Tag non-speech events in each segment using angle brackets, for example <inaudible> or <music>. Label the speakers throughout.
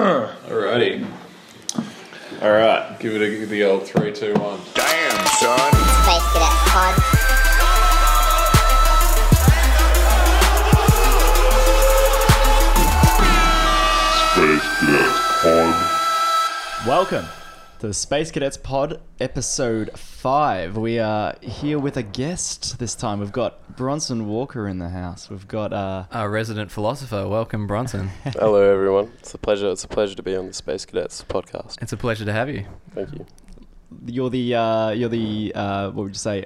Speaker 1: Alrighty.
Speaker 2: All right.
Speaker 1: Give it a, the old three, two, one.
Speaker 2: Damn, son.
Speaker 3: Space Cadet Pod.
Speaker 4: Space Cadet Pod.
Speaker 5: Welcome to the Space Cadets Pod, episode five. We are here with a guest this time. We've got Bronson Walker in the house. We've got uh,
Speaker 6: Our resident philosopher, welcome
Speaker 5: <laughs>
Speaker 6: Bronson.
Speaker 7: Hello, everyone. It's a pleasure. It's a pleasure to be on the Space Cadets podcast.
Speaker 6: It's a pleasure to have you.
Speaker 7: Thank you.
Speaker 5: you're the uh, you're the uh, what would you say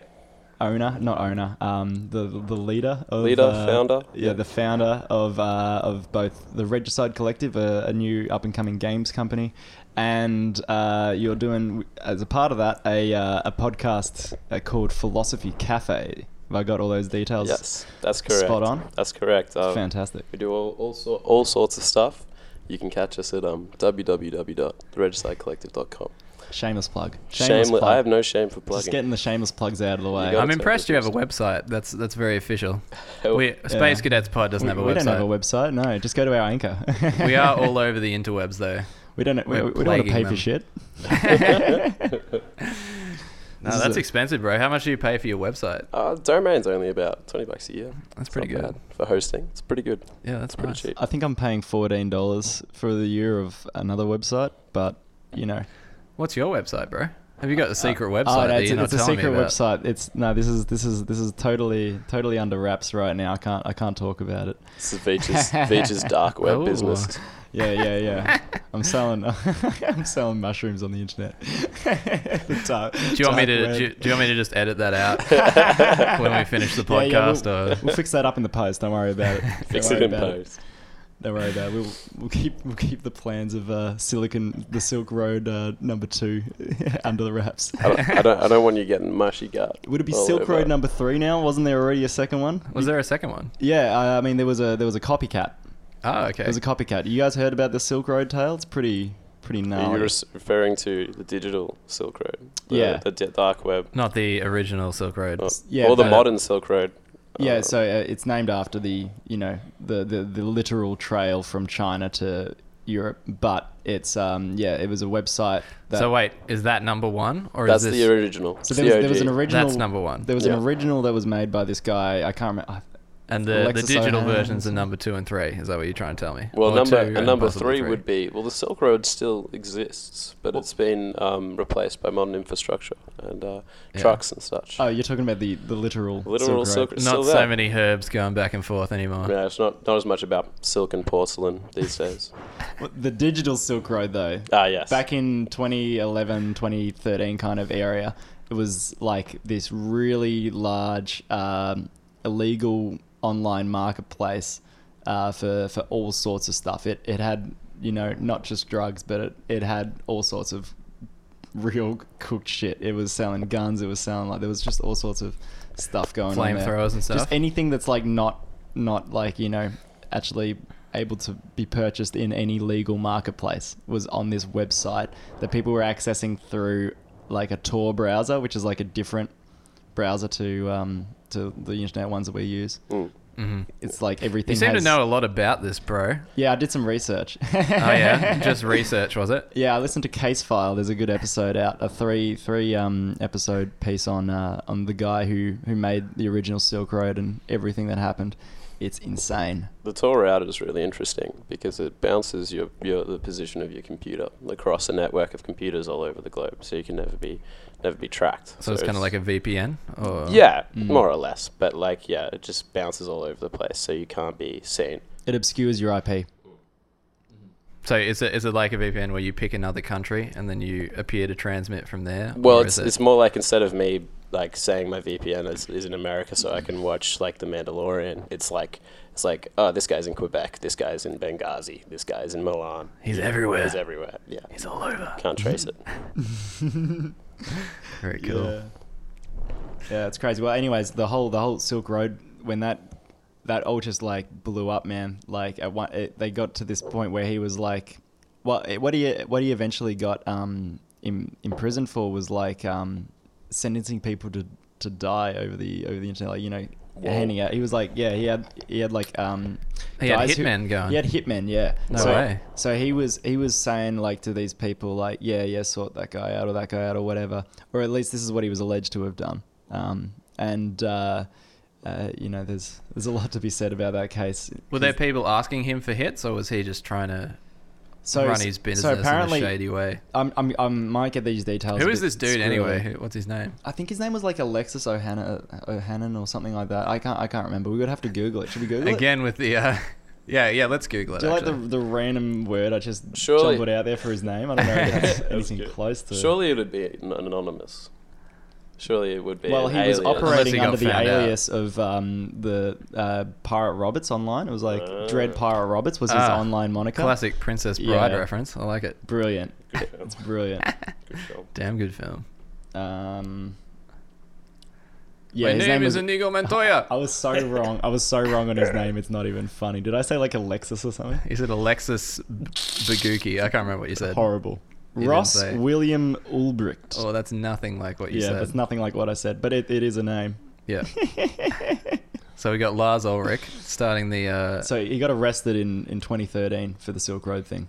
Speaker 5: owner? Not owner. Um, the the leader of
Speaker 7: Leader,
Speaker 5: uh,
Speaker 7: founder.
Speaker 5: Yeah, the founder of uh, of both the Regicide Collective, a, a new up and coming games company, and uh, you're doing as a part of that a uh, a podcast uh, called Philosophy Cafe. Have I got all those details?
Speaker 7: Yes, that's correct.
Speaker 5: Spot on.
Speaker 7: That's correct. Um,
Speaker 5: Fantastic.
Speaker 7: We do all all, sor- all sorts of stuff. You can catch us at um, www.theregicidecollective.com.
Speaker 5: Shameless plug.
Speaker 7: Shameless. I have no shame for
Speaker 5: Just
Speaker 7: plugging.
Speaker 5: getting the shameless plugs out of the way.
Speaker 7: got-
Speaker 6: I'm
Speaker 7: it's
Speaker 6: impressed you have a
Speaker 7: everything.
Speaker 6: website. That's that's very official.
Speaker 7: Oh,
Speaker 6: We, Space Cadets Pod doesn't
Speaker 5: we,
Speaker 6: have a
Speaker 5: we
Speaker 6: website.
Speaker 5: don't have a website. No, just go to our anchor.
Speaker 6: we are
Speaker 5: <laughs>
Speaker 6: all over the interwebs though.
Speaker 5: we don't. We,
Speaker 6: we're
Speaker 5: we don't want to
Speaker 6: plaguing
Speaker 5: pay for
Speaker 6: them. <laughs>
Speaker 5: shit. <laughs>
Speaker 6: No,
Speaker 5: This is
Speaker 6: that's
Speaker 5: a-
Speaker 6: expensive, bro. How much do you pay for your website?
Speaker 7: uh, domain's only about twenty bucks a year.
Speaker 6: That's
Speaker 7: It's
Speaker 6: pretty
Speaker 7: not
Speaker 6: good.
Speaker 7: bad for hosting. It's pretty good.
Speaker 6: Yeah, that's
Speaker 7: Pretty
Speaker 6: nice.
Speaker 7: cheap.
Speaker 5: I think I'm paying fourteen dollars for the year of another website, but you know,
Speaker 6: What's your website, bro? Have you
Speaker 7: Uh,
Speaker 6: got a secret website
Speaker 5: oh, no,
Speaker 6: that
Speaker 5: it's,
Speaker 6: you're not
Speaker 5: it's a
Speaker 6: telling me
Speaker 5: secret
Speaker 6: about? <laughs>
Speaker 5: website. <laughs> It's no, this is this is this is totally totally under wraps right now. I can't I can't talk about it.
Speaker 7: This is
Speaker 5: <laughs>
Speaker 7: Veach's, Veach's dark web
Speaker 6: Ooh.
Speaker 7: business.
Speaker 5: Yeah, yeah,
Speaker 6: <laughs>
Speaker 5: yeah. I'm selling <laughs> I'm selling mushrooms on the internet. <laughs>
Speaker 6: <laughs>
Speaker 5: The dark-
Speaker 6: Do you want
Speaker 5: dark
Speaker 6: me to
Speaker 5: web.
Speaker 6: do, do you want me to just edit that out when we finish the
Speaker 5: <laughs> Yeah, yeah,
Speaker 6: podcast?
Speaker 5: we'll,
Speaker 6: or
Speaker 5: we'll fix that up in the post. Don't worry
Speaker 7: <laughs>
Speaker 5: about it. Don't
Speaker 7: Fix
Speaker 5: worry
Speaker 7: it in
Speaker 5: about
Speaker 7: post.
Speaker 5: Don't worry about it. We'll, we'll keep we'll keep the plans of uh, Silicon the Silk Road uh, number two <laughs> under the wraps.
Speaker 7: I don't, I don't. I don't want you getting mushy gut.
Speaker 5: <laughs> Would it be
Speaker 7: all
Speaker 5: Silk
Speaker 7: over.
Speaker 5: Road number three now? Wasn't there already a second one?
Speaker 6: was there a second one?
Speaker 5: Yeah, I, I mean there was a there was a copycat.
Speaker 6: Oh, okay.
Speaker 5: There was a copycat. You guys heard about the Silk Road tale? It's pretty pretty
Speaker 7: Are you
Speaker 5: gnarly.
Speaker 7: res- referring to the digital Silk Road? The,
Speaker 5: Yeah.
Speaker 7: The d- dark web.
Speaker 6: Not the original Silk Road.
Speaker 7: Uh,
Speaker 5: yeah,
Speaker 7: or the
Speaker 5: but-
Speaker 7: modern Silk Road.
Speaker 5: Yeah,
Speaker 7: Uh,
Speaker 5: so uh, it's named after the you know the, the the literal trail from China to Europe, but it's um yeah it was a website. That,
Speaker 6: so wait, is that number one or
Speaker 7: that's
Speaker 6: is this?
Speaker 7: the original.
Speaker 5: So there was, there was an
Speaker 7: COG.
Speaker 5: original.
Speaker 6: That's number one.
Speaker 5: There was
Speaker 7: Yeah.
Speaker 5: an original that was made by this guy. I can't remember.
Speaker 6: And the, the
Speaker 5: Alexis
Speaker 6: digital
Speaker 5: Ohanian.
Speaker 6: versions are number two and three. Is that what you're trying to tell me?
Speaker 7: Well,
Speaker 6: Or
Speaker 7: number
Speaker 6: two
Speaker 7: and
Speaker 6: and
Speaker 7: number
Speaker 6: possibly
Speaker 7: three, would be well, the Silk Road still exists, but it's been um, replaced by modern infrastructure and uh,
Speaker 6: Yeah.
Speaker 7: trucks and such.
Speaker 5: Oh, you're talking about the the literal.
Speaker 7: Literal
Speaker 5: Silk Road.
Speaker 7: It's
Speaker 6: not
Speaker 7: still there.
Speaker 6: so many herbs going back and forth anymore.
Speaker 7: yeah, it's not not as much about silk and porcelain these days.
Speaker 5: Well, The digital Silk Road, though.
Speaker 7: Ah, yes.
Speaker 5: Back in 2011, 2013 kind of area, it was like this really large um, illegal online marketplace uh, for for all sorts of stuff. It it had you know not just drugs, but it it had all sorts of real cooked shit. It was selling guns. It was selling like there was just all sorts of stuff going on. there.
Speaker 6: Flamethrowers and stuff?
Speaker 5: Just anything that's like not not like you know actually able to be purchased in any legal marketplace was on this website that people were accessing through like a Tor browser, which is like a different browser to um, to the internet ones that we use.
Speaker 6: Mhm.
Speaker 5: It's like everything.
Speaker 6: You seem to
Speaker 5: has-
Speaker 6: know a lot about this, bro.
Speaker 5: Yeah, I did some research. oh
Speaker 6: Oh
Speaker 5: <laughs>
Speaker 6: yeah, just research was it?
Speaker 5: Yeah, I listened to Case File. There's a good episode out, a three three um episode piece on uh, on the guy who who made the original Silk Road and everything that happened. It's insane.
Speaker 7: The Tor route is really interesting because it bounces your, your the position of your computer across a network of computers all over the globe, so you can never be never be tracked.
Speaker 6: So it's kind of like a Mm. VPN. Or
Speaker 7: yeah, more or less, but like yeah, it just bounces all over the place, so you can't be seen.
Speaker 5: It obscures your IP.
Speaker 6: So is it is it like a VPN where you pick another country and then you appear to transmit from there?
Speaker 7: Well,
Speaker 6: Or is
Speaker 7: it's
Speaker 6: it-
Speaker 7: it's more like instead of me like saying my VPN is, is in America, so I can watch like The Mandalorian. It's like it's like oh, this guy's in Quebec, this guy's in Benghazi, this guy's in Milan.
Speaker 6: He's everywhere.
Speaker 7: He's everywhere. Yeah,
Speaker 6: it's all over.
Speaker 7: can't
Speaker 6: <laughs>
Speaker 7: trace it.
Speaker 6: Very cool.
Speaker 5: Yeah, it's crazy. Well, anyways, the whole the whole Silk Road when that that all just like blew up, man. Like at one, it, they got to this point where he was like, "What? What he what he eventually got um in imprisoned for was like um sentencing people to to die over the over the internet. Like you know, handing out. He was like, yeah, he had he had like um,
Speaker 6: He had
Speaker 5: guys who-
Speaker 6: hitmen going.
Speaker 5: He had hitmen, yeah.
Speaker 6: No
Speaker 5: so,
Speaker 6: way.
Speaker 5: So he was he was saying like to these people like, yeah, yeah, sort that guy out or that guy out or whatever, or at least this is what he was alleged to have done. Um, and uh, uh, you know, there's there's a lot to be said about that case.
Speaker 6: Were there people asking him for hits, or was he just trying to
Speaker 5: so
Speaker 6: run his business
Speaker 5: So apparently,
Speaker 6: in a shady way?
Speaker 5: I'm, I'm I might get these details.
Speaker 6: Who
Speaker 5: a
Speaker 6: is
Speaker 5: bit
Speaker 6: this dude
Speaker 5: screwy.
Speaker 6: anyway? Who- What's his name?
Speaker 5: I think his name was like Alexis O'Hanna, O'Hannon or something like that. I can't I can't remember. We would have to Google it. Should we Google it?
Speaker 6: Again with the uh, <laughs> yeah, yeah. Let's Google it.
Speaker 5: Do you like the,
Speaker 6: actually.
Speaker 5: the random word I just
Speaker 7: Surely-
Speaker 5: jumbled out there for his name? I don't know if
Speaker 7: <laughs>
Speaker 5: that's anything
Speaker 7: good.
Speaker 5: close to.
Speaker 7: Surely it would be an- anonymous. Surely it would be.
Speaker 5: well,
Speaker 7: an
Speaker 5: he was
Speaker 7: alias.
Speaker 6: Unless he
Speaker 5: operating
Speaker 6: got
Speaker 5: under the
Speaker 6: found out.
Speaker 5: alias of um, the uh, Pirate Roberts online. It was like
Speaker 7: Uh.
Speaker 5: Dread Pirate Roberts was his
Speaker 6: Ah,
Speaker 5: online moniker.
Speaker 6: Classic Princess Bride
Speaker 5: Yeah.
Speaker 6: reference.
Speaker 5: <laughs>
Speaker 6: I like it.
Speaker 5: Brilliant.
Speaker 7: Good film,
Speaker 5: It's brilliant.
Speaker 7: good
Speaker 5: <laughs>
Speaker 7: film.
Speaker 6: Damn good film.
Speaker 5: Um, yeah,
Speaker 6: My
Speaker 5: his
Speaker 6: name, is
Speaker 5: was, <laughs>
Speaker 6: Inigo Montoya.
Speaker 5: I was so wrong. I was so wrong on his name. It's not even funny. Did I say like Alexis or
Speaker 6: <laughs>
Speaker 5: something?
Speaker 6: Is it Alexis Baguki? I can't remember what you said.
Speaker 5: Horrible.
Speaker 6: You didn't
Speaker 5: Ross
Speaker 6: say.
Speaker 5: William Ulbricht.
Speaker 6: Oh, that's nothing like what you
Speaker 5: yeah,
Speaker 6: said.
Speaker 5: that's nothing like what I said, but it, it is a name. <laughs>
Speaker 6: Yeah. so we got Lars Ulrich starting the. Uh,
Speaker 5: So he got arrested in, in 2013 for the Silk Road thing,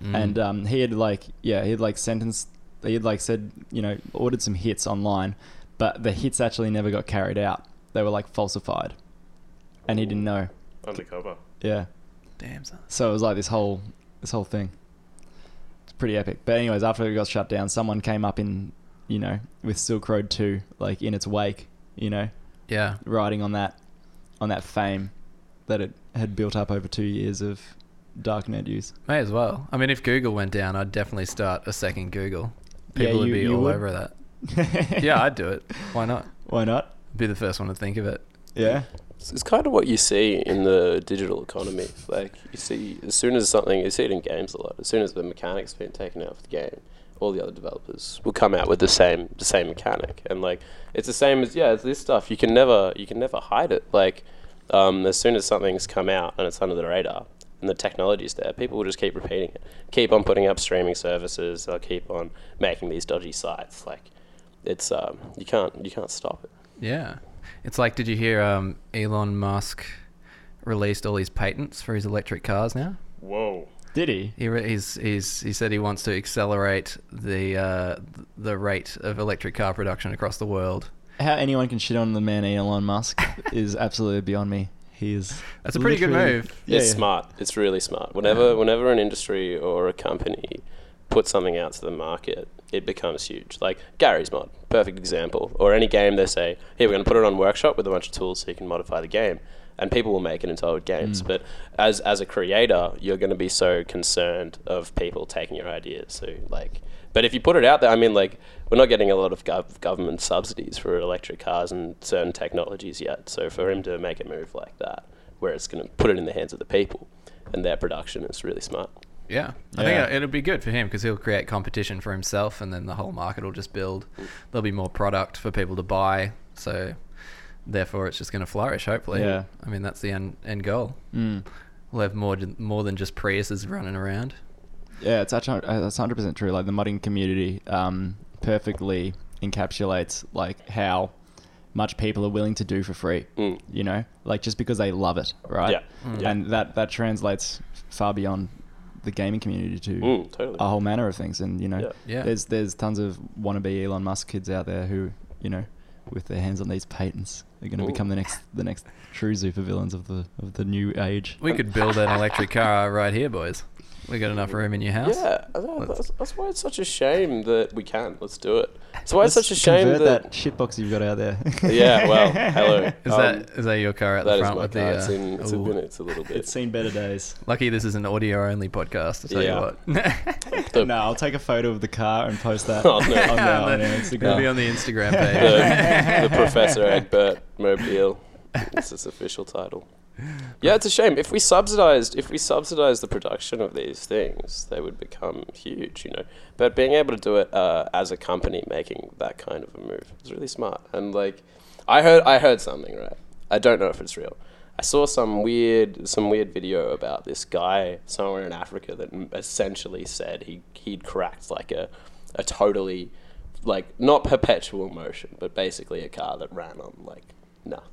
Speaker 6: mm.
Speaker 5: and um, he had like yeah he had like sentenced he had like said you know ordered some hits online, but the hits actually never got carried out. They were like falsified, and he didn't know.
Speaker 7: Undercover.
Speaker 5: Yeah,
Speaker 6: damn son.
Speaker 5: so it was like this whole this whole thing. It's pretty epic. But anyways, after it got shut down, someone came up in you know with Silk Road 2 like in its wake, you know,
Speaker 6: Yeah.
Speaker 5: riding on that on that fame that it had built up over two years of darknet use.
Speaker 6: May as well. I mean, if Google went down, I'd definitely start a second Google.
Speaker 5: Yeah,
Speaker 6: People would
Speaker 5: you-
Speaker 6: be
Speaker 5: you
Speaker 6: all
Speaker 5: would.
Speaker 6: over that. yeah, I'd do it. Why not?
Speaker 5: <laughs> Why not?
Speaker 6: Be the first one to think of it.
Speaker 5: Yeah.
Speaker 7: It's, it's kind of what you see in the digital economy. Like you see, as soon as something, you see it in games a lot. As soon as the mechanic's been taken out of the game, all the other developers will come out with the same the same mechanic. And like it's the same as yeah, it's this stuff. You can never you can never hide it. Like um, as soon as something's come out and it's under the radar and the technology's there, people will just keep repeating it. Keep on putting up streaming services. They'll keep on making these dodgy sites. Like it's um, you can't you can't stop it.
Speaker 6: Yeah. It's like, did you hear um, Elon Musk released all his patents for his electric cars now?
Speaker 7: Whoa.
Speaker 5: Did he?
Speaker 6: He re- he's, he's, he said he wants to accelerate the uh, th- the rate of electric car production across the world.
Speaker 5: How anyone can shit on the man Elon
Speaker 6: <laughs>
Speaker 5: Musk is absolutely beyond me. He is.
Speaker 6: That's a pretty good
Speaker 5: literally-
Speaker 6: move.
Speaker 5: Yeah,
Speaker 7: it's
Speaker 5: yeah.
Speaker 7: smart. It's really smart. Whenever whenever an industry or a company puts something out to the market, it becomes huge. Like Gary's mod, perfect example. Or any game they say, "Here, we're going to put it on workshop with a bunch of tools so you can modify the game." And people will make it into old games,
Speaker 5: Mm.
Speaker 7: but as as a creator, you're going to be so concerned of people taking your ideas. So like, but if you put it out there, I mean, like, we're not getting a lot of gov- government subsidies for electric cars and certain technologies yet. So for him to make a move like that, where it's going to put it in the hands of the people and their production is really smart.
Speaker 6: Yeah, I
Speaker 5: Yeah.
Speaker 6: think it'll be good for him because he'll create competition for himself, and then the whole market will just build. There'll be more product for people to buy, so therefore it's just going to flourish. Hopefully,
Speaker 5: Yeah.
Speaker 6: I mean that's the end end goal.
Speaker 5: Mm.
Speaker 6: We'll have more d- more than just Priuses running around.
Speaker 5: Yeah, it's actually uh, that's hundred percent true. Like the modding community um, perfectly encapsulates like how much people are willing to do for free.
Speaker 7: Mm.
Speaker 5: You know, like just because they love it, right?
Speaker 7: Yeah. Mm. Yeah.
Speaker 5: And that that translates far beyond the gaming community to
Speaker 7: Mm, totally.
Speaker 6: Oh.
Speaker 5: a whole manner of things. And you know,
Speaker 7: Yeah.
Speaker 6: Yeah.
Speaker 5: there's there's tons of wannabe Elon Musk kids out there who you know, with their hands on these patents, are going to
Speaker 7: Ooh.
Speaker 5: become the next the next true supervillains of the of the new age.
Speaker 6: We could build an electric car right here, boys. We got enough room in your house.
Speaker 7: Yeah, I know,
Speaker 6: Let's-
Speaker 7: that's, that's why it's such a shame that we can't. Let's do it. That's why it's
Speaker 5: Let's
Speaker 7: such a shame
Speaker 5: convert
Speaker 7: that.
Speaker 5: that shitbox you've got out there.
Speaker 7: <laughs> Yeah, well, hello.
Speaker 6: <laughs> Is
Speaker 7: Um,
Speaker 6: that is that your car out the
Speaker 7: that is
Speaker 6: front
Speaker 7: my
Speaker 6: with the?
Speaker 7: car.
Speaker 6: Uh,
Speaker 7: it's in, it's
Speaker 6: ooh.
Speaker 7: been it's a little bit.
Speaker 5: <laughs> it's seen better days.
Speaker 6: Lucky this is an audio only podcast. I tell
Speaker 7: Yeah.
Speaker 6: you <laughs> what,
Speaker 7: The-
Speaker 5: No, I'll take a photo of the car and post that
Speaker 7: <laughs> Oh, no.
Speaker 5: on, our- on our
Speaker 6: it'll be
Speaker 5: Instagram.
Speaker 6: on the
Speaker 7: <laughs>
Speaker 6: Instagram page.
Speaker 7: the, the Professor Egbert Mobile. That's its official title. Yeah, it's a shame. If we subsidized, if we subsidized the production of these things, they would become huge, you know. But being able to do it uh, as a company making that kind of a move is really smart. And like, I heard, I heard something right. I don't know if it's real. I saw some weird, some weird video about this guy somewhere in Africa that m- essentially said he he'd cracked like a, a totally like not perpetual motion, but basically a car that ran on like nothing.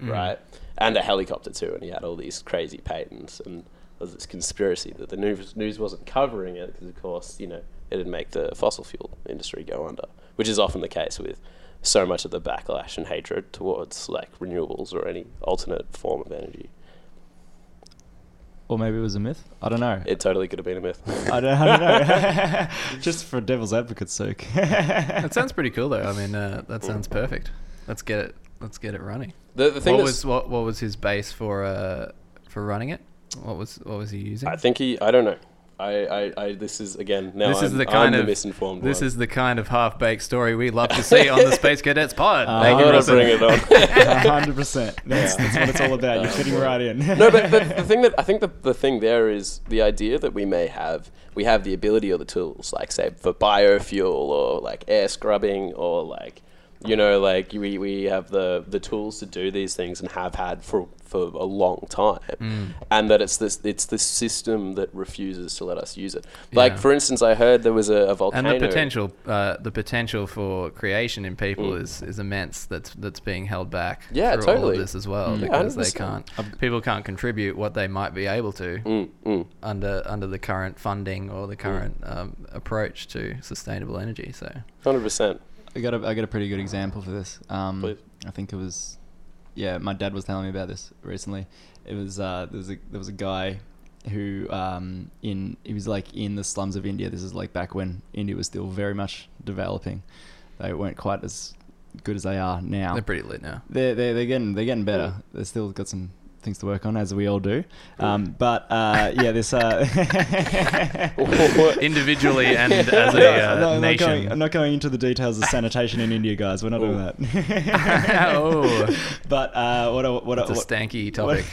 Speaker 6: Mm.
Speaker 7: right? And a helicopter too, and he had all these crazy patents, and there was this conspiracy that the news news wasn't covering it because, of course, you know, it'd make the fossil fuel industry go under, which is often the case with so much of the backlash and hatred towards like renewables or any alternate form of energy.
Speaker 5: Or maybe it was a myth. I don't know.
Speaker 7: It totally could have been
Speaker 6: <laughs>
Speaker 7: a myth. <laughs>
Speaker 5: I don't, I don't know. <laughs> Just for devil's advocate's <laughs> sake.
Speaker 6: That sounds pretty cool, though. I mean, uh, that sounds perfect. Let's get it. Let's get it running.
Speaker 7: Mm. The, the thing
Speaker 6: what
Speaker 7: that's-
Speaker 6: was what, what was his base for uh, for running it? What was what was he using?
Speaker 7: I think he. I don't know. I. I. I this is again. Now
Speaker 6: this
Speaker 7: I'm,
Speaker 6: is the kind
Speaker 7: I'm
Speaker 6: of
Speaker 7: the misinformed.
Speaker 6: This
Speaker 7: one.
Speaker 6: is the kind of half-baked story we love
Speaker 7: <laughs>
Speaker 6: to see on the Space Cadets Pod. Thank
Speaker 7: I
Speaker 6: you,
Speaker 7: gotta
Speaker 6: Russell.
Speaker 7: bring it on.
Speaker 5: hundred percent. That's, that's what it's all about. You're fitting right in.
Speaker 7: <laughs> Uh,
Speaker 5: <laughs>
Speaker 7: no, but the, the thing that I think the, the thing there is the idea that we may have we have the ability or the tools, like say for biofuel or like air scrubbing or like you know like we, we have the the tools to do these things and have had for for a long time,
Speaker 6: Mm.
Speaker 7: and that it's this it's this system that refuses to let us use it. Like
Speaker 6: Yeah.
Speaker 7: for instance, I heard there was a, a
Speaker 6: And
Speaker 7: volcano.
Speaker 6: the potential, uh, the potential for creation in people is, is immense. That's that's being held back.
Speaker 7: Mm. Yeah,
Speaker 6: through All
Speaker 7: totally.
Speaker 6: of
Speaker 7: Mm.
Speaker 6: this as well because they
Speaker 7: 100%.
Speaker 6: can't. People can't contribute what they might be able to
Speaker 7: Mm.
Speaker 6: under under the current funding or the current um, approach to sustainable energy. So
Speaker 7: Hundred percent.
Speaker 5: I got a, I got a pretty good example for this. Um,
Speaker 7: Please.
Speaker 5: I think it was, yeah, my dad was telling me about this recently. It was uh, there was a there was a guy who um, in he was like in the slums of India. This is like back when India was still very much developing. They weren't quite as good as they are now.
Speaker 7: Um.
Speaker 6: they're pretty
Speaker 5: <laughs>
Speaker 6: lit now.
Speaker 5: They're, they're, they're getting they're getting better. They've still got some things to work on, as we all do. Um, but uh, yeah, this.
Speaker 6: <laughs>
Speaker 5: Uh,
Speaker 6: Individually and as a uh,
Speaker 5: no, I'm not,
Speaker 6: nation.
Speaker 5: going, I'm not going into the details of sanitation in India, guys. We're not doing that.
Speaker 6: <laughs> Oh.
Speaker 5: But uh, what, I- what, I-
Speaker 6: it's a
Speaker 5: what,
Speaker 6: stanky topic.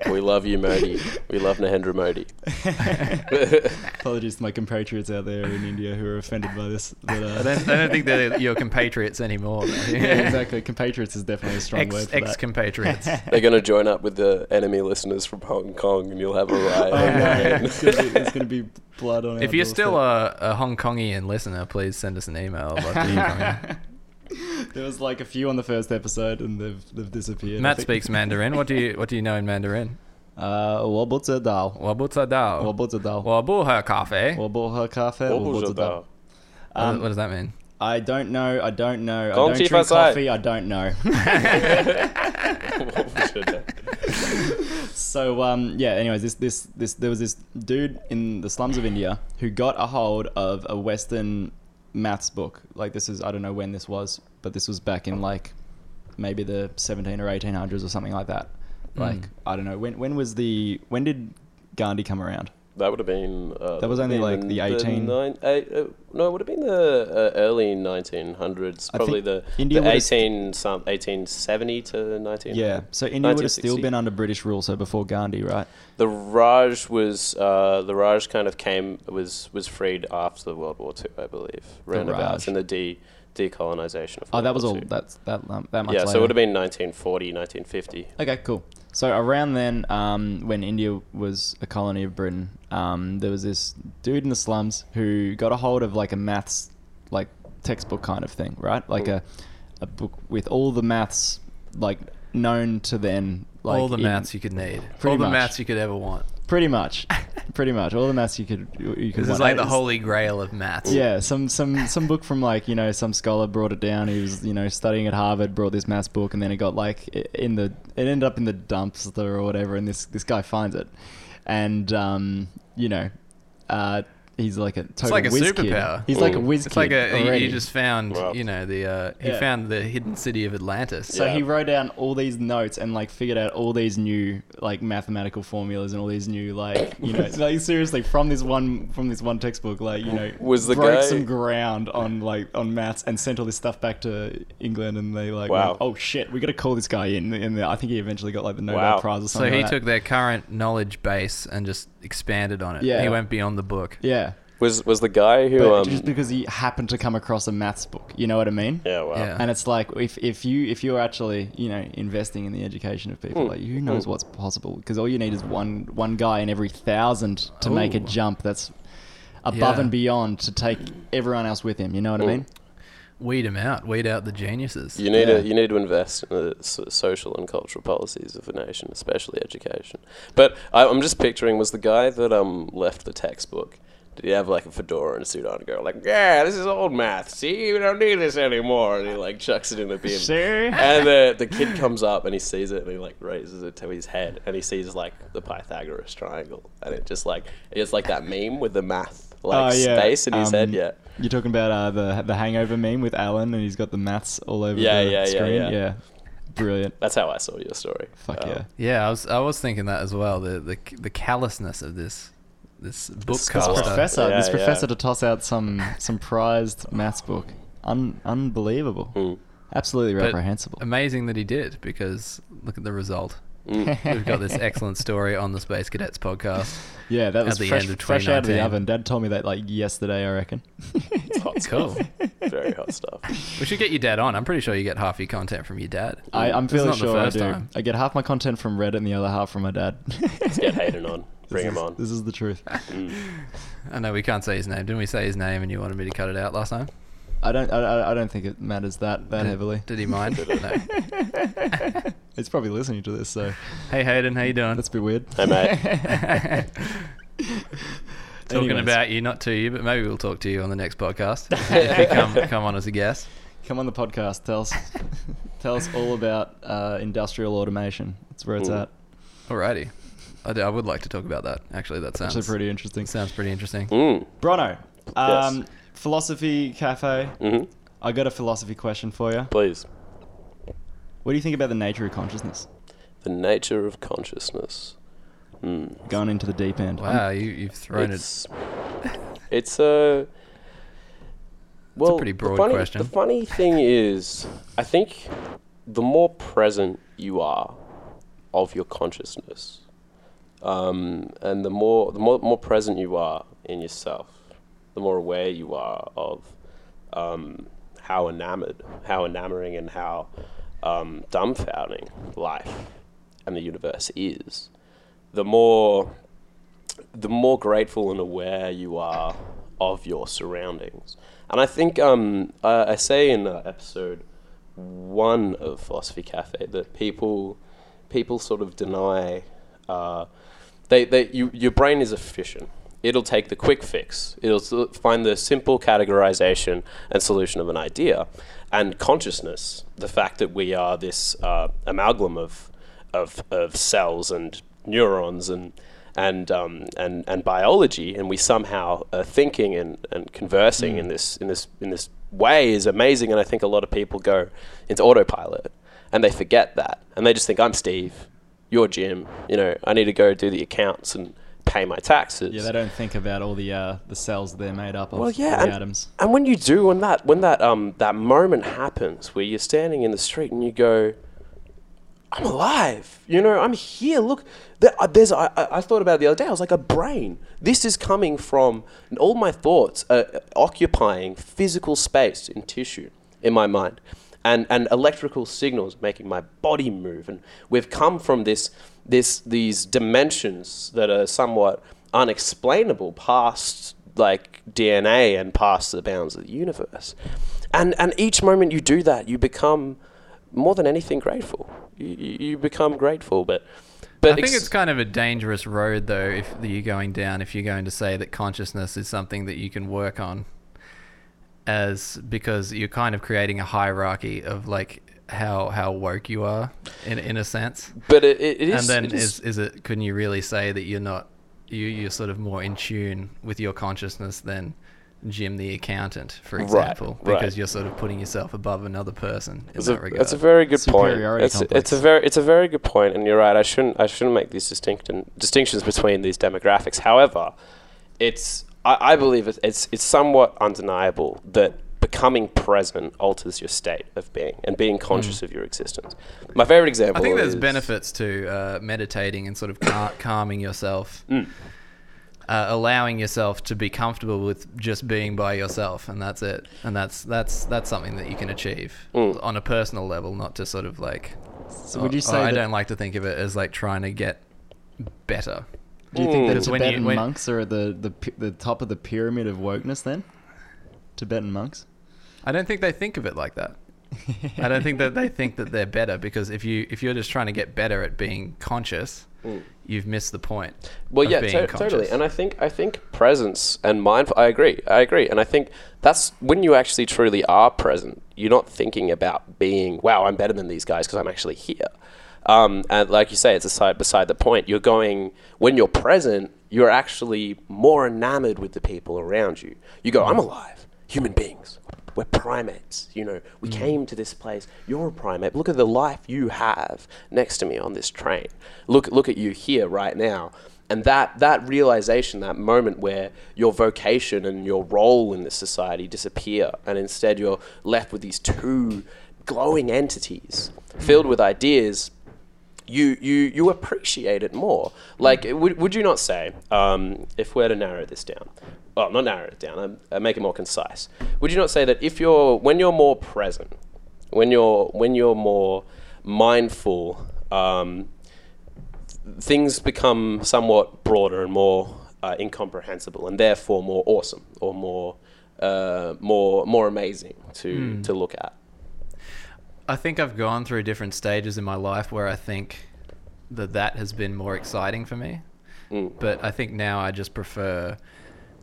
Speaker 5: <laughs>
Speaker 7: We love you, Modi. We love <laughs> Narendra Modi.
Speaker 5: apologies to my compatriots out there in India who are offended by this. But, uh,
Speaker 6: I don't, I don't think they're <laughs> your compatriots anymore. though.
Speaker 5: yeah,
Speaker 6: <laughs>
Speaker 5: exactly. Compatriots is definitely a strong word
Speaker 6: Ex,
Speaker 5: for that. <laughs>
Speaker 6: ex-compatriots.
Speaker 7: They're going to join up with the enemy listeners from Hong Kong, and you'll have a riot.
Speaker 5: Oh,
Speaker 7: <laughs>
Speaker 6: <laughs>
Speaker 5: no, it's gonna be- there's going to be blood on.
Speaker 6: If you're still a, a Hong Kongian listener, please send us an email.
Speaker 5: <laughs>
Speaker 6: I'd love to hear from you.
Speaker 5: there was like a few on the first episode, and they've they've disappeared. I
Speaker 6: Matt
Speaker 5: think-
Speaker 6: speaks Mandarin. What do you What do you know in Mandarin?
Speaker 5: Uh, 我不知道，
Speaker 6: 我不知道。
Speaker 5: 我不知道，
Speaker 6: 我不喝咖啡。
Speaker 5: 我不喝咖啡，我不知道。
Speaker 7: Um,
Speaker 6: What what does that mean?
Speaker 5: I don't know. I don't know. I
Speaker 7: Gong
Speaker 5: don't
Speaker 7: Chi
Speaker 5: drink
Speaker 7: Fa Sai.
Speaker 5: coffee. I don't know. <laughs>
Speaker 7: <laughs>
Speaker 5: so um, yeah. Anyways, this this this there was this dude in the slums of India who got a hold of a Western maths book. Like this is I don't know when this was, but this was back in like maybe the 17 or 1800s or something like that.
Speaker 7: Hmm.
Speaker 5: Like I don't know when when was the when did Gandhi come around?
Speaker 7: that would have been. Uh,
Speaker 5: That was only, like, the 18
Speaker 7: nine, eight, uh, no, it would have been the uh, early 1900s.
Speaker 5: I
Speaker 7: Probably
Speaker 5: think
Speaker 7: the,
Speaker 5: India
Speaker 7: the
Speaker 5: would have s-
Speaker 7: 18 some 1870 to 19.
Speaker 5: Yeah. So India would have still
Speaker 7: 1960.
Speaker 5: been under British rule. So before Gandhi, right?
Speaker 7: The Raj was uh, the Raj kind of came was was freed after World War Two, I believe, roundabouts
Speaker 5: Raj.
Speaker 7: in the de decolonization of.
Speaker 5: Oh, that
Speaker 7: World
Speaker 5: was
Speaker 7: War
Speaker 5: all.
Speaker 7: Two.
Speaker 5: That's that. Um, that much.
Speaker 7: yeah,
Speaker 5: later.
Speaker 7: so it would have been 1940, 1950.
Speaker 5: Okay, cool. So around then, um, when India was a colony of Britain, um, there was this dude in the slums who got a hold of like a maths, like textbook kind of thing, right? Like a, a book with all the maths like known to then. Like
Speaker 6: All the
Speaker 5: in-
Speaker 6: maths you could need.
Speaker 5: pretty
Speaker 6: All the
Speaker 5: much.
Speaker 6: maths you could ever want.
Speaker 5: Pretty much, <laughs> pretty much all the maths you could. You you could
Speaker 6: This
Speaker 5: want.
Speaker 6: is like the
Speaker 5: It's-
Speaker 6: holy grail of maths.
Speaker 5: Yeah, some some some book from like you know some scholar brought it down. He was you know studying at Harvard, brought this maths book, and then it got like i- in the it ended up in the dumpster or whatever. And this this guy finds it, and um, you know, uh, he's like a total
Speaker 6: It's like a
Speaker 5: whiz kid.
Speaker 6: superpower.
Speaker 5: He's like a whiz
Speaker 6: It's like
Speaker 5: kid
Speaker 6: a,
Speaker 5: already.
Speaker 6: you just found,
Speaker 7: Wow.
Speaker 6: you know, the uh, he
Speaker 5: Yeah.
Speaker 6: found the hidden city of Atlantis.
Speaker 5: So
Speaker 7: Yeah.
Speaker 5: he wrote down all these notes and like figured out all these new like mathematical formulas and all these new like you
Speaker 7: <laughs>
Speaker 5: know like seriously from this one from this one textbook like you know
Speaker 7: Was the
Speaker 5: broke
Speaker 7: guy-
Speaker 5: some ground on like on maths and sent all this stuff back to England and they like
Speaker 7: Wow.
Speaker 5: went, oh shit we got to call this guy in and I think he eventually got like the Nobel
Speaker 7: Wow.
Speaker 5: Prize or
Speaker 6: So
Speaker 5: something.
Speaker 6: he
Speaker 5: like
Speaker 6: took
Speaker 5: that.
Speaker 6: their current knowledge base and just expanded on it.
Speaker 5: Yeah.
Speaker 6: He went beyond the book.
Speaker 5: yeah,
Speaker 7: Was was the guy who?
Speaker 5: but
Speaker 7: um,
Speaker 5: just because he happened to come across a maths book, you know what I mean?
Speaker 7: yeah, wow.
Speaker 6: Yeah.
Speaker 5: And it's like if, if you if you're actually you know investing in the education of
Speaker 7: Hmm.
Speaker 5: people, like who knows what's possible? Because all you need is one one guy in every thousand to make a
Speaker 6: Ooh.
Speaker 5: jump that's above
Speaker 6: Yeah.
Speaker 7: Hmm.
Speaker 5: and beyond to take everyone else with him. You know what I mean?
Speaker 6: weed them out, weed out the geniuses.
Speaker 7: You need
Speaker 5: Yeah.
Speaker 7: to you need to invest in the s- social and cultural policies of a nation, especially education. But I, I'm just picturing was the guy that um left the textbook. Did he have like a fedora and a suit on and go like, yeah, this is old math. See, we don't need this anymore. And he like chucks it in the bin.
Speaker 5: See?
Speaker 7: And the the kid comes up and he sees it and he like raises it to his head and he sees like the Pythagoras triangle and it just like it's like that meme with the math like
Speaker 5: Oh, yeah.
Speaker 7: space in his head.
Speaker 5: Um,
Speaker 7: Yeah.
Speaker 5: You're talking about uh, the the Hangover meme with Alan, and he's got the maths all over
Speaker 7: Yeah,
Speaker 5: the
Speaker 7: yeah, yeah,
Speaker 5: screen.
Speaker 7: yeah.
Speaker 5: brilliant.
Speaker 7: That's how I saw your story.
Speaker 5: Fuck
Speaker 7: Um,
Speaker 5: yeah.
Speaker 6: Yeah, I was I was thinking that as well. The the the callousness of this this book
Speaker 7: This
Speaker 5: This
Speaker 7: Oh,
Speaker 6: caster.
Speaker 5: professor,
Speaker 7: yeah,
Speaker 5: this
Speaker 7: yeah.
Speaker 5: professor to toss out some some prized maths book, Un- unbelievable,
Speaker 7: Hmm. mm,
Speaker 5: absolutely
Speaker 6: But
Speaker 5: reprehensible.
Speaker 6: Amazing that he did because look at the result.
Speaker 5: We've
Speaker 6: We've got
Speaker 5: <laughs>
Speaker 6: this excellent story on the Space Cadets podcast.
Speaker 5: Yeah, that
Speaker 6: at
Speaker 5: was
Speaker 6: the
Speaker 5: fresh,
Speaker 6: end of
Speaker 5: fresh out of the
Speaker 6: 2019.
Speaker 5: oven. Dad told me that like yesterday, I reckon.
Speaker 6: <laughs>
Speaker 5: <laughs>
Speaker 6: Cool.
Speaker 7: Very hot stuff.
Speaker 6: We should get your dad on. I'm pretty sure you get half your content from your dad.
Speaker 5: I, I'm
Speaker 6: It's
Speaker 5: fairly
Speaker 6: not the
Speaker 5: sure I
Speaker 6: first
Speaker 5: do.
Speaker 6: time.
Speaker 5: I get half my content from Reddit and the other half from my
Speaker 6: <laughs>
Speaker 5: dad. Let's
Speaker 7: get Hayden on. Bring him on.
Speaker 5: This is the
Speaker 7: <laughs>
Speaker 5: truth.
Speaker 6: I know we can't say his name. Didn't we say his name and you wanted me to cut it out last time?
Speaker 5: I don't. I, I- I don't think it matters that that
Speaker 6: Did-
Speaker 5: heavily.
Speaker 6: Did he
Speaker 7: <laughs>
Speaker 6: mind? no.
Speaker 5: <laughs> It's probably listening to this, so
Speaker 6: Hey Hayden, how you doing? <laughs>
Speaker 5: that's a bit weird.
Speaker 7: Hey mate.
Speaker 5: <laughs>
Speaker 6: Talking
Speaker 5: Anyways,
Speaker 6: about you, not to you, but maybe we'll talk to you on the
Speaker 5: <laughs>
Speaker 6: next podcast. if you come, come on as a guest.
Speaker 5: come on the podcast. Tell
Speaker 6: <laughs>
Speaker 5: us, tell us all about uh, industrial automation. That's where it's
Speaker 7: Mm.
Speaker 5: at.
Speaker 6: Alrighty. I, do- I would like to talk about that. Actually, that sounds
Speaker 5: Actually, pretty interesting.
Speaker 6: sounds pretty interesting.
Speaker 7: Mm.
Speaker 5: Brono, um,
Speaker 7: Yes.
Speaker 5: philosophy cafe.
Speaker 7: hmm
Speaker 5: I got a philosophy question for you.
Speaker 7: Please.
Speaker 5: What do you think about the nature of consciousness?
Speaker 7: The nature of consciousness. Mm.
Speaker 5: Going into the deep end. I'm-
Speaker 6: Wow, you, you've thrown it.
Speaker 7: It's, <laughs> it's a. Well,
Speaker 6: pretty
Speaker 7: the
Speaker 6: broad
Speaker 7: funny-
Speaker 6: question.
Speaker 7: The funny thing is, I think the more present you are of your consciousness, um, and the more the more, more present you are in yourself, the more aware you are of um, how enamored, how enamoring, and how um, dumbfounding life and the universe is, the more the more grateful and aware you are of your surroundings. And I think um, I, I say in uh, episode one of Philosophy Cafe that people people sort of deny uh, they, they you, your brain is efficient. It'll take the quick fix. It'll s- find the simple categorization and solution of an idea. And consciousness, the fact that we are this uh, amalgam of, of, of cells and neurons and, and, um, and, and biology, and we somehow are thinking and, and conversing
Speaker 5: Mm.
Speaker 7: in, this, in, this, in this way is amazing. And I think a lot of people go into autopilot and they forget that. And they just think, I'm Steve your gym. You know, I need to go do the accounts and pay my taxes.
Speaker 5: Yeah, they don't think about all the uh, the cells they're made up of.
Speaker 7: Well, yeah,
Speaker 5: all the
Speaker 7: and,
Speaker 5: atoms.
Speaker 7: and when you do, when that when that um that moment happens where you're standing in the street and you go, I'm alive. You know, I'm here. Look, there, uh, there's. I, I I thought about it the other day. I was like, a brain. This is coming from and all my thoughts are uh, occupying physical space in tissue in my mind, and and electrical signals making my body move. And we've come from this this these dimensions that are somewhat unexplainable past like DNA and past the bounds of the universe. And and each moment you do that, you become more than anything grateful. You, you you become grateful, but but
Speaker 6: I think
Speaker 7: ex-
Speaker 6: it's kind of a dangerous road, though, if you're going down, if you're going to say that consciousness is something that you can work on, as because you're kind of creating a hierarchy of like how how woke you are in in a sense.
Speaker 7: but it, it, it is
Speaker 6: and then
Speaker 7: it
Speaker 6: is, is it can you really say that you're not you you're sort of more in tune with your consciousness than Jim the accountant, for example,
Speaker 7: right.
Speaker 6: because you're sort of putting yourself above another person in
Speaker 7: It's
Speaker 6: that
Speaker 7: a,
Speaker 6: regard.
Speaker 7: that's a very good point.
Speaker 5: Superiority
Speaker 7: It's, it's
Speaker 5: complex.
Speaker 7: a very it's a very good point, and you're right. I shouldn't I shouldn't make these distinct distinctions between these demographics. However, it's I, I believe it's, it's it's somewhat undeniable that becoming present alters your state of being and being conscious of your existence. My favorite example.
Speaker 6: Mm. I think there's
Speaker 7: is-
Speaker 6: benefits to uh, meditating and sort of cal- calming yourself, uh, allowing yourself to be comfortable with just being by yourself, and that's it. And that's that's that's something that you can achieve on a personal level, not to sort of like.
Speaker 5: So would
Speaker 6: or-
Speaker 5: you
Speaker 6: or
Speaker 5: say
Speaker 6: Oh, I
Speaker 5: that-
Speaker 6: don't like to think of it as like trying to get better.
Speaker 5: Do you think that
Speaker 6: Because when you-
Speaker 5: Tibetan
Speaker 6: when-
Speaker 5: monks are at the, the pi- the top of the pyramid of wokeness? Then Tibetan monks.
Speaker 6: I don't think they think of it like that. I don't think that they think that they're better because if you if you're just trying to get better at being conscious, you've missed the point.
Speaker 7: Well,
Speaker 6: of
Speaker 7: yeah,
Speaker 6: being
Speaker 7: to-
Speaker 6: conscious.
Speaker 7: totally. And I think I think presence and mindful. I agree. I agree. And I think that's when you actually truly are present. You're not thinking about being, wow, I'm better than these guys because I'm actually here. Um, and like you say, it's aside beside the point. You're going when you're present. You're actually more enamored with the people around you. You go, I'm alive. Human beings. We're primates. You know, we came to this place. You're a primate. Look at the life you have next to me on this train. Look, look at you here right now and that that realization that moment where your vocation and your role in this society disappear and instead you're left with these two glowing entities filled with ideas you you you appreciate it more like would, would you not say um, if we're to narrow this down well not narrow it down um, uh, make it more concise would you not say that if you're when you're more present when you're when you're more mindful um, things become somewhat broader and more uh, incomprehensible, and therefore more awesome or more uh, more more amazing to to look at.
Speaker 6: I think I've gone through different stages in my life where I think that that has been more exciting for me. But I think now I just prefer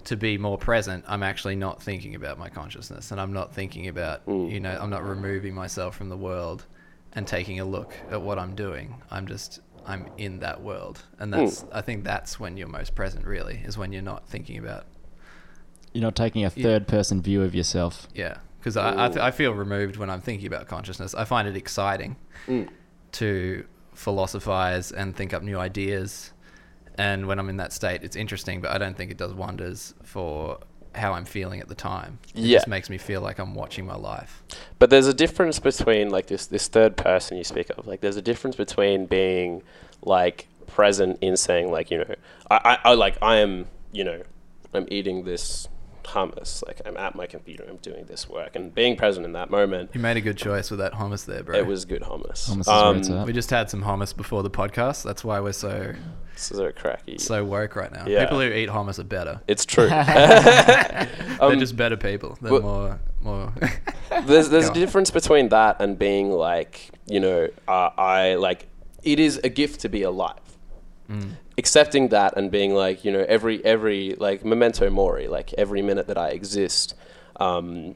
Speaker 6: to be more present. I'm actually not thinking about my consciousness and I'm not thinking about, you know, I'm not removing myself from the world and taking a look at what I'm doing. I'm just I'm in that world. And that's I think that's when you're most present really is when you're not thinking about
Speaker 5: You're not taking a third person view of yourself.
Speaker 6: yeah, because I I, th- I feel removed when I'm thinking about consciousness. I find it exciting
Speaker 7: Mm.
Speaker 6: to philosophize and think up new ideas. And when I'm in that state, it's interesting, but I don't think it does wonders for how I'm feeling at the time. It
Speaker 7: Yeah.
Speaker 6: just makes me feel like I'm watching my life.
Speaker 7: But there's a difference between like this this third person you speak of. Like there's a difference between being like present in saying like you know I, I, I like I am you know I'm eating this hummus like I'm at my computer I'm doing this work and being present in that moment.
Speaker 6: You made a good choice with that hummus there, bro.
Speaker 7: It was good hummus.
Speaker 5: Hummus is where
Speaker 7: um,
Speaker 5: it's at.
Speaker 6: We just had some hummus before the podcast. That's why we're so
Speaker 7: so cracky.
Speaker 6: so woke right now.
Speaker 7: Yeah.
Speaker 6: People who eat hummus are better.
Speaker 7: it's
Speaker 6: <laughs>
Speaker 7: true.
Speaker 6: They're just better people. They're
Speaker 7: Um, but-
Speaker 6: more more. <laughs>
Speaker 7: there's there's
Speaker 6: on.
Speaker 7: a difference between that and being like you know uh, I like it is a gift to be alive. Accepting that and being like you know every every like memento mori like every minute that I exist, um,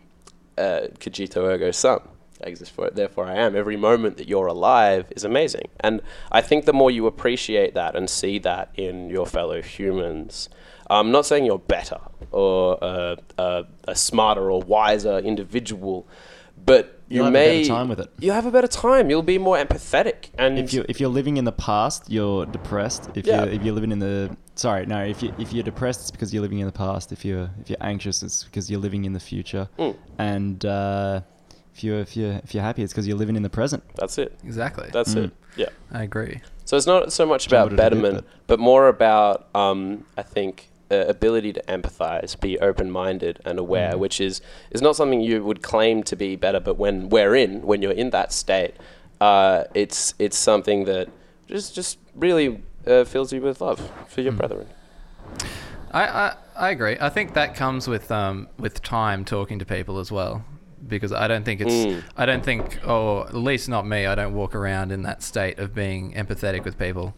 Speaker 7: uh, cogito ergo sum. I exist for it, therefore I am. Every moment that you're alive is amazing, and I think the more you appreciate that and see that in your fellow humans, I'm not saying you're better or a, a, a smarter or wiser individual, but you
Speaker 5: You'll have a
Speaker 7: may
Speaker 5: better time with it.
Speaker 7: You have a better time. You'll be more empathetic, and
Speaker 5: If you're if you're living in the past, you're depressed. If
Speaker 7: Yeah.
Speaker 5: you're if you're living in the sorry, no, if you if you're depressed, it's because you're living in the past. If you're if you're anxious, it's because you're living in the future.
Speaker 7: Mm.
Speaker 5: And uh, if you're if you're if you're happy, it's because you're living in the present.
Speaker 7: that's it.
Speaker 6: exactly.
Speaker 7: That's
Speaker 5: Hmm.
Speaker 7: it. Yeah.
Speaker 6: I agree.
Speaker 7: So it's not so much
Speaker 5: Jumbled
Speaker 7: about
Speaker 5: it a bit,
Speaker 7: betterment, but more about, um, I think, uh, ability to empathize, be open-minded and aware, which is is not something you would claim to be better. But when we're in, when you're in that state, uh, it's it's something that just just really uh, fills you with love for your brethren.
Speaker 6: I, I, I agree. I think that comes with um, with time talking to people as well, because I don't think it's I don't think or at least not me. I don't walk around in that state of being empathetic with people.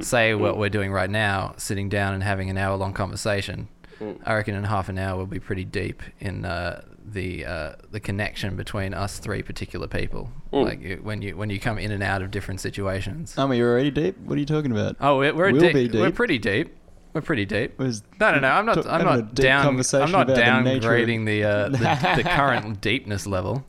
Speaker 6: Say what we're doing right now, sitting down and having an hour long conversation. I reckon in half an hour we'll be pretty deep in uh, the uh, the connection between us three particular people. Like you, when you when you come in and out of different situations.
Speaker 5: Oh, you're already deep. What are you talking about?
Speaker 6: Oh, we're, we're,
Speaker 5: We'll
Speaker 6: deep,
Speaker 5: be
Speaker 6: We're
Speaker 5: deep.
Speaker 6: pretty deep. We're pretty deep.
Speaker 5: Was-
Speaker 6: no, no, no. I'm not.
Speaker 5: took-
Speaker 6: I'm
Speaker 5: having a
Speaker 6: not
Speaker 5: deep
Speaker 6: down. I'm
Speaker 5: conversation
Speaker 6: not
Speaker 5: about the nature of-
Speaker 6: downgrading the uh,
Speaker 5: <laughs>
Speaker 6: the, the current deepness level.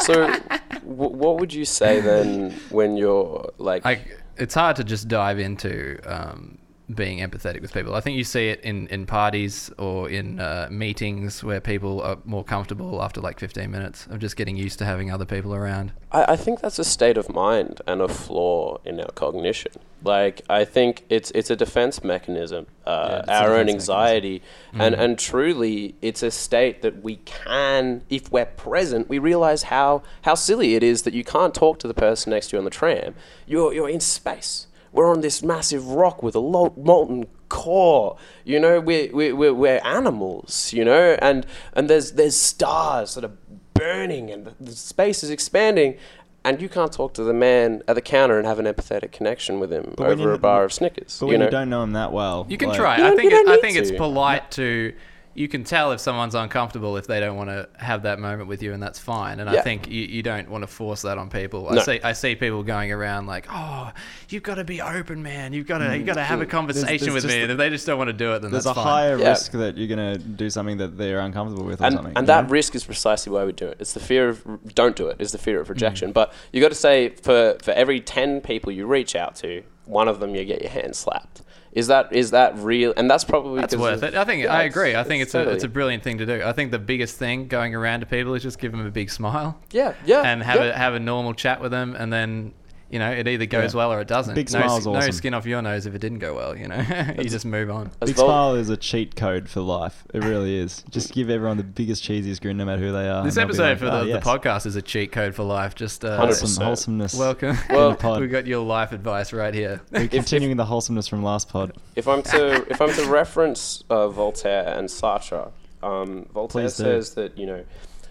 Speaker 7: So, <laughs> w- what would you say then when you're like?
Speaker 6: I, it's hard to just dive into um, being empathetic with people. I think you see it in, in parties or in uh, meetings where people are more comfortable after like 15 minutes of just getting used to having other people around.
Speaker 7: I, I think that's a state of mind and a flaw in our cognition. Like I think it's it's a defense mechanism, uh,
Speaker 6: it's a
Speaker 7: our
Speaker 6: defense
Speaker 7: own
Speaker 6: mechanism.
Speaker 7: anxiety,
Speaker 5: Mm-hmm.
Speaker 7: and and truly, it's a state that we can, if we're present, we realize how how silly it is that you can't talk to the person next to you on the tram. You're you're in space. We're on this massive rock with a lo- molten core. You know, we're, we're, we're, we're animals, you know, and, and there's, there's stars that are burning and the- the space is expanding, and you can't talk to the man at the counter and have an empathetic connection with him
Speaker 5: when
Speaker 7: over
Speaker 5: you-
Speaker 7: a bar of Snickers.
Speaker 5: But
Speaker 7: you
Speaker 5: when
Speaker 7: know,
Speaker 5: you don't know him that well,
Speaker 6: You can
Speaker 5: like-
Speaker 6: try.
Speaker 7: You
Speaker 6: I
Speaker 7: don't-
Speaker 6: think
Speaker 7: you
Speaker 6: it,
Speaker 7: don't
Speaker 6: I
Speaker 7: need
Speaker 6: think it's
Speaker 7: to.
Speaker 6: polite to. You can tell if someone's uncomfortable if they don't want to have that moment with you, and that's fine. And I
Speaker 7: Yeah.
Speaker 6: think you, you don't want to force that on people. I
Speaker 7: No.
Speaker 6: see I see people going around like, "Oh, you've got to be open, man. You've got
Speaker 5: Mm.
Speaker 6: to you got to have a conversation
Speaker 5: there's
Speaker 6: with
Speaker 5: just
Speaker 6: me."
Speaker 5: the-
Speaker 6: and if they just don't want to do it, then
Speaker 5: There's
Speaker 6: that's
Speaker 5: a
Speaker 6: fine.
Speaker 5: higher
Speaker 7: Yeah.
Speaker 5: risk that you're gonna do something that they're uncomfortable with or
Speaker 7: and,
Speaker 5: something.
Speaker 7: and
Speaker 5: you
Speaker 7: that
Speaker 5: know?
Speaker 7: risk is precisely why we do it. It's the fear of r- don't do it. Is the fear of rejection. But you got to say for for every ten people you reach out to, one of them you get your hand slapped. Is that is that real? And that's probably
Speaker 6: That's
Speaker 7: 'cause
Speaker 6: worth it.
Speaker 7: of-
Speaker 6: I think
Speaker 7: Yeah,
Speaker 6: I agree. I think it's, a it's a
Speaker 7: totally-
Speaker 6: brilliant thing to do. I think the biggest thing going around to people is just give them a big smile
Speaker 7: yeah yeah
Speaker 6: and have
Speaker 7: yeah.
Speaker 6: a have a normal chat with them, and then you know it either goes
Speaker 5: Yeah.
Speaker 6: well or it doesn't.
Speaker 5: Big
Speaker 6: no,
Speaker 5: smile's
Speaker 6: no
Speaker 5: awesome.
Speaker 6: skin off your nose if it didn't go well. You know, <laughs> you just move on.
Speaker 7: As
Speaker 5: Big
Speaker 7: well-
Speaker 5: smile is a cheat code for life. It really is. Just give everyone the biggest, cheesiest grin, no matter who they are.
Speaker 6: This
Speaker 5: and they'll be
Speaker 6: episode
Speaker 5: like,
Speaker 6: for the,
Speaker 5: "Ah,
Speaker 6: the
Speaker 5: yes."
Speaker 6: podcast is a cheat code for life. Just uh,
Speaker 5: Wholesome,
Speaker 7: 100%.
Speaker 5: wholesomeness.
Speaker 6: welcome.
Speaker 7: Well-
Speaker 5: in the
Speaker 6: <laughs>
Speaker 5: pod.
Speaker 6: we got your life advice right here.
Speaker 5: We're continuing the wholesomeness from last pod.
Speaker 7: If I'm to if I'm to reference uh, Voltaire and Sartre, um, Voltaire
Speaker 5: Please do.
Speaker 7: says that you know,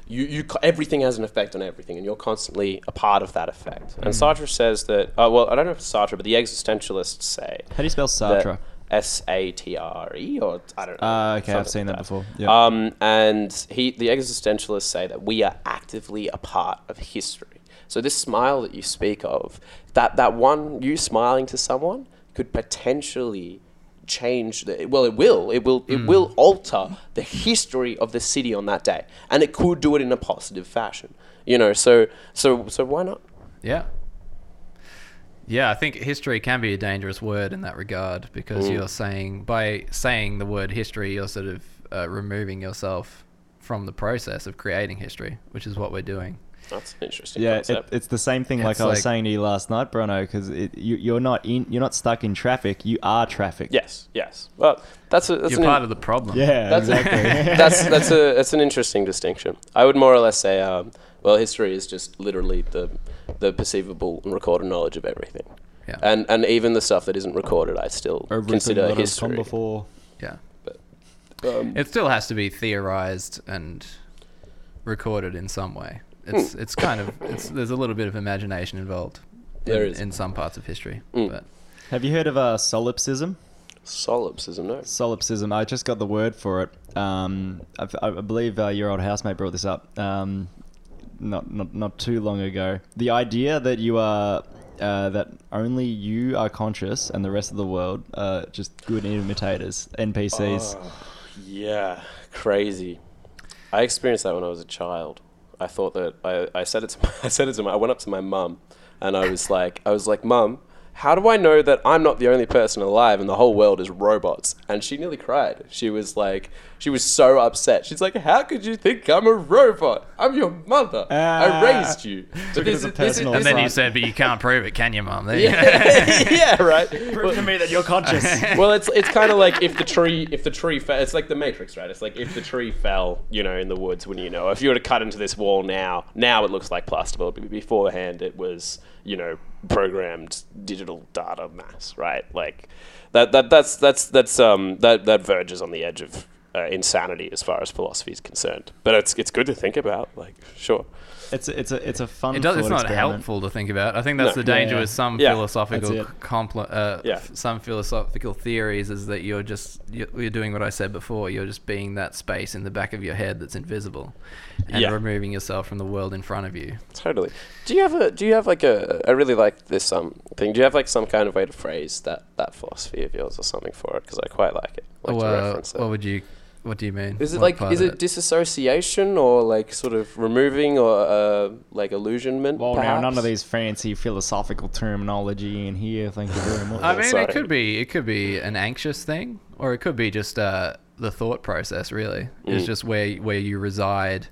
Speaker 7: you, you co- everything has an effect on everything, and you're constantly a part of that effect. And
Speaker 6: Mm.
Speaker 7: Sartre says that. Uh, well, I don't know if it's Sartre, but the existentialists say
Speaker 5: How do you spell Sartre?
Speaker 7: S A T R E, or I don't know.
Speaker 5: Uh, okay, I've
Speaker 7: something
Speaker 5: seen
Speaker 7: like
Speaker 5: that before. Yeah.
Speaker 7: um, and he, the existentialists say that we are actively a part of history. So this smile that you speak of, that that one you smiling to someone could potentially change. The, well, it will. It will. It
Speaker 5: Hmm.
Speaker 7: will alter the history of the city on that day, and it could do it in a positive fashion. You know. So so so why not?
Speaker 6: Yeah. Yeah, I think history can be a dangerous word in that regard because
Speaker 7: Mm.
Speaker 6: you're saying by saying the word history, you're sort of uh, removing yourself from the process of creating history, which is what we're doing.
Speaker 7: That's an interesting
Speaker 5: yeah, it,
Speaker 7: concept.
Speaker 5: it's the same thing.
Speaker 6: It's
Speaker 5: Like I was
Speaker 6: like-
Speaker 5: saying to you last night, Bruno, because you, you're not in, you're not stuck in traffic. You are traffic.
Speaker 7: yes. Yes. Well, that's a, that's
Speaker 6: You're
Speaker 7: an
Speaker 6: part of the problem.
Speaker 5: Yeah,
Speaker 7: That's- <laughs>
Speaker 5: exactly. <laughs>
Speaker 7: that's that's a that's an interesting distinction. I would more or less say, um, well, history is just literally the the perceivable and recorded knowledge of everything,
Speaker 6: Yeah.
Speaker 7: and and even the stuff that isn't recorded, I still
Speaker 5: Everything that
Speaker 7: consider
Speaker 5: has come
Speaker 7: history.
Speaker 5: before.
Speaker 6: yeah.
Speaker 7: Um,
Speaker 6: It still has to be theorized and recorded in some way.
Speaker 7: Mm.
Speaker 6: It's it's kind of it's there's a little bit of imagination involved.
Speaker 7: There
Speaker 6: in,
Speaker 7: is. Mm.
Speaker 6: in some parts of history, but
Speaker 5: Have you heard of uh, solipsism?
Speaker 7: solipsism, no.
Speaker 5: Solipsism. I just got the word for it. Um, I, I believe uh, your old housemate brought this up. Um, not, not not too long ago. The idea that you are uh, that only you are conscious and the rest of the world are just good imitators, NPCs.
Speaker 7: Oh. Yeah, crazy. I experienced that when I was a child. I thought that I, I said it to <laughs> my, I said it to my, I went up to my mum and I was like I was like mum, how do I know that I'm not the only person alive and the whole world is robots? And she nearly cried. She was like she was so upset. She's like how could you think I'm a robot? I'm your mother.
Speaker 5: Ah.
Speaker 7: I raised you.
Speaker 5: Took it as a personal
Speaker 6: and then you
Speaker 5: Right.
Speaker 6: said, but you can't prove it, can you, mum? There you go.
Speaker 7: yeah, <laughs> yeah, right. Well-
Speaker 5: me that you're conscious.
Speaker 7: <laughs> well, it's it's kind of like if the tree if the tree fell. It's like the Matrix, right? It's like if the tree fell, you know, in the woods, wouldn't you know? If you were to cut into this wall now, now it looks like plasterboard. But beforehand, it was you know programmed digital data mass, right? Like that that that's that's that's um that that verges on the edge of uh, insanity as far as philosophy is concerned. But it's it's good to think about. Like sure,
Speaker 5: it's a, it's a it's a fun.
Speaker 6: It does, it's
Speaker 5: thought
Speaker 6: not
Speaker 5: experiment.
Speaker 6: helpful to think about. I think that's
Speaker 7: No.
Speaker 6: the danger
Speaker 5: Yeah.
Speaker 6: with some
Speaker 7: Yeah.
Speaker 6: philosophical
Speaker 5: That's it.
Speaker 6: compl- uh,
Speaker 7: Yeah.
Speaker 6: f- some philosophical theories is that you're just you're, you're doing what I said before. You're just being that space in the back of your head that's invisible, and
Speaker 7: Yeah.
Speaker 6: removing yourself from the world in front of you.
Speaker 7: Totally. Do you have a do you have like a I really like this um thing. Do you have like some kind of way to phrase that that philosophy of yours or something for it? Because I quite like it. I Like
Speaker 6: Oh, uh, Well,
Speaker 7: to reference it.
Speaker 6: what would you? What do you mean?
Speaker 7: Is it
Speaker 6: What
Speaker 7: like
Speaker 6: part
Speaker 7: is
Speaker 6: of
Speaker 7: it disassociation or like sort of removing or uh, like illusionment?
Speaker 5: Well, now Oh, none of
Speaker 7: perhaps?
Speaker 5: these fancy philosophical terminology in here. Thank you very much.
Speaker 6: <laughs> I mean,
Speaker 7: Sorry.
Speaker 6: it could be it could be an anxious thing, or it could be just uh, the thought process. Really, it's just where where you reside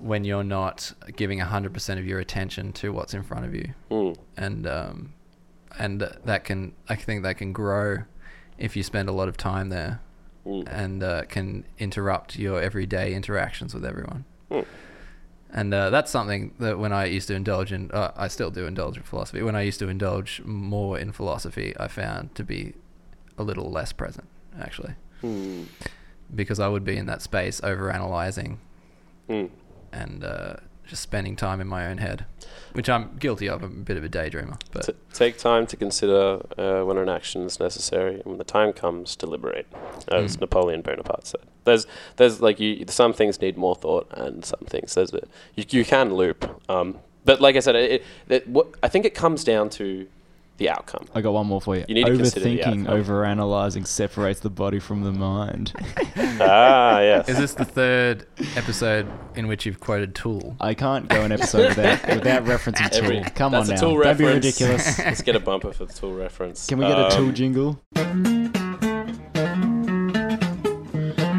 Speaker 6: when you're not giving hundred percent of your attention to what's in front of you, and um, and that can I think that can grow if you spend a lot of time there, and uh, can interrupt your everyday interactions with everyone. And uh, that's something that when I used to indulge in, uh, I still do indulge in philosophy. When I used to indulge more in philosophy, I found to be a little less present, actually, because I would be in that space overanalyzing and uh, just spending time in my own head, which I'm guilty of. I'm a bit of a daydreamer, but
Speaker 7: T- take time to consider uh, when an action is necessary, and when the time comes, deliberate. As Napoleon Bonaparte said, there's there's like you some things need more thought, and some things there's a, you, you can loop. Um, but like I said, it, it, that what I think it comes down to the outcome.
Speaker 5: I got one more for you.
Speaker 7: You need to consider the
Speaker 5: Overthinking,
Speaker 7: outcome.
Speaker 5: overanalyzing separates the body from the
Speaker 7: <laughs>
Speaker 5: mind.
Speaker 7: ah, yes.
Speaker 6: is this the third episode in which you've quoted Tool?
Speaker 5: I can't go an episode without, without referencing Tool.
Speaker 7: Every-
Speaker 5: Come
Speaker 7: that's
Speaker 5: on
Speaker 7: a
Speaker 5: now.
Speaker 7: Tool
Speaker 5: Don't be
Speaker 7: reference.
Speaker 5: ridiculous.
Speaker 7: <laughs> Let's get a bumper for the tool reference.
Speaker 5: Can we get a Tool
Speaker 7: Um,
Speaker 5: jingle?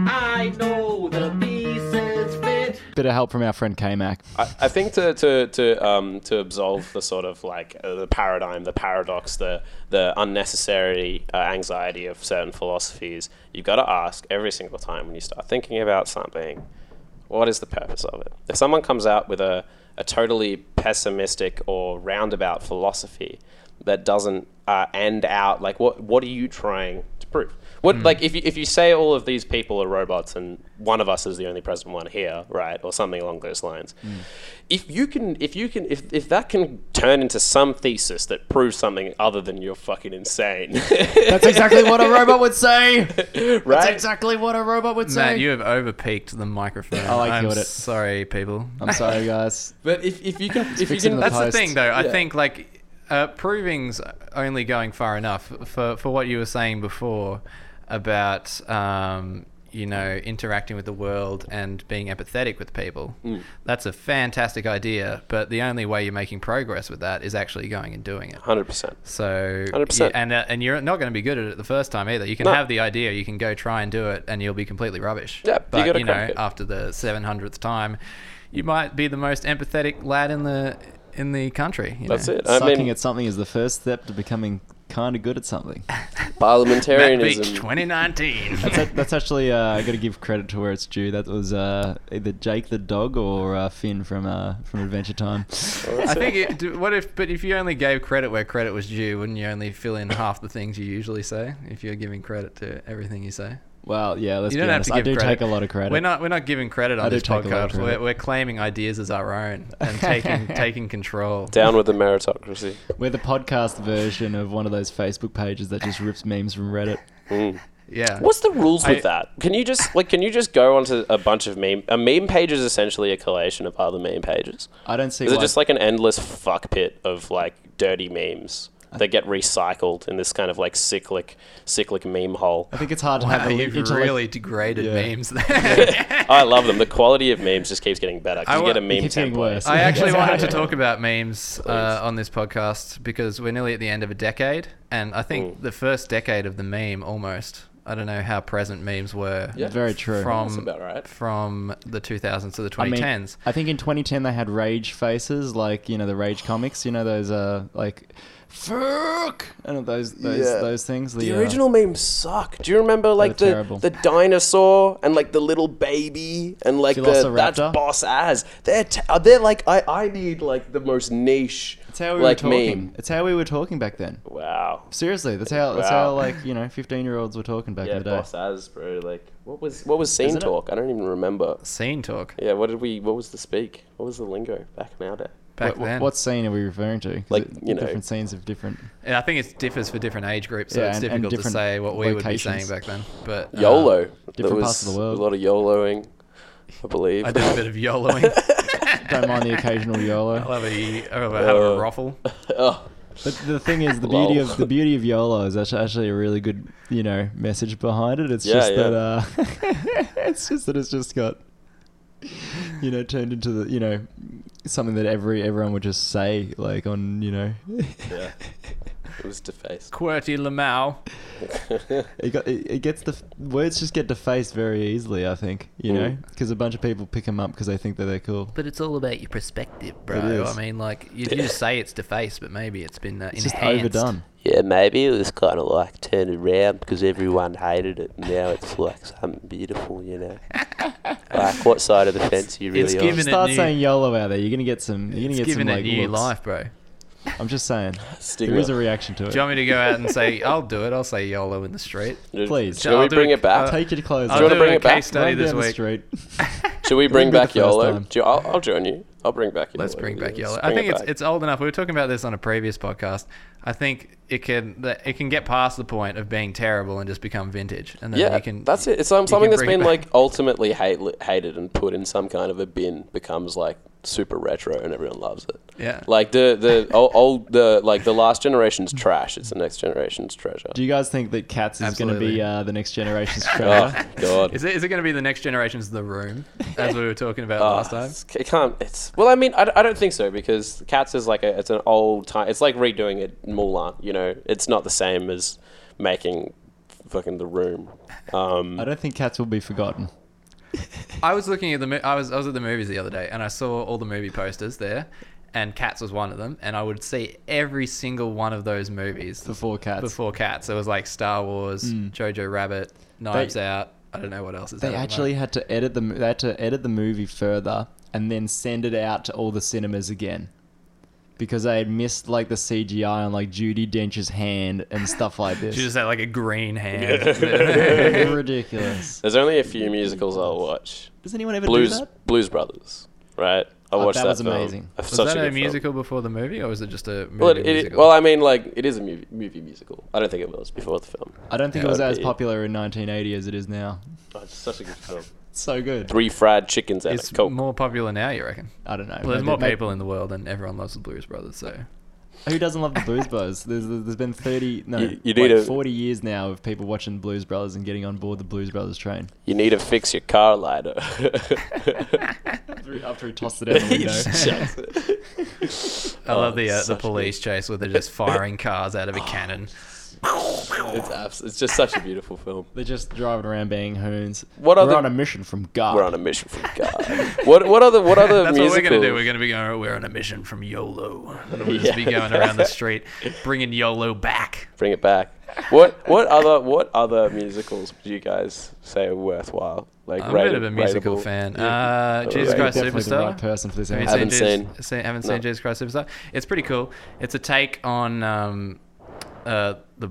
Speaker 3: I know the pieces fit.
Speaker 5: Bit of help from our friend K-Mac.
Speaker 7: <laughs> I, I think to to to um to absolve the sort of like uh, the paradigm, the paradox, the the unnecessary uh, anxiety of certain philosophies, you've got to ask every single time when you start thinking about something, what is the purpose of it? If someone comes out with a a totally pessimistic or roundabout philosophy that doesn't uh, end out like what what are you trying to prove?
Speaker 5: Hmm.
Speaker 7: What like if you, if you say all of these people are robots and one of us is the only present one here, right, or something along those lines?
Speaker 5: Hmm.
Speaker 7: If you can if you can if, if that can turn into some thesis that proves something other than you're fucking insane, <laughs>
Speaker 5: That's exactly what a robot would say. That's
Speaker 7: right?
Speaker 5: exactly what a robot would say.
Speaker 6: Matt, you have overpeaked the microphone.
Speaker 5: Oh, I
Speaker 6: am
Speaker 5: killed it.
Speaker 6: Sorry, people.
Speaker 5: I'm sorry, guys.
Speaker 7: But if, if you can if you
Speaker 5: Fix it
Speaker 7: can
Speaker 5: in the
Speaker 6: That's
Speaker 7: that's
Speaker 5: past.
Speaker 6: the
Speaker 5: post.
Speaker 6: thing, though. I think like uh, proving's only going far enough for for what you were saying before about um, you know interacting with the world and being empathetic with people. That's a fantastic idea, but the only way you're making progress with that is actually going and doing it.
Speaker 7: hundred percent.
Speaker 6: So,
Speaker 7: 100%.
Speaker 6: yeah, and uh, and you're not going to be good at it the first time either. You can have the idea, you can go try and do it, and you'll be completely rubbish.
Speaker 7: Yeah, you
Speaker 6: but you,
Speaker 7: gotta
Speaker 6: know,
Speaker 7: crack it.
Speaker 6: after the seven hundredth time, you might be the most empathetic lad in the in the country. you
Speaker 7: That's
Speaker 6: know.
Speaker 7: it. I
Speaker 5: Sucking <laughs>
Speaker 7: mean,
Speaker 5: at something is the first step to becoming kind of good at something.
Speaker 6: Matt
Speaker 7: parliamentarianism.
Speaker 6: Beach,
Speaker 7: <laughs>
Speaker 6: 2019.
Speaker 5: That's, that's actually uh, I got to give credit to where it's due. That was uh, either Jake the dog or uh, Finn from uh, from Adventure Time.
Speaker 6: <laughs> I think. It, do- what if? But if you only gave credit where credit was due, wouldn't you only fill in half the things you usually say if you're giving credit to everything you say?
Speaker 5: Well, yeah, let's be
Speaker 6: You don't have
Speaker 5: honest.
Speaker 6: to
Speaker 5: I
Speaker 6: give
Speaker 5: do
Speaker 6: credit.
Speaker 5: take a lot of credit.
Speaker 6: We're not we're not giving credit on
Speaker 5: I do
Speaker 6: this
Speaker 5: take a lot of
Speaker 6: podcast. We're,
Speaker 5: credit.
Speaker 6: we're claiming ideas as our own
Speaker 5: <laughs>
Speaker 6: and taking taking control.
Speaker 7: Down with the meritocracy.
Speaker 5: We're the podcast version of one of those Facebook pages that just rips memes from Reddit.
Speaker 6: Yeah.
Speaker 7: What's the rules
Speaker 6: I-
Speaker 7: with that? Can you just like can you just go onto a bunch of meme? A meme page is essentially a collation of other meme pages.
Speaker 5: I don't see
Speaker 7: Is
Speaker 5: why.
Speaker 7: it just like an endless fuck pit of like dirty memes that get recycled in this kind of like cyclic cyclic
Speaker 5: <laughs>
Speaker 7: meme hole?
Speaker 5: I think it's hard to
Speaker 6: <laughs> Wow,
Speaker 5: have a
Speaker 6: you've
Speaker 5: intellect-
Speaker 6: really degraded
Speaker 5: Yeah.
Speaker 6: memes
Speaker 5: <laughs>
Speaker 6: there.
Speaker 7: I love them. The quality of memes just keeps getting better. 'cause
Speaker 6: I
Speaker 7: You get a
Speaker 6: wa-
Speaker 7: meme
Speaker 5: keeps getting
Speaker 7: template.
Speaker 5: worse.
Speaker 6: <laughs> I actually wanted to talk about memes uh, on this podcast because we're nearly at the end of a decade, and I think the first decade of the meme almost. I don't know how present memes were.
Speaker 5: Very true.
Speaker 6: From
Speaker 7: about right.
Speaker 6: from the 2000s to the 2010s.
Speaker 5: I mean, I think in 2010 they had rage faces, like you know the rage comics. You know those uh like fuck and those those those things. The,
Speaker 7: The
Speaker 5: uh,
Speaker 7: original memes suck. Do you remember like
Speaker 5: They're
Speaker 7: the,
Speaker 5: terrible.
Speaker 7: the dinosaur and like the little baby and like the
Speaker 5: Velociraptor?
Speaker 7: that's boss as they're t- uh, they're like I, I need like the most niche
Speaker 5: It's how we
Speaker 7: like
Speaker 5: were talking.
Speaker 7: meme.
Speaker 5: It's how we were talking back then.
Speaker 7: Wow.
Speaker 5: Seriously, that's how that's
Speaker 7: Wow.
Speaker 5: how like you know 15 year olds were talking back
Speaker 7: Yeah,
Speaker 5: in the day.
Speaker 7: boss as bro. Like what was what was scene
Speaker 5: Isn't it?
Speaker 7: talk? I don't even remember.
Speaker 6: Scene talk
Speaker 7: Yeah, what did we? What was the speak? What was the lingo back in our day?
Speaker 6: back
Speaker 5: Wh- wh-
Speaker 6: then.
Speaker 5: What scene are we referring to? 'Cause
Speaker 7: Like,
Speaker 5: it-
Speaker 7: you know-
Speaker 5: different scenes of different.
Speaker 6: And I think it differs for different age groups, so
Speaker 5: Yeah,
Speaker 6: it's
Speaker 5: and- and
Speaker 6: difficult to
Speaker 5: different
Speaker 6: say what we would be saying
Speaker 5: locations.
Speaker 6: back then. But uh,
Speaker 7: YOLO. there
Speaker 5: different
Speaker 7: was
Speaker 5: parts of the world.
Speaker 7: A lot of YOLOing, I believe.
Speaker 6: I did
Speaker 7: <laughs>
Speaker 6: a bit of YOLOing.
Speaker 5: Don't mind the occasional YOLO.
Speaker 6: I'll have a, I'll have a,
Speaker 5: <laughs>
Speaker 6: have a
Speaker 7: Uh,
Speaker 6: ruffle.
Speaker 5: But the thing is, the beauty
Speaker 7: Lol.
Speaker 5: of the beauty of YOLO is that's actually a really good, you know, message behind it. It's
Speaker 7: Yeah,
Speaker 5: just
Speaker 7: yeah.
Speaker 5: that uh, <laughs> it's just that it's just got, you know, turned into the, you know, something that every everyone would just say, like on, you know,
Speaker 7: yeah. It was defaced.
Speaker 6: QWERTY LMAO.
Speaker 5: it got it, it gets the words just get defaced very easily. I think you know, 'cause know
Speaker 6: Mm.
Speaker 5: because a bunch of people pick them up because they think that they're cool.
Speaker 6: But it's all about your perspective, bro.
Speaker 5: It is.
Speaker 6: I mean, like you, you just say it's defaced, but maybe it's been uh,
Speaker 5: It's
Speaker 6: enhanced.
Speaker 5: just overdone.
Speaker 7: Yeah, maybe it was kind of like turned around because everyone hated it. And <laughs> now it's like something beautiful, you know. like what side of the fence are you
Speaker 6: It's
Speaker 7: really on?
Speaker 6: given it
Speaker 5: Start
Speaker 6: new-
Speaker 5: saying YOLO out there. You're gonna get some. You're gonna
Speaker 6: It's
Speaker 5: get some
Speaker 6: given it
Speaker 5: like
Speaker 6: new
Speaker 5: looks.
Speaker 6: life, bro.
Speaker 5: I'm just
Speaker 6: <laughs>
Speaker 5: saying.
Speaker 7: Stigma.
Speaker 5: There is a reaction to
Speaker 6: Do you
Speaker 5: it.
Speaker 6: want me to go out and say I'll do it? I'll say YOLO in the street.
Speaker 5: Please.
Speaker 7: Shall
Speaker 6: I'll
Speaker 7: we
Speaker 6: do
Speaker 7: bring
Speaker 6: a-
Speaker 7: it back?
Speaker 6: uh,
Speaker 5: Take your clothes
Speaker 6: I'll
Speaker 5: off.
Speaker 7: Do you wanna
Speaker 6: do a
Speaker 7: bring it back?
Speaker 6: Case study
Speaker 5: Run
Speaker 6: this
Speaker 5: down the
Speaker 6: week.
Speaker 5: street.
Speaker 6: <laughs>
Speaker 7: Should we
Speaker 5: be
Speaker 7: bring
Speaker 5: the
Speaker 7: back
Speaker 5: first
Speaker 7: YOLO?
Speaker 5: time.
Speaker 7: Do you, I'll, I'll join you. I'll bring back YOLO.
Speaker 6: Let's bring back
Speaker 7: Let's
Speaker 6: yellow. I
Speaker 7: bring
Speaker 6: think
Speaker 7: it
Speaker 6: it's
Speaker 7: back.
Speaker 6: it's old enough. We were talking about this on a previous podcast. I think it can that it can get past the point of being terrible and just become vintage, and then
Speaker 7: yeah,
Speaker 6: you can.
Speaker 7: that's it. It's
Speaker 6: you
Speaker 7: um, something
Speaker 6: can
Speaker 7: that's
Speaker 6: bring
Speaker 7: been
Speaker 6: it
Speaker 7: like
Speaker 6: back.
Speaker 7: ultimately hate, hated and put in some kind of a bin becomes like super retro and everyone loves it.
Speaker 6: Yeah.
Speaker 7: Like the the <laughs> old, old the like the last generation's trash. It's the next
Speaker 5: <laughs>
Speaker 7: generation's treasure.
Speaker 5: Do you guys think that Cats is going to
Speaker 6: Absolutely.
Speaker 5: be uh, the next
Speaker 6: <laughs>
Speaker 5: generation's
Speaker 7: oh
Speaker 5: treasure?
Speaker 7: God.
Speaker 6: Is it, is it going to be the next generation's The Room, as we were talking
Speaker 7: <laughs>
Speaker 6: about
Speaker 7: Ah,
Speaker 6: last time?
Speaker 7: it's- It can't. It's well. I mean, I, d- I don't think so because Cats is like a. It's an old time. It's like redoing it Mulan. You know, it's not the same as making fucking the room. Um,
Speaker 5: I don't think Cats will be forgotten.
Speaker 6: I was looking at the mo- I was I was at the movies the other day and I saw all the movie posters there, and Cats was one of them, and I would see every single one of those movies
Speaker 5: Before Cats.
Speaker 6: Before Cats, it was like Star Wars,
Speaker 7: Mm.
Speaker 6: Jojo Rabbit, Knives Out. I don't know what else is. out
Speaker 5: They
Speaker 6: at the
Speaker 5: actually
Speaker 6: moment.
Speaker 5: had to edit the mo- they had to edit the movie further and then send it out to all the cinemas again because they had missed like the CGI on like Judy Dench's hand and stuff like this. <laughs>
Speaker 6: She just had like a green hand.
Speaker 7: <laughs>
Speaker 5: ridiculous.
Speaker 7: there's only a few musicals I'll watch.
Speaker 5: Does anyone ever
Speaker 7: Blues
Speaker 5: do that?
Speaker 7: Blues Brothers, right? I
Speaker 5: Oh,
Speaker 7: watched
Speaker 5: that
Speaker 7: that.
Speaker 5: was
Speaker 7: film.
Speaker 5: amazing.
Speaker 6: <laughs>
Speaker 7: It's
Speaker 6: Was
Speaker 7: such
Speaker 6: that a,
Speaker 7: good film.
Speaker 6: musical before the movie, or was it just a movie
Speaker 7: Well, it, it,
Speaker 6: musical?
Speaker 7: well, I mean, like it is a movie, movie musical. I don't think it was before the film.
Speaker 5: I don't think
Speaker 7: Yeah,
Speaker 5: it was
Speaker 7: that'd
Speaker 5: as
Speaker 7: be-
Speaker 5: popular in 1980 as it is now.
Speaker 7: Oh, it's such a good film.
Speaker 5: It's so good.
Speaker 7: Three fried chickens and
Speaker 6: it's
Speaker 7: a coke.
Speaker 6: more popular now, you reckon?
Speaker 5: I don't know.
Speaker 6: Well, there's
Speaker 5: Maybe-
Speaker 6: more
Speaker 5: maybe-
Speaker 6: people in the world, and everyone loves the Blues Brothers, so
Speaker 7: <laughs>
Speaker 5: Who doesn't love the Blues Brothers? There's, there's been 30, no,
Speaker 7: You- you
Speaker 5: wait,
Speaker 7: need a-
Speaker 5: 40 years now of people watching Blues Brothers and getting on board the Blues Brothers train.
Speaker 7: You need to fix your car
Speaker 6: <laughs>
Speaker 7: lighter. <laughs>
Speaker 5: Through- After he tossed it <laughs> out the
Speaker 7: <laughs>
Speaker 5: window.
Speaker 6: I love the uh, the
Speaker 7: Oh, such good. Oh,
Speaker 6: police chase where they're just
Speaker 7: <laughs>
Speaker 6: firing cars out of a cannon.
Speaker 7: It's, abs- it's just such a beautiful film.
Speaker 5: They're just driving around being hoons.
Speaker 7: What
Speaker 5: We're
Speaker 7: other-
Speaker 5: on a mission from God.
Speaker 7: We're on a mission <laughs> from God. what what other what other
Speaker 6: That's what we're
Speaker 7: musicals?
Speaker 6: gonna do. We're gonna be going. We're on a mission from
Speaker 7: <laughs>
Speaker 6: YOLO. We'll just be going around the street, bringing YOLO back.
Speaker 7: Bring it back. What what other what other musicals would you guys say are worthwhile? Like
Speaker 6: I'm a bit of a
Speaker 7: rateable-
Speaker 6: musical
Speaker 7: rateable?
Speaker 6: fan. Uh, Jesus
Speaker 7: Rateable.
Speaker 6: Christ
Speaker 5: Definitely the
Speaker 6: Superstar.
Speaker 5: right person for this.
Speaker 6: Have you
Speaker 5: interview.
Speaker 7: Haven't
Speaker 6: seen,
Speaker 7: seen.
Speaker 6: Jesus, see- haven't seen
Speaker 7: No.
Speaker 6: Jesus Christ Superstar? It's pretty cool. It's a take on um, uh, the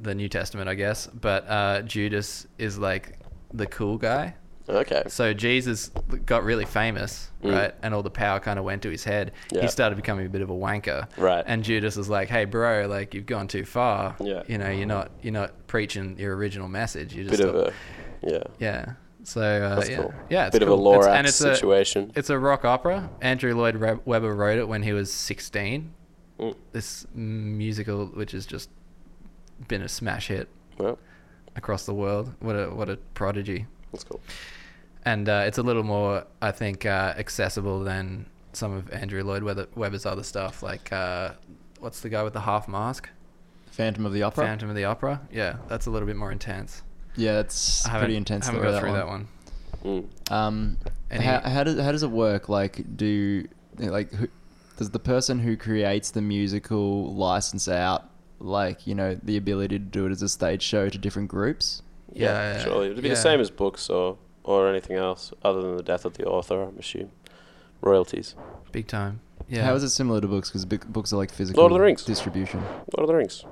Speaker 6: the New Testament, I guess. But uh, Judas is like the cool guy.
Speaker 7: Okay.
Speaker 6: So Jesus got really famous, right? And all the power kind of went to his head.
Speaker 7: Mm. Yeah.
Speaker 6: He started becoming a bit of a wanker,
Speaker 7: Right.
Speaker 6: And Judas was like, "Hey, bro, like you've gone too far.
Speaker 7: Yeah.
Speaker 6: You know, you're not you're not preaching your original message. You're just
Speaker 7: Bit of
Speaker 6: a-
Speaker 7: a yeah.
Speaker 6: yeah. So uh,
Speaker 7: That's
Speaker 6: yeah,
Speaker 7: cool.
Speaker 6: yeah, it's
Speaker 7: Bit of a
Speaker 6: cool. It's-
Speaker 7: Lorax
Speaker 6: and it's a-
Speaker 7: situation.
Speaker 6: it's a rock opera. Andrew Lloyd Re- Webber wrote it when he was 16. This musical, which has just been a smash hit
Speaker 7: Well,
Speaker 6: across the world. What a what a prodigy!
Speaker 7: that's cool.
Speaker 6: And uh, it's a little more, I think, uh, accessible than some of Andrew Lloyd Webber, Webber's other stuff. Like, uh, what's the guy with the half mask?
Speaker 5: Phantom of the Opera.
Speaker 6: Phantom of the Opera. Yeah, that's a little bit more intense.
Speaker 5: Yeah, that's
Speaker 6: I haven't,
Speaker 5: pretty intense.
Speaker 6: I haven't
Speaker 5: though,
Speaker 6: got through that one.
Speaker 7: Mm.
Speaker 5: Um,
Speaker 6: Any-
Speaker 5: how, how does how does it work? Like, do like who, does the person who creates the musical license out like you know the ability to do it as a stage show to different groups?
Speaker 6: Yeah, yeah,
Speaker 7: surely it'd be the
Speaker 6: yeah.
Speaker 7: same as books or or anything else other than the death of the author. I'm assuming royalties.
Speaker 6: Big time. Yeah.
Speaker 5: How is it similar to books? Because books are like physical
Speaker 7: Lord of the Rings.
Speaker 5: distribution.
Speaker 7: Lord of the Rings,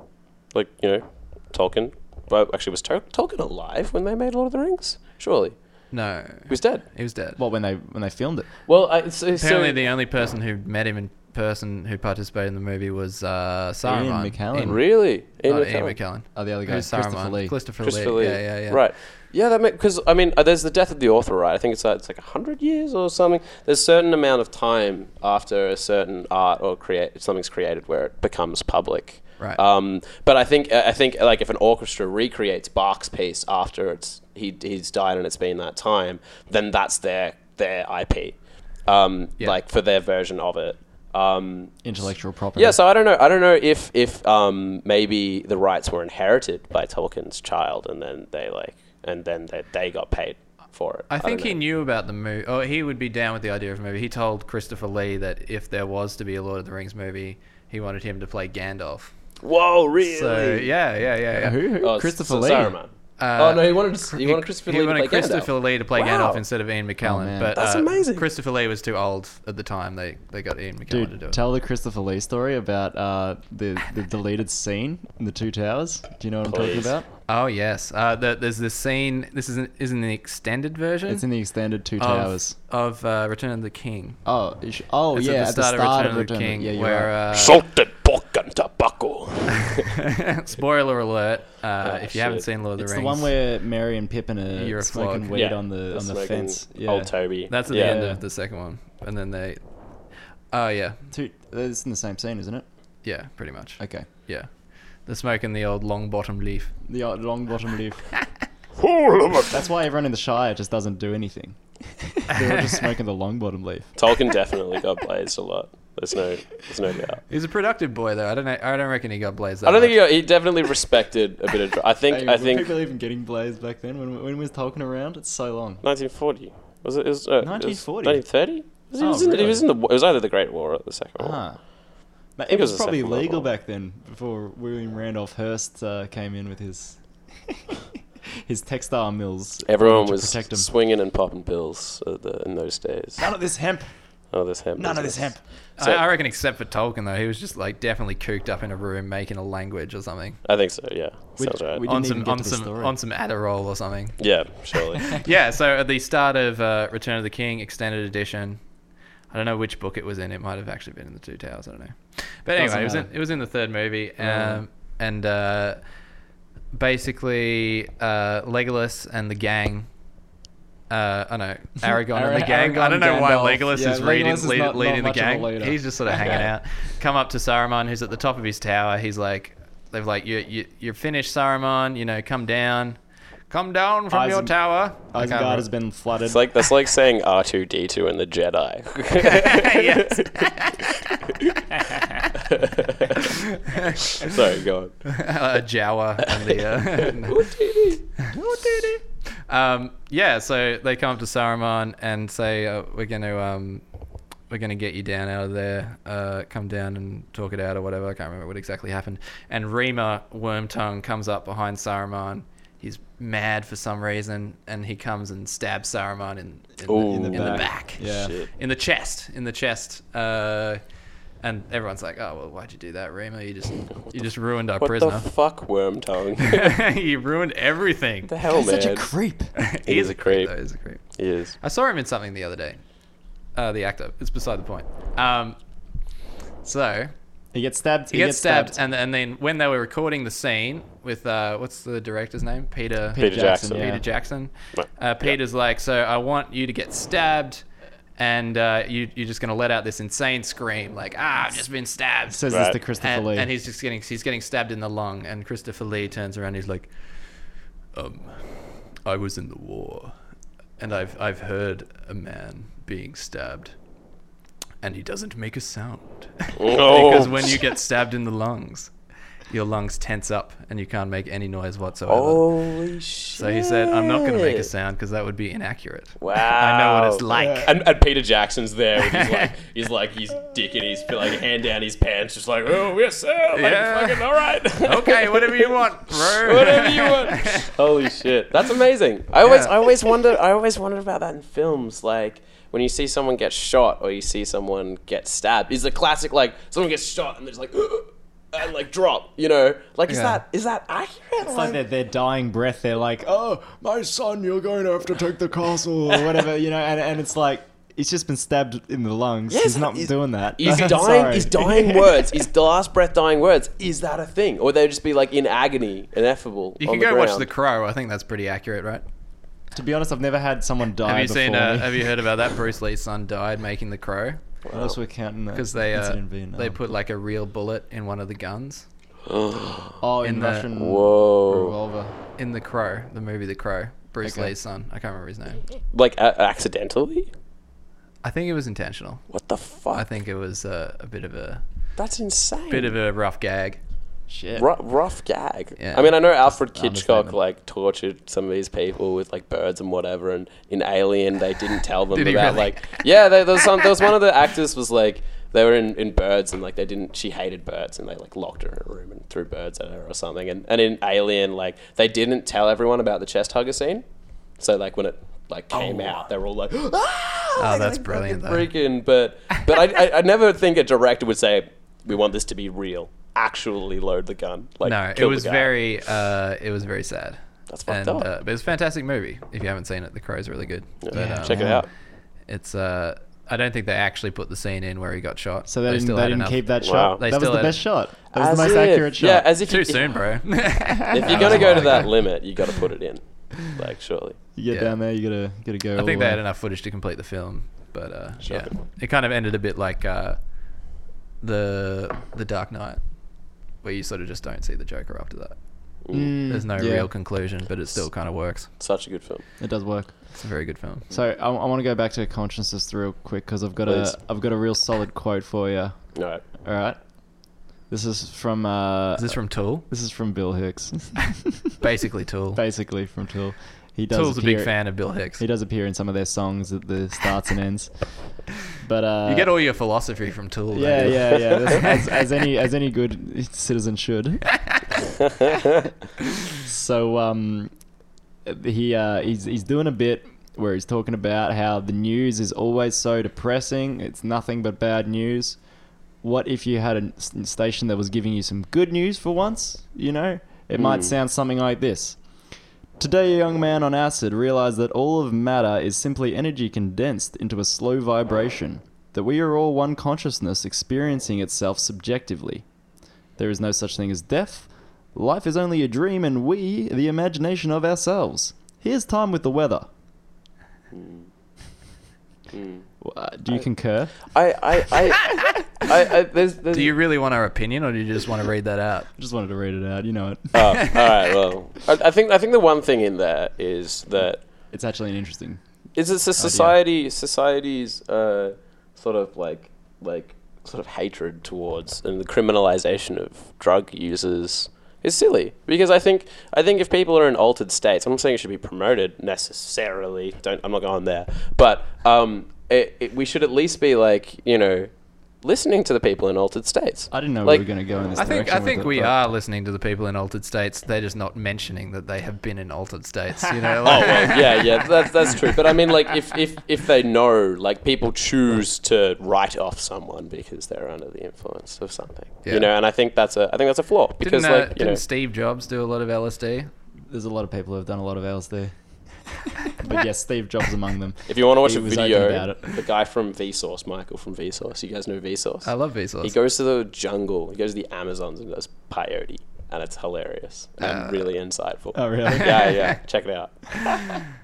Speaker 7: like you know, Tolkien. Well, actually, was Tol- Tolkien alive when they made Lord of the Rings? Surely
Speaker 6: No.
Speaker 7: he was dead.
Speaker 6: He was dead.
Speaker 5: Well, when they when they filmed it,
Speaker 7: Well, I, it's, it's
Speaker 6: Apparently,
Speaker 7: so-
Speaker 6: the only person who met him in person who participated in the movie was uh, Saruman.
Speaker 5: Ian McKellen.
Speaker 6: Ian-
Speaker 7: really Ian
Speaker 6: not
Speaker 7: McKellen.
Speaker 6: Ian McKellen.
Speaker 5: oh, the other guy,
Speaker 6: Who's
Speaker 5: Christopher
Speaker 6: Saruman?
Speaker 5: Lee.
Speaker 6: Christopher,
Speaker 7: Christopher Lee.
Speaker 6: Lee. Yeah, yeah, yeah.
Speaker 7: Right. Yeah, that because I mean, uh, there's the death of the author, right? I think it's like it's like hundred years or something. There's a certain amount of time after a certain art or create something's created where it becomes public.
Speaker 6: Right.
Speaker 7: Um, but I think I think like if an orchestra recreates Bach's piece after it's he he's died and it's been that time, then that's their their IP, um,
Speaker 6: Yeah.
Speaker 7: like for their version of it. Um,
Speaker 5: Intellectual property.
Speaker 7: yeah, so I don't know. I don't know if if um, maybe the rights were inherited by Tolkien's child, and then they like, and then they, they got paid for it.
Speaker 6: I think
Speaker 7: don't
Speaker 6: he
Speaker 7: know.
Speaker 6: knew about the movie. Oh, he would be down with the idea of a movie. He told Christopher Lee that if there was to be a Lord of the Rings movie, he wanted him to play Gandalf.
Speaker 7: Whoa, really?
Speaker 6: So yeah, yeah, yeah, yeah.
Speaker 5: Who? who?
Speaker 7: Oh,
Speaker 5: Christopher
Speaker 7: S-
Speaker 5: Lee.
Speaker 7: Saruman.
Speaker 6: Uh,
Speaker 7: Oh no, he wanted he wanted Christopher
Speaker 6: he
Speaker 7: Lee to
Speaker 6: wanted
Speaker 7: play
Speaker 6: Christopher
Speaker 7: Gandalf.
Speaker 6: Lee to play
Speaker 7: Wow.
Speaker 6: Gandalf instead of Ian McKellen.
Speaker 5: man.
Speaker 6: but
Speaker 7: That's
Speaker 6: uh,
Speaker 7: amazing.
Speaker 6: Christopher Lee was too old at the time. They they got Ian McKellen to do
Speaker 5: Dude,
Speaker 6: it.
Speaker 5: tell the Christopher Lee story about uh, the the
Speaker 6: <laughs>
Speaker 5: deleted scene in the Two Towers. Do you know what I'm
Speaker 7: Please.
Speaker 5: talking about?
Speaker 6: oh yes, uh, the, there's this scene. This isn't isn't the extended version.
Speaker 5: It's in the extended Two
Speaker 6: of,
Speaker 5: Towers.
Speaker 6: of uh, Return of the King.
Speaker 5: Oh, it sh- oh
Speaker 6: It's
Speaker 5: yeah,
Speaker 6: at the start, of Return of the
Speaker 5: Return
Speaker 6: King,
Speaker 5: yeah, you're
Speaker 6: where
Speaker 5: right.
Speaker 6: uh,
Speaker 7: Salted pork and tobacco.
Speaker 6: <laughs> spoiler alert, uh,
Speaker 7: Oh,
Speaker 6: if you haven't
Speaker 7: shit.
Speaker 6: seen Lord of the
Speaker 5: it's
Speaker 6: Rings,
Speaker 5: the one where Mary and Pippin are
Speaker 6: You're a
Speaker 5: smoking
Speaker 6: flog.
Speaker 5: weed
Speaker 7: Yeah,
Speaker 5: on the
Speaker 7: they're
Speaker 5: on the
Speaker 7: smoking
Speaker 5: fence. Yeah,
Speaker 7: Old Toby.
Speaker 6: that's at
Speaker 7: yeah.
Speaker 6: the end
Speaker 5: Yeah.
Speaker 6: of the second one, and then they, oh yeah,
Speaker 5: Two, it's in the same scene, isn't it?
Speaker 6: yeah, pretty much,
Speaker 5: Okay,
Speaker 6: yeah, they're smoking the old long bottom leaf.
Speaker 5: the old long bottom
Speaker 6: <laughs>
Speaker 5: leaf.
Speaker 2: All of it.
Speaker 5: That's why everyone in the Shire just doesn't do
Speaker 6: <laughs>
Speaker 5: anything. They're all just smoking the long bottom leaf.
Speaker 7: Tolkien definitely got blazed a lot. There's no, there's no <laughs> doubt.
Speaker 6: He's a productive boy though. I don't know. I don't reckon he got blazed. That
Speaker 7: I don't think he,
Speaker 6: much.
Speaker 7: got, he definitely respected a bit of. dr- I think,
Speaker 5: Hey,
Speaker 7: I
Speaker 5: were
Speaker 7: think,
Speaker 5: people even getting blazed back then when when was Tolkien around? It's so long.
Speaker 7: 1940 was it? it was, uh,
Speaker 5: 1940?
Speaker 7: 1930. Was he,
Speaker 5: Oh,
Speaker 7: was in, he
Speaker 5: really?
Speaker 7: was in the. It was either the Great War or the Second War.
Speaker 5: Ah. But it
Speaker 7: think it was
Speaker 5: was,
Speaker 7: the
Speaker 5: probably
Speaker 7: second World
Speaker 5: legal
Speaker 7: War.
Speaker 5: back then before William Randolph Hearst uh, came in with his <laughs> his textile mills.
Speaker 7: Everyone
Speaker 5: to
Speaker 7: was
Speaker 5: protect 'em.
Speaker 7: swinging and popping pills at the, in those days.
Speaker 5: None of this hemp.
Speaker 7: None of this hemp.
Speaker 5: None of this
Speaker 7: business.
Speaker 5: hemp.
Speaker 7: So-
Speaker 6: I, I reckon, except for Tolkien though, he was just like definitely cooped up in a room making a language or something
Speaker 7: I think so. Yeah,
Speaker 5: We-
Speaker 7: sounds right.
Speaker 5: we
Speaker 6: on
Speaker 5: Didn't even
Speaker 6: some
Speaker 5: get
Speaker 6: on
Speaker 5: to the
Speaker 6: some
Speaker 5: story.
Speaker 6: on some Adderall or something.
Speaker 7: Yeah,
Speaker 6: <laughs>
Speaker 7: surely.
Speaker 6: yeah, so at the start of uh, Return of the King extended edition, I don't know which book it was in. It might have actually been in the Two Towers. I don't know. But anyway,
Speaker 5: Doesn't
Speaker 6: it was in,
Speaker 5: matter.
Speaker 6: it was in the third movie, um, and uh, basically uh, Legolas and the gang. Uh, <laughs> I know Aragon and the
Speaker 5: Ara-
Speaker 6: gang. I
Speaker 5: Aragon,
Speaker 6: don't know why
Speaker 5: Gandalf.
Speaker 6: Legolas
Speaker 5: Yeah,
Speaker 6: is reading,
Speaker 5: Legolas is
Speaker 6: lead-
Speaker 5: not-
Speaker 6: leading
Speaker 5: not much
Speaker 6: the
Speaker 5: of a
Speaker 6: gang.
Speaker 5: leader.
Speaker 6: He's just sort of hanging out. Come up to Saruman, who's at the top of his tower. He's like, they've like, you, you, you're finished, Saruman. You know, come down, come down from your
Speaker 5: Iseng-
Speaker 6: tower. I can't
Speaker 5: Isengard
Speaker 6: remember.
Speaker 5: has been flooded.
Speaker 7: It's like that's like saying R two D two and the
Speaker 6: <laughs>
Speaker 5: <laughs>
Speaker 6: Yes. <laughs>
Speaker 7: Jedi. <laughs> Sorry, go on.
Speaker 6: uh, Jawa and
Speaker 7: <laughs>
Speaker 5: <laughs>
Speaker 6: the. Uh, <laughs> um, yeah, so they come up to Saruman and say, uh, "We're going to, um, we're going to get you down out of there. Uh, come down and talk it out or whatever. I can't remember what exactly happened." And Rima Wormtongue comes up behind Saruman. He's mad for some reason, and he comes and stabs Saruman in, in, the,
Speaker 7: Ooh.
Speaker 6: in, the,
Speaker 7: In the
Speaker 6: back.
Speaker 5: Yeah.
Speaker 7: Shit.
Speaker 6: in the chest, in the chest. Uh, and everyone's like, "Oh well, why'd you do that, Rima? You just you just ruined our
Speaker 7: What
Speaker 6: prisoner.
Speaker 7: the fuck,
Speaker 6: <laughs>
Speaker 7: worm tongue?
Speaker 6: you ruined everything."
Speaker 7: the hell, oh, man.
Speaker 5: such a
Speaker 7: <laughs>
Speaker 5: creep.
Speaker 7: He is a creep.
Speaker 6: though, He's a creep.
Speaker 7: He is.
Speaker 6: I saw him in something the other day. Uh, the actor. It's beside the point. Um, so
Speaker 5: He gets stabbed.
Speaker 6: he, gets stabbed, and and then when they were recording the scene with uh, what's the director's name? Peter.
Speaker 7: Peter Jackson.
Speaker 5: yeah.
Speaker 6: Peter Jackson.
Speaker 7: Right.
Speaker 6: Uh, Peter's like, so I want you to get stabbed, and uh, you, you're just gonna let out this insane scream, like, ah, I've just been stabbed.
Speaker 5: Says
Speaker 7: Right.
Speaker 5: this to Christopher
Speaker 6: and,
Speaker 5: Lee.
Speaker 6: and he's just getting he's getting stabbed in the lung, and Christopher Lee turns around, he's like, um, I was in the war, and I've I've heard a man being stabbed, and he doesn't make a sound <laughs> because
Speaker 7: Oh,
Speaker 6: when you get stabbed in the lungs. Your lungs tense up and you can't make any noise whatsoever.
Speaker 7: Oh, Holy shit.
Speaker 6: So he said, I'm not going to make a sound because that would be inaccurate. <laughs>
Speaker 7: Wow.
Speaker 6: I know what it's like.
Speaker 7: And, and Peter Jackson's there with
Speaker 6: <laughs>
Speaker 7: his like he's like he's dick and he's like hand down his pants, just like, oh yes sir, like
Speaker 6: Yeah.
Speaker 7: fucking
Speaker 6: <laughs>
Speaker 7: alright.
Speaker 6: okay, whatever you want, bro.
Speaker 7: <laughs> Whatever
Speaker 6: <laughs>
Speaker 7: you want. Holy shit. That's amazing. I always
Speaker 6: Yeah.
Speaker 7: I always wonder I always wondered about that in films, like when you see someone get shot or you see someone get stabbed. Is the classic like someone gets shot and they're just like <gasps> and like drop, you know? Like is
Speaker 6: Yeah.
Speaker 7: that is that accurate?
Speaker 5: It's like their, their dying breath. They're like, "Oh, my son, you're going to have to take the castle or whatever," you know. And, and it's like he's just been stabbed in the lungs.
Speaker 7: Yes,
Speaker 5: he's not
Speaker 7: he's-
Speaker 5: doing that.
Speaker 6: <laughs>
Speaker 7: Is
Speaker 5: I'm
Speaker 7: dying,
Speaker 5: <laughs> sorry.
Speaker 7: is dying words, is the last breath dying words, is that a thing? Or they'd just be like in agony, ineffable.
Speaker 6: You
Speaker 7: on
Speaker 6: can
Speaker 7: the
Speaker 6: go watch
Speaker 7: ground.
Speaker 6: The Crow. I think that's pretty accurate, right?
Speaker 5: To be honest, I've never had someone die.
Speaker 6: Have you
Speaker 5: before
Speaker 6: seen? Uh,
Speaker 5: me.
Speaker 6: have you heard about that? Bruce Lee's son died making The Crow
Speaker 5: <laughs> What else we're counting?
Speaker 6: because they uh,
Speaker 5: in Vietnam.
Speaker 6: they put like a real bullet in one of the guns
Speaker 5: oh in,
Speaker 6: in the-
Speaker 5: Russian
Speaker 7: Whoa.
Speaker 5: revolver.
Speaker 6: in The Crow, the movie The Crow. Bruce
Speaker 5: Okay.
Speaker 6: Lee's son. I can't remember his name.
Speaker 7: Like a- accidentally?
Speaker 6: I think it was intentional.
Speaker 7: What the fuck?
Speaker 6: I think it was uh, a bit of a
Speaker 7: That's insane.
Speaker 6: bit of a rough gag.
Speaker 5: Shit.
Speaker 7: Ru- rough gag.
Speaker 6: Yeah.
Speaker 7: I mean, I know Alfred Hitchcock
Speaker 5: understatement.
Speaker 7: like tortured some of these people with like birds and whatever, and in Alien they didn't tell them
Speaker 6: <laughs> Did he
Speaker 7: about
Speaker 6: really?
Speaker 7: like yeah, they, there was some, there was one of the actors was like they were in, in birds and like they didn't she hated birds and they like locked her in a room and threw birds at her or something and, and in alien like they didn't tell everyone about the chest hugger scene so like when it like came out they were all like
Speaker 6: Oh, that's brilliant. Though.
Speaker 7: <gasps> freaking but but I, I i never think a director would say we want this to be real actually load the gun like
Speaker 6: No, it
Speaker 7: kill the
Speaker 6: was
Speaker 7: guy."
Speaker 6: very, uh, it was very sad.
Speaker 7: That's fucked
Speaker 6: and,
Speaker 7: up.
Speaker 6: Uh, but it was a fantastic movie. If you haven't seen it, The Crow's really good. But,
Speaker 7: yeah.
Speaker 6: um,
Speaker 7: check it out
Speaker 6: It's uh, I don't think they actually put the scene in where he got shot.
Speaker 5: So they, didn't,
Speaker 6: still
Speaker 5: they
Speaker 6: had
Speaker 5: didn't
Speaker 6: enough.
Speaker 5: keep that
Speaker 7: Wow.
Speaker 5: shot.
Speaker 6: They
Speaker 5: That was
Speaker 6: still
Speaker 5: the
Speaker 6: had-
Speaker 5: best shot. That was the most
Speaker 7: As if-
Speaker 5: accurate shot.
Speaker 7: yeah as if
Speaker 6: too
Speaker 7: you,
Speaker 5: <laughs>
Speaker 6: soon, bro. <laughs>
Speaker 7: if you're gonna go to that limit you gotta put it in like surely
Speaker 5: you get
Speaker 6: yeah.
Speaker 5: down there, you gotta gotta go.
Speaker 6: I
Speaker 5: all
Speaker 6: think
Speaker 5: the
Speaker 6: they
Speaker 5: way.
Speaker 6: had enough footage to complete the film, but uh,
Speaker 7: Sure.
Speaker 6: yeah, it kind of ended a bit like uh, the the Dark Knight, where you sort of just don't see the Joker after that.
Speaker 5: Mm,
Speaker 6: There's no
Speaker 5: yeah,
Speaker 6: real conclusion, but it still kind of works.
Speaker 7: such a good film
Speaker 5: It does work.
Speaker 6: It's a very good film.
Speaker 5: So I, want to go back to consciousness real quick because I've got
Speaker 7: Please.
Speaker 5: a I've got a real solid quote for you. All
Speaker 7: all right
Speaker 5: right, this is from uh,
Speaker 6: Is this from Tool?
Speaker 5: <laughs> this is from Bill
Speaker 6: <laughs>
Speaker 5: Hicks,
Speaker 6: Basically, Tool.
Speaker 5: basically from Tool. He does
Speaker 6: Tool's a big
Speaker 5: appear-
Speaker 6: fan of Bill Hicks.
Speaker 5: He does appear in some of their songs at the starts and ends, but uh,
Speaker 6: you get all your philosophy from Tool. don't
Speaker 5: yeah
Speaker 6: you?
Speaker 5: yeah yeah as, as any as any good citizen should. So um, he uh, he's he's doing a bit where he's talking about how the news is always so depressing. It's nothing but bad news. What if you had a s- station that was giving you some good news for once? You know, it
Speaker 6: Hmm.
Speaker 5: might sound something like this. Today, a young man on acid realized that all of matter is simply energy condensed into a slow vibration, that we are all one consciousness experiencing itself subjectively. There is no such thing as death. Life is only a dream, and we, the imagination of ourselves. Here's time with the weather. Uh, Do you concur?
Speaker 7: I, I, I, I, I there's,
Speaker 6: <laughs>
Speaker 7: there's
Speaker 6: Do you really want our opinion, or do you just want to read that out?
Speaker 5: I just wanted to read it out. You know it.
Speaker 7: Oh, all right. Well, I, I think I think the one thing in there is that
Speaker 5: <laughs> It's actually an interesting.
Speaker 7: is it's a society society's uh, sort of like like sort of hatred towards and the criminalization of drug users is silly because I think I think if people are in altered states, I'm not saying it should be promoted necessarily. Don't I'm not going there, but um, it, it, we should at least be like you know listening to the people in altered states.
Speaker 5: I didn't know
Speaker 7: Like,
Speaker 5: we were going to go in this
Speaker 6: I think
Speaker 5: direction
Speaker 6: I
Speaker 5: with
Speaker 6: think
Speaker 5: it,
Speaker 6: we
Speaker 5: but-
Speaker 6: are listening to the people in altered states. They're just not mentioning that they have been in altered states. You
Speaker 7: <laughs>
Speaker 6: know, like,
Speaker 7: Oh,
Speaker 6: <laughs>
Speaker 7: well, yeah, yeah, that's that's true. But I mean, like, if if if they know, like, people choose to write off someone because they're under the influence of something,
Speaker 6: Yeah.
Speaker 7: you know. And I think that's a I think that's a flaw because,
Speaker 6: didn't, uh,
Speaker 7: like, you
Speaker 6: didn't
Speaker 7: know,
Speaker 6: Steve Jobs do a lot of LSD?
Speaker 5: There's a lot of people who have done a lot of L's
Speaker 6: <laughs>
Speaker 5: there. but yes, Steve Jobs among them.
Speaker 7: if you want to watch
Speaker 5: he
Speaker 7: a
Speaker 5: was open about
Speaker 7: video,
Speaker 5: it.
Speaker 7: the guy from VSauce, Michael from VSauce, you guys know VSauce.
Speaker 6: I love
Speaker 7: He
Speaker 6: Vsauce.
Speaker 7: goes to the jungle. He goes to the Amazons and does peyote, and it's hilarious
Speaker 6: Uh,
Speaker 7: and really insightful.
Speaker 5: <laughs> Oh,
Speaker 6: <laughs>
Speaker 5: really?
Speaker 7: yeah, yeah. Check it out.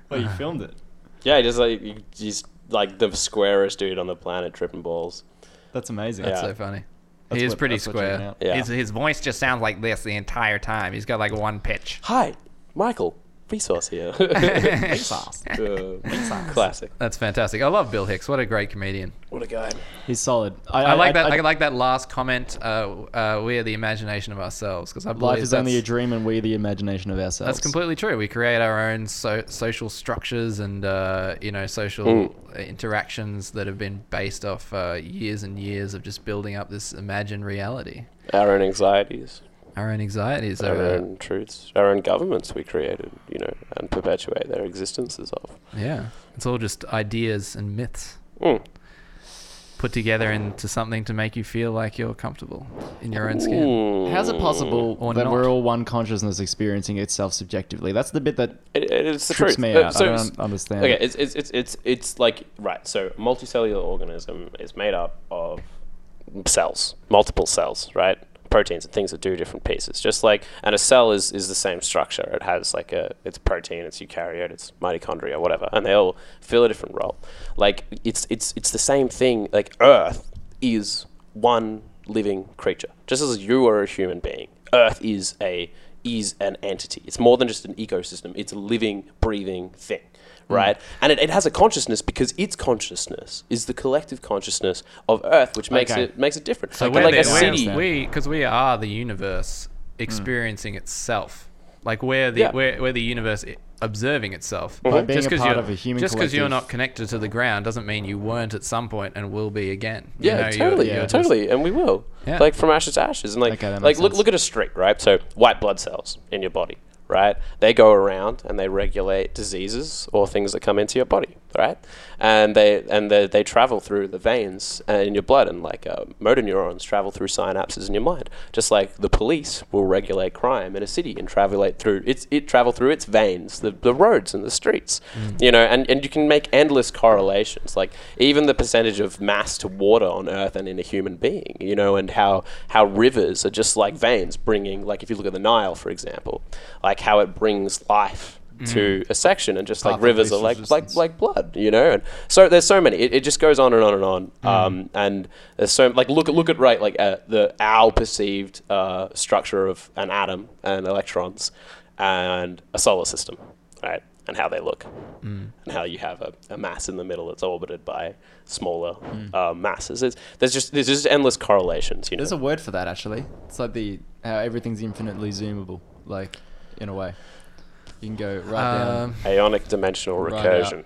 Speaker 5: Well, you filmed it.
Speaker 7: Yeah, he just like he- he's like the squarest dude on the planet, tripping balls.
Speaker 5: That's amazing.
Speaker 7: Yeah.
Speaker 6: So funny.
Speaker 5: That's
Speaker 6: he is
Speaker 5: what-
Speaker 6: pretty
Speaker 5: that's what checking
Speaker 6: square.
Speaker 5: out.
Speaker 7: Yeah.
Speaker 6: His, his voice just sounds like this the entire time. He's got like one pitch.
Speaker 7: Hi, Michael. Resource <laughs> here. <laughs> Uh, classic.
Speaker 6: That's fantastic. I love Bill Hicks. What a great comedian.
Speaker 7: What a guy.
Speaker 5: He's solid.
Speaker 6: I like that. I, like that last comment. Uh, uh, we are the imagination of ourselves because I believe
Speaker 5: Life is only a
Speaker 6: that's-
Speaker 5: dream, and we the imagination of ourselves.
Speaker 6: That's completely true. We create our own so- social structures and uh, you know social interactions that have been based off uh, years and years of just building up this imagined reality.
Speaker 7: Our own anxieties,
Speaker 6: Our own anxieties
Speaker 7: our
Speaker 6: are,
Speaker 7: own truths, our own governments we created, you know, and perpetuate their existences of.
Speaker 6: uh, yeah, it's all just ideas and myths
Speaker 7: Mm.
Speaker 6: put together into something to make you feel like you're comfortable in your own skin.
Speaker 7: Mm.
Speaker 5: How's it possible
Speaker 6: Or
Speaker 5: that
Speaker 6: not.
Speaker 5: we're all one consciousness experiencing itself subjectively? That's the bit that
Speaker 7: It, it- it's the
Speaker 5: trips
Speaker 7: truth.
Speaker 5: me
Speaker 7: Uh,
Speaker 5: out.
Speaker 7: so
Speaker 5: I
Speaker 7: s-
Speaker 5: don't understand.
Speaker 7: okay,
Speaker 5: it.
Speaker 7: it's, it's it's it's it's like right. So a multicellular organism is made up of cells, multiple cells, right? Proteins and things that do different pieces. Just like and a cell is is the same structure. It has like a it's protein, it's eukaryote, it's mitochondria, whatever, and they all fill a different role. Like it's it's it's the same thing. Like Earth is one living creature. Just as you are a human being, Earth is a is an entity. It's more than just an ecosystem. It's a living, breathing thing, right? And it, it has a consciousness because its consciousness is the collective consciousness of Earth, which makes
Speaker 5: Okay.
Speaker 7: it makes it different.
Speaker 6: So
Speaker 7: Like-
Speaker 6: we're
Speaker 7: like a
Speaker 6: the, we're-
Speaker 7: city.
Speaker 6: we because we
Speaker 5: Hmm.
Speaker 6: are the universe experiencing itself. Like we're the
Speaker 7: Yeah.
Speaker 6: we're, we're the universe i- observing itself.
Speaker 5: By being
Speaker 6: Just
Speaker 5: a
Speaker 6: 'cause
Speaker 5: part
Speaker 6: you're-
Speaker 5: of a human
Speaker 6: Just because you're
Speaker 5: collective.
Speaker 6: not connected to the ground doesn't mean you weren't at some point and will be again. You
Speaker 7: Yeah,
Speaker 6: know, you're-
Speaker 7: totally,
Speaker 6: you're just-
Speaker 7: totally, and we will.
Speaker 6: Yeah.
Speaker 7: Like from ashes to ashes, and like
Speaker 5: Okay, that
Speaker 7: like
Speaker 5: makes
Speaker 7: look
Speaker 5: sense.
Speaker 7: look at a streak, right? So white blood cells in your body, right? They go around and they regulate diseases or things that come into your body, right? And they and they, they travel through the veins and in your blood, and like uh, motor neurons travel through synapses in your mind, just like the police will regulate crime in a city and travel it through its it travel through its veins, the, the roads and the streets,
Speaker 5: Mm.
Speaker 7: you know, and and you can make endless correlations, like even the percentage of mass to water on Earth and in a human being, you know, and how how rivers are just like veins, bringing like if you look at the Nile, for example, like how it brings life to a section, and just like
Speaker 5: Mm. Path of
Speaker 7: rivers
Speaker 5: least
Speaker 7: are like like
Speaker 5: resistance.
Speaker 7: like blood, you know. And so there's so many. It, it just goes on and on and on.
Speaker 5: Mm.
Speaker 7: Um, and there's so like look at look at right like uh, the our perceived uh, structure of an atom and electrons, and a solar system, right? And how they look,
Speaker 5: Mm.
Speaker 7: and how you have a, a mass in the middle that's orbited by smaller uh, masses. It's, there's just there's just endless correlations, you know.
Speaker 5: Mm. There's a word for that actually. It's like the how everything's infinitely zoomable, like in a way. You can go right down,
Speaker 6: Um,
Speaker 7: Ionic dimensional
Speaker 5: Right,
Speaker 7: recursion.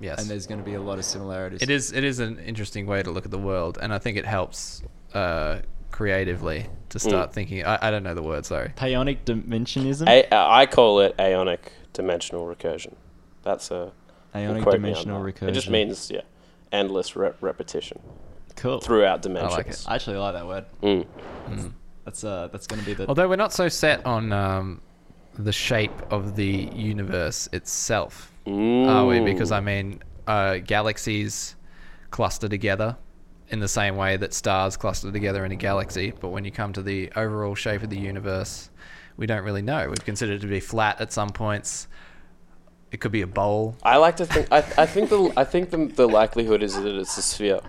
Speaker 6: yes.
Speaker 5: and there's going to be a lot of similarities.
Speaker 6: It is it is an interesting way to look at the world, and I think it helps uh, creatively to
Speaker 5: Hmm.
Speaker 6: start thinking. I, I don't know the word, sorry.
Speaker 5: Pionic dimensionism.
Speaker 7: A, uh, I call it ionic dimensional recursion. That's a Don't
Speaker 5: Ionic
Speaker 7: quote me on
Speaker 5: dimensional
Speaker 7: that.
Speaker 5: recursion.
Speaker 7: It just means yeah, endless re- repetition
Speaker 5: cool.
Speaker 7: throughout dimensions.
Speaker 5: I actually like that word.
Speaker 7: Mm.
Speaker 5: That's uh, that's going to be the.
Speaker 6: Although we're not so set on um, the shape of the universe itself, are we? Because I mean, uh, galaxies cluster together in the same way that stars cluster together in a galaxy. But when you come to the overall shape of the universe, we don't really know. We've considered it to be flat at some points. It could be a bowl.
Speaker 7: I like to think. I, I think the I think the, the likelihood is that it's a sphere.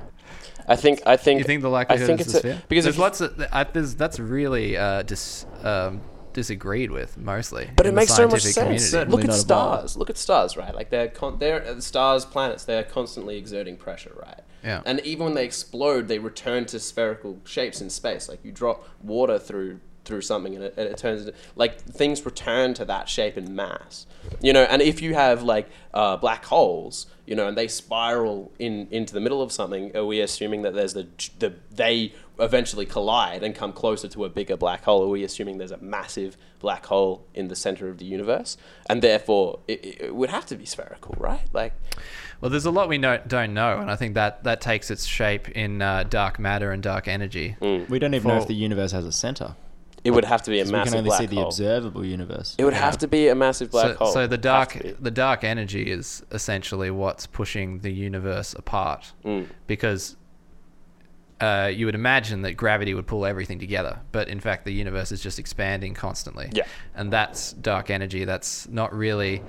Speaker 7: I think. I think.
Speaker 6: You think the
Speaker 7: I
Speaker 6: likelihood
Speaker 7: think
Speaker 6: is
Speaker 7: it's
Speaker 6: the
Speaker 7: a-
Speaker 6: sphere?
Speaker 7: because
Speaker 6: there's
Speaker 7: if you-
Speaker 6: lots of I, there's, that's really uh, dis, um, disagreed with mostly.
Speaker 7: But it
Speaker 6: in the
Speaker 7: makes so much
Speaker 6: scientific
Speaker 7: sense.
Speaker 6: community.
Speaker 5: Certainly
Speaker 7: Look at
Speaker 5: not a
Speaker 7: stars. Look at stars, right? Like they're con- they're uh, stars, planets. They're constantly exerting pressure, right?
Speaker 6: Yeah.
Speaker 7: And even when they explode, they return to spherical shapes in space. Like you drop water through through something, and it, and it turns into, like things return to that shape and mass. You know, and if you have like uh, black holes, you know, and they spiral in into the middle of something, are we assuming that there's the the they eventually collide and come closer to a bigger black hole? Are we assuming there's a massive black hole in the center of the universe, and therefore it, it it would have to be spherical, right? Like,
Speaker 6: Well, there's a lot we know, don't know, and I think that that takes its shape in uh, dark matter and dark energy.
Speaker 7: Mm,
Speaker 5: we don't even know
Speaker 6: For-
Speaker 5: if the universe has a center.
Speaker 7: it would have to be
Speaker 5: We
Speaker 7: a
Speaker 5: can
Speaker 7: massive
Speaker 5: only
Speaker 7: black
Speaker 5: see the
Speaker 7: hole.
Speaker 5: observable universe.
Speaker 7: It would have to be a massive black
Speaker 6: so,
Speaker 7: hole.
Speaker 6: so the
Speaker 7: Has
Speaker 6: dark
Speaker 7: to be.
Speaker 6: the dark energy is essentially what's pushing the universe apart
Speaker 7: Mm.
Speaker 6: because uh, you would imagine that gravity would pull everything together, but in fact the universe is just expanding constantly.
Speaker 7: Yeah.
Speaker 6: and that's dark energy. That's not really.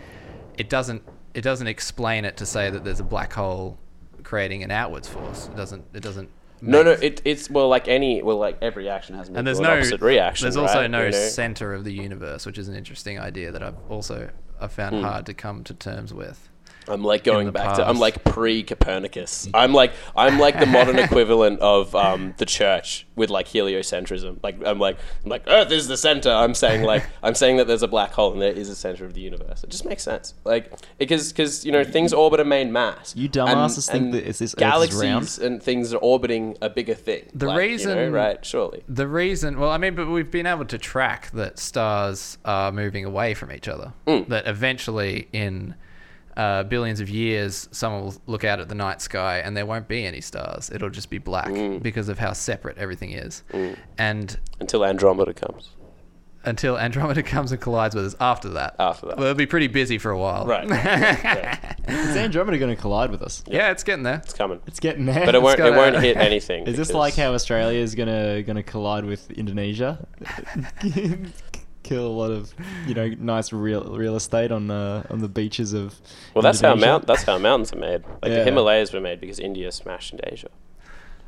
Speaker 6: It doesn't. It doesn't explain it to say that there's a black hole creating an outwards force. It doesn't. It doesn't.
Speaker 7: No,
Speaker 6: make
Speaker 7: no, it, it's well, like any, well, like every action has an
Speaker 6: and there's
Speaker 7: equal
Speaker 6: no
Speaker 7: opposite reaction.
Speaker 6: There's also
Speaker 7: right?
Speaker 6: no
Speaker 7: You know?
Speaker 6: center of the universe, which is an interesting idea that I've also I found
Speaker 7: Hmm.
Speaker 6: hard to come to terms with.
Speaker 7: I'm like going
Speaker 6: the
Speaker 7: back to. I'm
Speaker 6: past.
Speaker 7: like pre-Copernicus. I'm like I'm like
Speaker 6: <laughs>
Speaker 7: the modern equivalent of um, the church with like heliocentrism. Like I'm like I'm like Earth is the center.
Speaker 6: <laughs>
Speaker 7: I'm saying like I'm saying that there's a black hole and there is a center of the universe. It just makes sense. Like because because you know things orbit a main mass.
Speaker 5: You
Speaker 7: And-
Speaker 5: dumbasses think
Speaker 7: and
Speaker 5: that it's- this Earth is
Speaker 7: galaxies
Speaker 5: round?
Speaker 7: and things are orbiting a bigger thing.
Speaker 6: The
Speaker 7: Like, you know,
Speaker 6: reason-
Speaker 7: right? Surely.
Speaker 6: The reason, well, I mean, but we've been able to track that stars are moving away from each other.
Speaker 7: Hmm.
Speaker 6: That eventually, in uh, billions of years, someone will look out at the night sky and there won't be any stars. It'll just be black
Speaker 7: Hmm.
Speaker 6: because of how separate everything is. And
Speaker 7: Until Andromeda comes.
Speaker 6: until Andromeda <laughs> comes and collides with us after that.
Speaker 7: After that.
Speaker 6: Well, it'll be pretty busy for a while. <laughs>
Speaker 7: Right. Yeah.
Speaker 5: Is Andromeda going to collide with us?
Speaker 6: Yeah, it's getting there.
Speaker 7: It's coming.
Speaker 5: It's getting there.
Speaker 7: But it won't.
Speaker 6: got
Speaker 7: It won't
Speaker 6: a-
Speaker 7: hit
Speaker 5: <laughs>
Speaker 7: anything.
Speaker 5: Is this
Speaker 7: because-
Speaker 5: like how Australia is gonna gonna collide with Indonesia? <laughs> Kill a lot of you know nice real real estate on uh, on the beaches of.
Speaker 7: Well, that's how
Speaker 5: Indonesia.
Speaker 7: mount. That's how mountains are made. Like the
Speaker 5: Yeah.
Speaker 7: Himalayas were made because India smashed into Asia.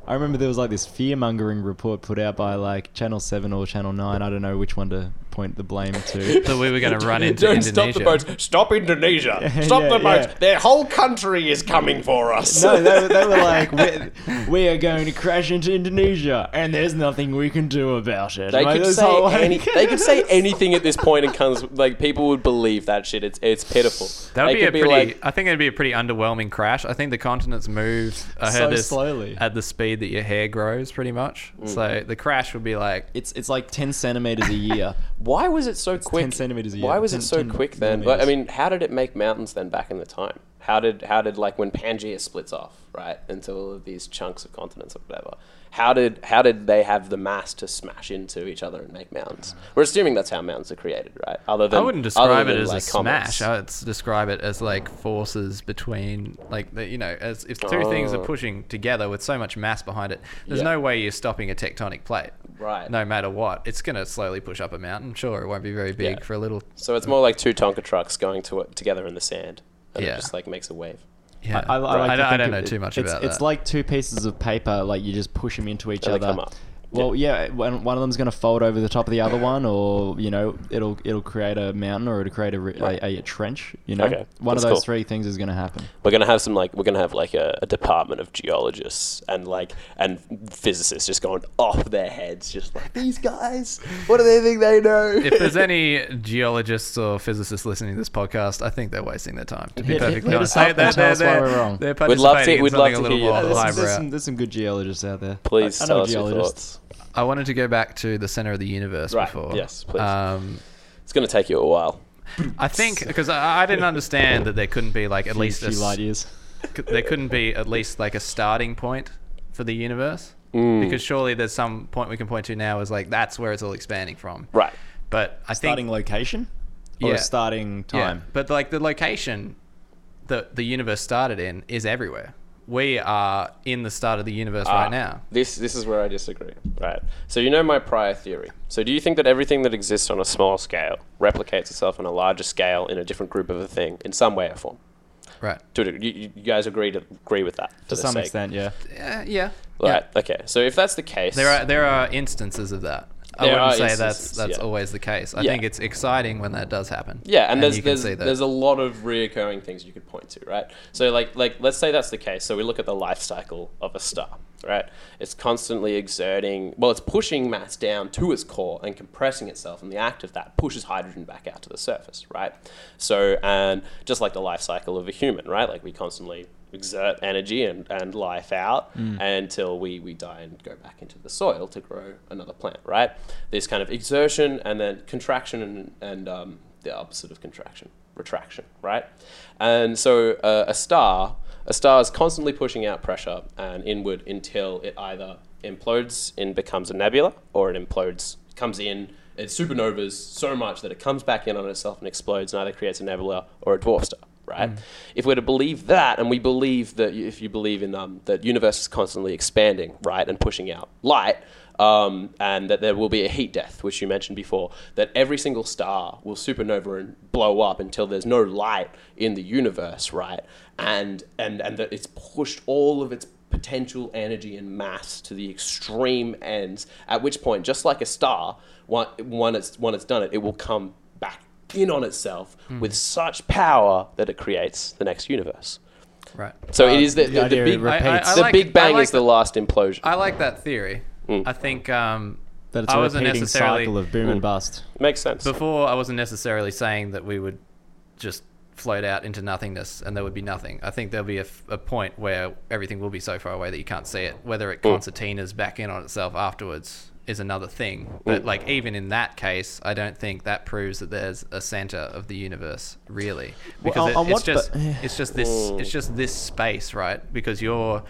Speaker 5: I remember there was like this fear mongering report put out by like Channel Seven or Channel Nine. I don't know which one to point the blame <laughs> to.
Speaker 6: So we were
Speaker 7: <laughs>
Speaker 6: going to run into
Speaker 7: Don't
Speaker 6: Indonesia.
Speaker 7: stop the boats. Stop Indonesia.
Speaker 5: <laughs>
Speaker 7: Stop
Speaker 5: Yeah,
Speaker 7: the boats.
Speaker 5: yeah.
Speaker 7: Their whole country is coming for us.
Speaker 5: <laughs> No, they, were-
Speaker 7: <laughs>
Speaker 5: they were like, we, we are going to crash into Indonesia, and there's nothing we can do about it.
Speaker 7: They
Speaker 5: Like,
Speaker 7: could,
Speaker 5: this
Speaker 7: say
Speaker 5: whole-
Speaker 7: any, they could say anything at this point and comes like people would believe that shit. It's it's pitiful.
Speaker 6: That would
Speaker 7: They
Speaker 6: be a
Speaker 7: could
Speaker 6: pretty.
Speaker 7: like,
Speaker 6: I think it'd be a pretty underwhelming crash. I think the continents move. I
Speaker 5: So
Speaker 6: heard this
Speaker 5: slowly.
Speaker 6: at the speed that your hair grows, pretty much.
Speaker 7: Mm.
Speaker 6: So the crash would be like
Speaker 5: <laughs> It's it's like ten centimeters a
Speaker 7: <laughs>
Speaker 5: year.
Speaker 7: why was it so quick?
Speaker 5: 10 centimeters a
Speaker 7: Why
Speaker 5: year,
Speaker 7: was
Speaker 5: 10
Speaker 7: it so
Speaker 5: 10
Speaker 7: quick then? Like, I
Speaker 5: millimeters.
Speaker 7: mean, how did it make mountains then back in the time? How did how did like when Pangea splits off right into all of these chunks of continents or whatever? How did how did they have the mass to smash into each other and make mountains? We're assuming that's how mountains are created, right? Other than
Speaker 6: I wouldn't
Speaker 7: other
Speaker 6: describe it
Speaker 7: than,
Speaker 6: as
Speaker 7: like,
Speaker 6: a
Speaker 7: comets.
Speaker 6: smash. I would s- describe it as like forces between, like the, you know, as if two things are
Speaker 7: Oh.
Speaker 6: pushing together with so much mass behind it. There's
Speaker 7: Yeah.
Speaker 6: no way you're stopping a tectonic plate.
Speaker 7: Right.
Speaker 6: No matter what, it's gonna slowly push up a mountain. Sure, it won't be very big
Speaker 7: Yeah.
Speaker 6: for a little.
Speaker 7: So it's more like two Tonka trucks going to together in the sand, and
Speaker 6: Yeah.
Speaker 7: it just like makes a wave.
Speaker 6: Yeah.
Speaker 5: I, I, like
Speaker 6: I
Speaker 5: to
Speaker 6: don't, I
Speaker 5: think
Speaker 6: don't
Speaker 5: of
Speaker 6: know
Speaker 5: it-
Speaker 6: too much
Speaker 5: it's,
Speaker 6: about
Speaker 5: it's
Speaker 6: that.
Speaker 5: like two pieces of paper, like you just push them into each
Speaker 7: And they
Speaker 5: other.
Speaker 7: come up.
Speaker 5: Well, yeah, one one of them's going to fold over the top of the other one, or you know, it'll it'll create a mountain, or it'll create a, ri- a, a, trench. You know,
Speaker 7: Okay,
Speaker 5: one of
Speaker 7: that's
Speaker 5: those
Speaker 7: cool.
Speaker 5: three things is going to happen.
Speaker 7: We're gonna have some like we're gonna have like a, a department of geologists and like and physicists just going off their heads, just like these guys. What do they think they know?
Speaker 6: if there's any geologists or physicists listening to this podcast, I think they're wasting their time. To be
Speaker 5: Hit-
Speaker 6: perfectly
Speaker 5: hit us
Speaker 6: honest,
Speaker 5: up and
Speaker 6: they're,
Speaker 5: tell
Speaker 6: they're,
Speaker 5: us why
Speaker 6: they're,
Speaker 5: we're wrong.
Speaker 6: they're
Speaker 7: We'd love to-
Speaker 6: participating in
Speaker 7: we'd
Speaker 6: something
Speaker 7: love to
Speaker 6: a little
Speaker 7: hear
Speaker 6: more
Speaker 7: your
Speaker 5: there's, some,
Speaker 7: thoughts.
Speaker 5: there's,
Speaker 6: highbrow.
Speaker 5: some, there's some good geologists out there.
Speaker 7: Please
Speaker 5: I- I know
Speaker 7: tell
Speaker 5: a
Speaker 7: us your
Speaker 5: geologist.
Speaker 7: thoughts.
Speaker 6: I wanted to go back to the center of the universe
Speaker 7: Right,
Speaker 6: before.
Speaker 7: yes, please.
Speaker 6: Um,
Speaker 7: It's gonna take you a while.
Speaker 6: I think because I, I didn't understand that there couldn't be like at
Speaker 5: Few-
Speaker 6: least a,
Speaker 5: few light
Speaker 6: s-
Speaker 5: years.
Speaker 6: c- there couldn't be at least like a starting point for the universe
Speaker 7: Mm.
Speaker 6: because surely there's some point we can point to now is like that's where it's all expanding from.
Speaker 7: Right.
Speaker 6: But I
Speaker 5: Starting
Speaker 6: think
Speaker 5: location, or
Speaker 6: Yeah.
Speaker 5: starting time.
Speaker 6: Yeah, but like the location that the universe started in is everywhere. We are in the start of the universe
Speaker 7: Ah.
Speaker 6: right now.
Speaker 7: This this is where I disagree. Right. So you know my prior theory. So do you think that everything that exists on a small scale replicates itself on a larger scale in a different group of a thing in some way or form?
Speaker 6: Right.
Speaker 7: To a degree. You, you guys agree to agree with that
Speaker 5: To some extent, yeah.
Speaker 6: Yeah. yeah.
Speaker 7: Right. Okay. So if that's the case,
Speaker 6: There are there are instances of that. I
Speaker 7: There are
Speaker 6: wouldn't say that's
Speaker 7: instances,
Speaker 6: that's
Speaker 7: yeah.
Speaker 6: always the case. I
Speaker 7: Yeah.
Speaker 6: think it's exciting when that does happen.
Speaker 7: Yeah, and, there's
Speaker 6: you can
Speaker 7: there's,
Speaker 6: see that.
Speaker 7: there's a lot of reoccurring things you could point to, right? So like like let's say that's the case. So we look at the life cycle of a star, right? It's constantly exerting, well, it's pushing mass down to its core and compressing itself, and the act of that pushes hydrogen back out to the surface, right? So and just like the life cycle of a human, right? Like we constantly exert energy and, and life out until we, we die and go back into the soil to grow another plant, right? This kind of exertion and then contraction and, and um, the opposite of contraction, retraction, right? And so uh, a star, a star is constantly pushing out pressure and inward until it either implodes and becomes a nebula or it implodes, comes in, it supernovas so much that it comes back in on itself and explodes and either creates a nebula or a dwarf star right? If we're to believe that, and we believe that you- if you believe in um, that universe is constantly expanding, right, and pushing out light, um, and that there will be a heat death, which you mentioned before, that every single star will supernova and blow up until there's no light in the universe, right? And and and that it's pushed all of its potential energy and mass to the extreme ends. At which point, just like a star, one- when it's when it's done it, it will come back in on itself with such power that it creates the next universe.
Speaker 6: right.
Speaker 7: So it is the,
Speaker 5: the
Speaker 7: the, the
Speaker 5: idea
Speaker 7: big
Speaker 5: it repeats.
Speaker 6: I- I- I
Speaker 7: the
Speaker 6: like-
Speaker 7: Big
Speaker 6: I
Speaker 7: Bang
Speaker 6: like
Speaker 7: is the last implosion.
Speaker 6: I like that theory.
Speaker 7: Mm.
Speaker 6: I think um,
Speaker 5: That it's
Speaker 6: I
Speaker 5: a
Speaker 6: wasn't
Speaker 5: repeating
Speaker 6: necessarily
Speaker 5: cycle of boom and bust.
Speaker 7: Makes sense.
Speaker 6: before I wasn't necessarily saying that we would just float out into nothingness and there would be nothing. I think there'll be a, f- a point where everything will be so far away that you can't see it. Whether it concertinas back in on itself afterwards is another thing. But like even in that case, I don't think that proves that there's a center of the universe really,
Speaker 5: on-
Speaker 6: because
Speaker 5: on
Speaker 6: it, it's
Speaker 5: what
Speaker 6: just
Speaker 5: ba- yeah.
Speaker 6: it's just this it's just this space, right? Because you're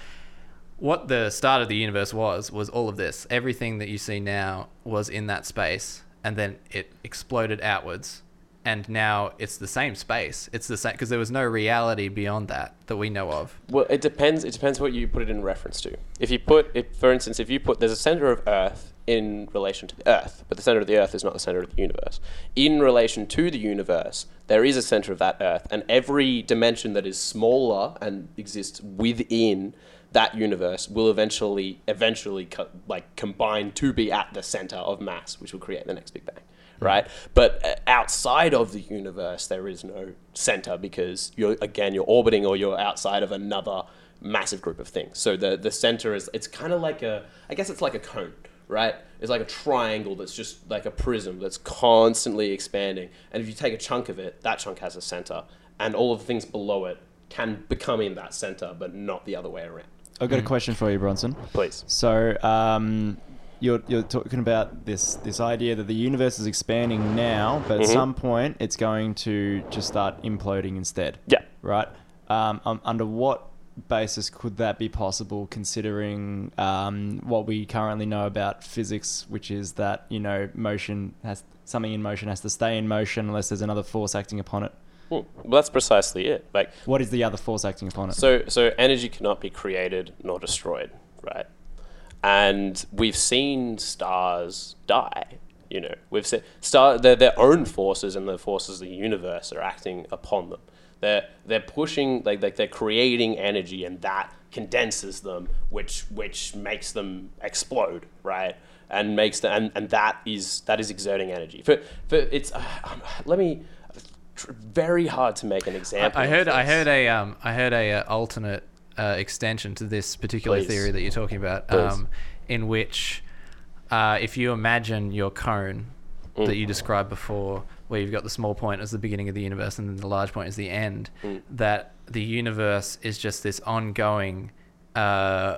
Speaker 6: what the start of the universe was was all of this. Everything that you see now was in that space, and then it exploded outwards, and now it's the same space. It's the same because there was no reality beyond that that we know of.
Speaker 7: Well, it depends. It depends what you put it in reference to. If you put, if, for instance, if you put, there's a center of Earth in relation to the Earth, but the center of the Earth is not the center of the universe. In relation to the universe, there is a center of that Earth, and every dimension that is smaller and exists within that universe will eventually, eventually, co- like combine to be at the center of mass, which will create the next Big Bang. right? But uh, outside of the universe, there is no center because you're again you're orbiting or you're outside of another massive group of things. So the the center is it's kind of like a I guess it's like a cone, right? It's like a triangle that's just like a prism that's constantly expanding. And if you take a chunk of it, that chunk has a center, and all of the things below it can become in that center, but not the other way around.
Speaker 5: I've
Speaker 6: Mm.
Speaker 5: got a question for you, Bronson.
Speaker 7: Please.
Speaker 5: So, um, you're, you're talking about this this idea that the universe is expanding now, but
Speaker 6: Mm-hmm.
Speaker 5: at some point it's going to just start imploding instead.
Speaker 7: Yeah.
Speaker 5: Right. Um, um, under what basis could that be possible, considering um, what we currently know about physics, which is that you know motion has something in motion has to stay in motion unless there's another force acting upon it.
Speaker 7: Hmm. Well, that's precisely it. Like
Speaker 5: What is the other force acting upon it?
Speaker 7: So, so energy cannot be created nor destroyed, right? And we've seen stars die. You know, we've seen star their, their own forces and the forces of the universe are acting upon them. They're they're pushing like like they're creating energy, and that condenses them, which which makes them explode, right? And makes the and, and that is that is exerting energy. For for it's uh, um, let me tr- very hard to make an example.
Speaker 6: I
Speaker 7: of
Speaker 6: heard. I
Speaker 7: this.
Speaker 6: heard a. Um, I heard a uh, alternate uh, extension to this particular
Speaker 7: Please.
Speaker 6: theory that you're talking about,
Speaker 7: Please.
Speaker 6: um, in which, uh, if you imagine your cone that
Speaker 7: Mm.
Speaker 6: you described before, where you've got the small point as the beginning of the universe and then the large point is the end,
Speaker 7: Mm.
Speaker 6: that the universe is just this ongoing. Uh,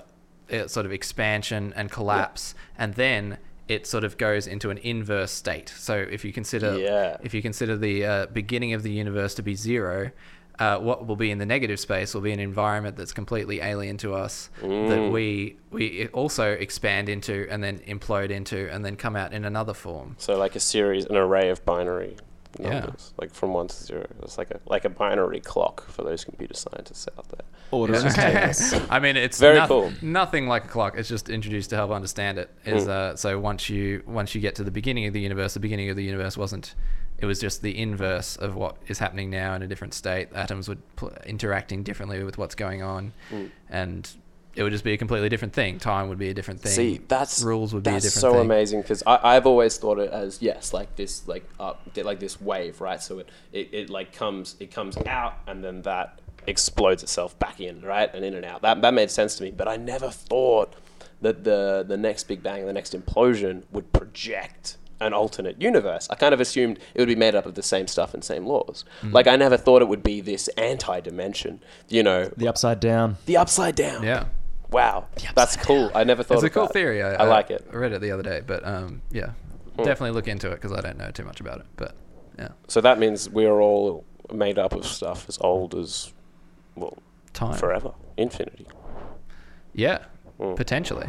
Speaker 6: uh, sort of expansion and collapse, and then it sort of goes into an inverse state. So if you consider
Speaker 7: Yeah.
Speaker 6: if you consider the uh, beginning of the universe to be zero, uh, what will be in the negative space will be an environment that's completely alien to us that we we also expand into and then implode into and then come out in another form.
Speaker 7: So like a series, an array of binary
Speaker 6: Yeah.
Speaker 7: numbers, like from one to zero. It's like a like a binary clock for those computer scientists out there.
Speaker 5: Order of
Speaker 7: <laughs>
Speaker 5: chaos.
Speaker 6: <laughs> I mean, it's
Speaker 7: Very
Speaker 6: noth-
Speaker 7: cool. Hmm.
Speaker 6: Nothing like a clock. It's just introduced to help understand it. Is uh, so once you once you get to the beginning of the universe, the beginning of the universe wasn't. It was just the inverse of what is happening now in a different state. Atoms would pl- interacting differently with what's going on,
Speaker 7: Hmm.
Speaker 6: and it would just be a completely different thing. Time would be a different thing.
Speaker 7: See, that's
Speaker 6: rules would be a
Speaker 7: that's
Speaker 6: different
Speaker 7: so
Speaker 6: thing.
Speaker 7: amazing because I've always thought it as yes, like this, like up, like this wave, right? So it, it it like comes it comes out and then that explodes itself back in, right, and in and out. That that made sense to me, but I never thought that the the next Big Bang, the next implosion, would project an alternate universe. I kind of assumed it would be made up of the same stuff and same laws.
Speaker 6: Mm.
Speaker 7: Like I never thought it would be this anti-dimension, you know,
Speaker 5: the upside down.
Speaker 7: the upside down.
Speaker 6: Yeah,
Speaker 7: Wow, that's cool. I never thought
Speaker 6: it's a
Speaker 7: of
Speaker 6: cool
Speaker 7: that.
Speaker 6: theory. I,
Speaker 7: I like it. Hmm.
Speaker 6: I read it the other day, but um, yeah, definitely look into it because I don't know too much about it. But yeah,
Speaker 7: So that means we are all made up of stuff as old as, well,
Speaker 6: time
Speaker 7: forever, infinity.
Speaker 6: Yeah,
Speaker 5: Hmm.
Speaker 6: potentially.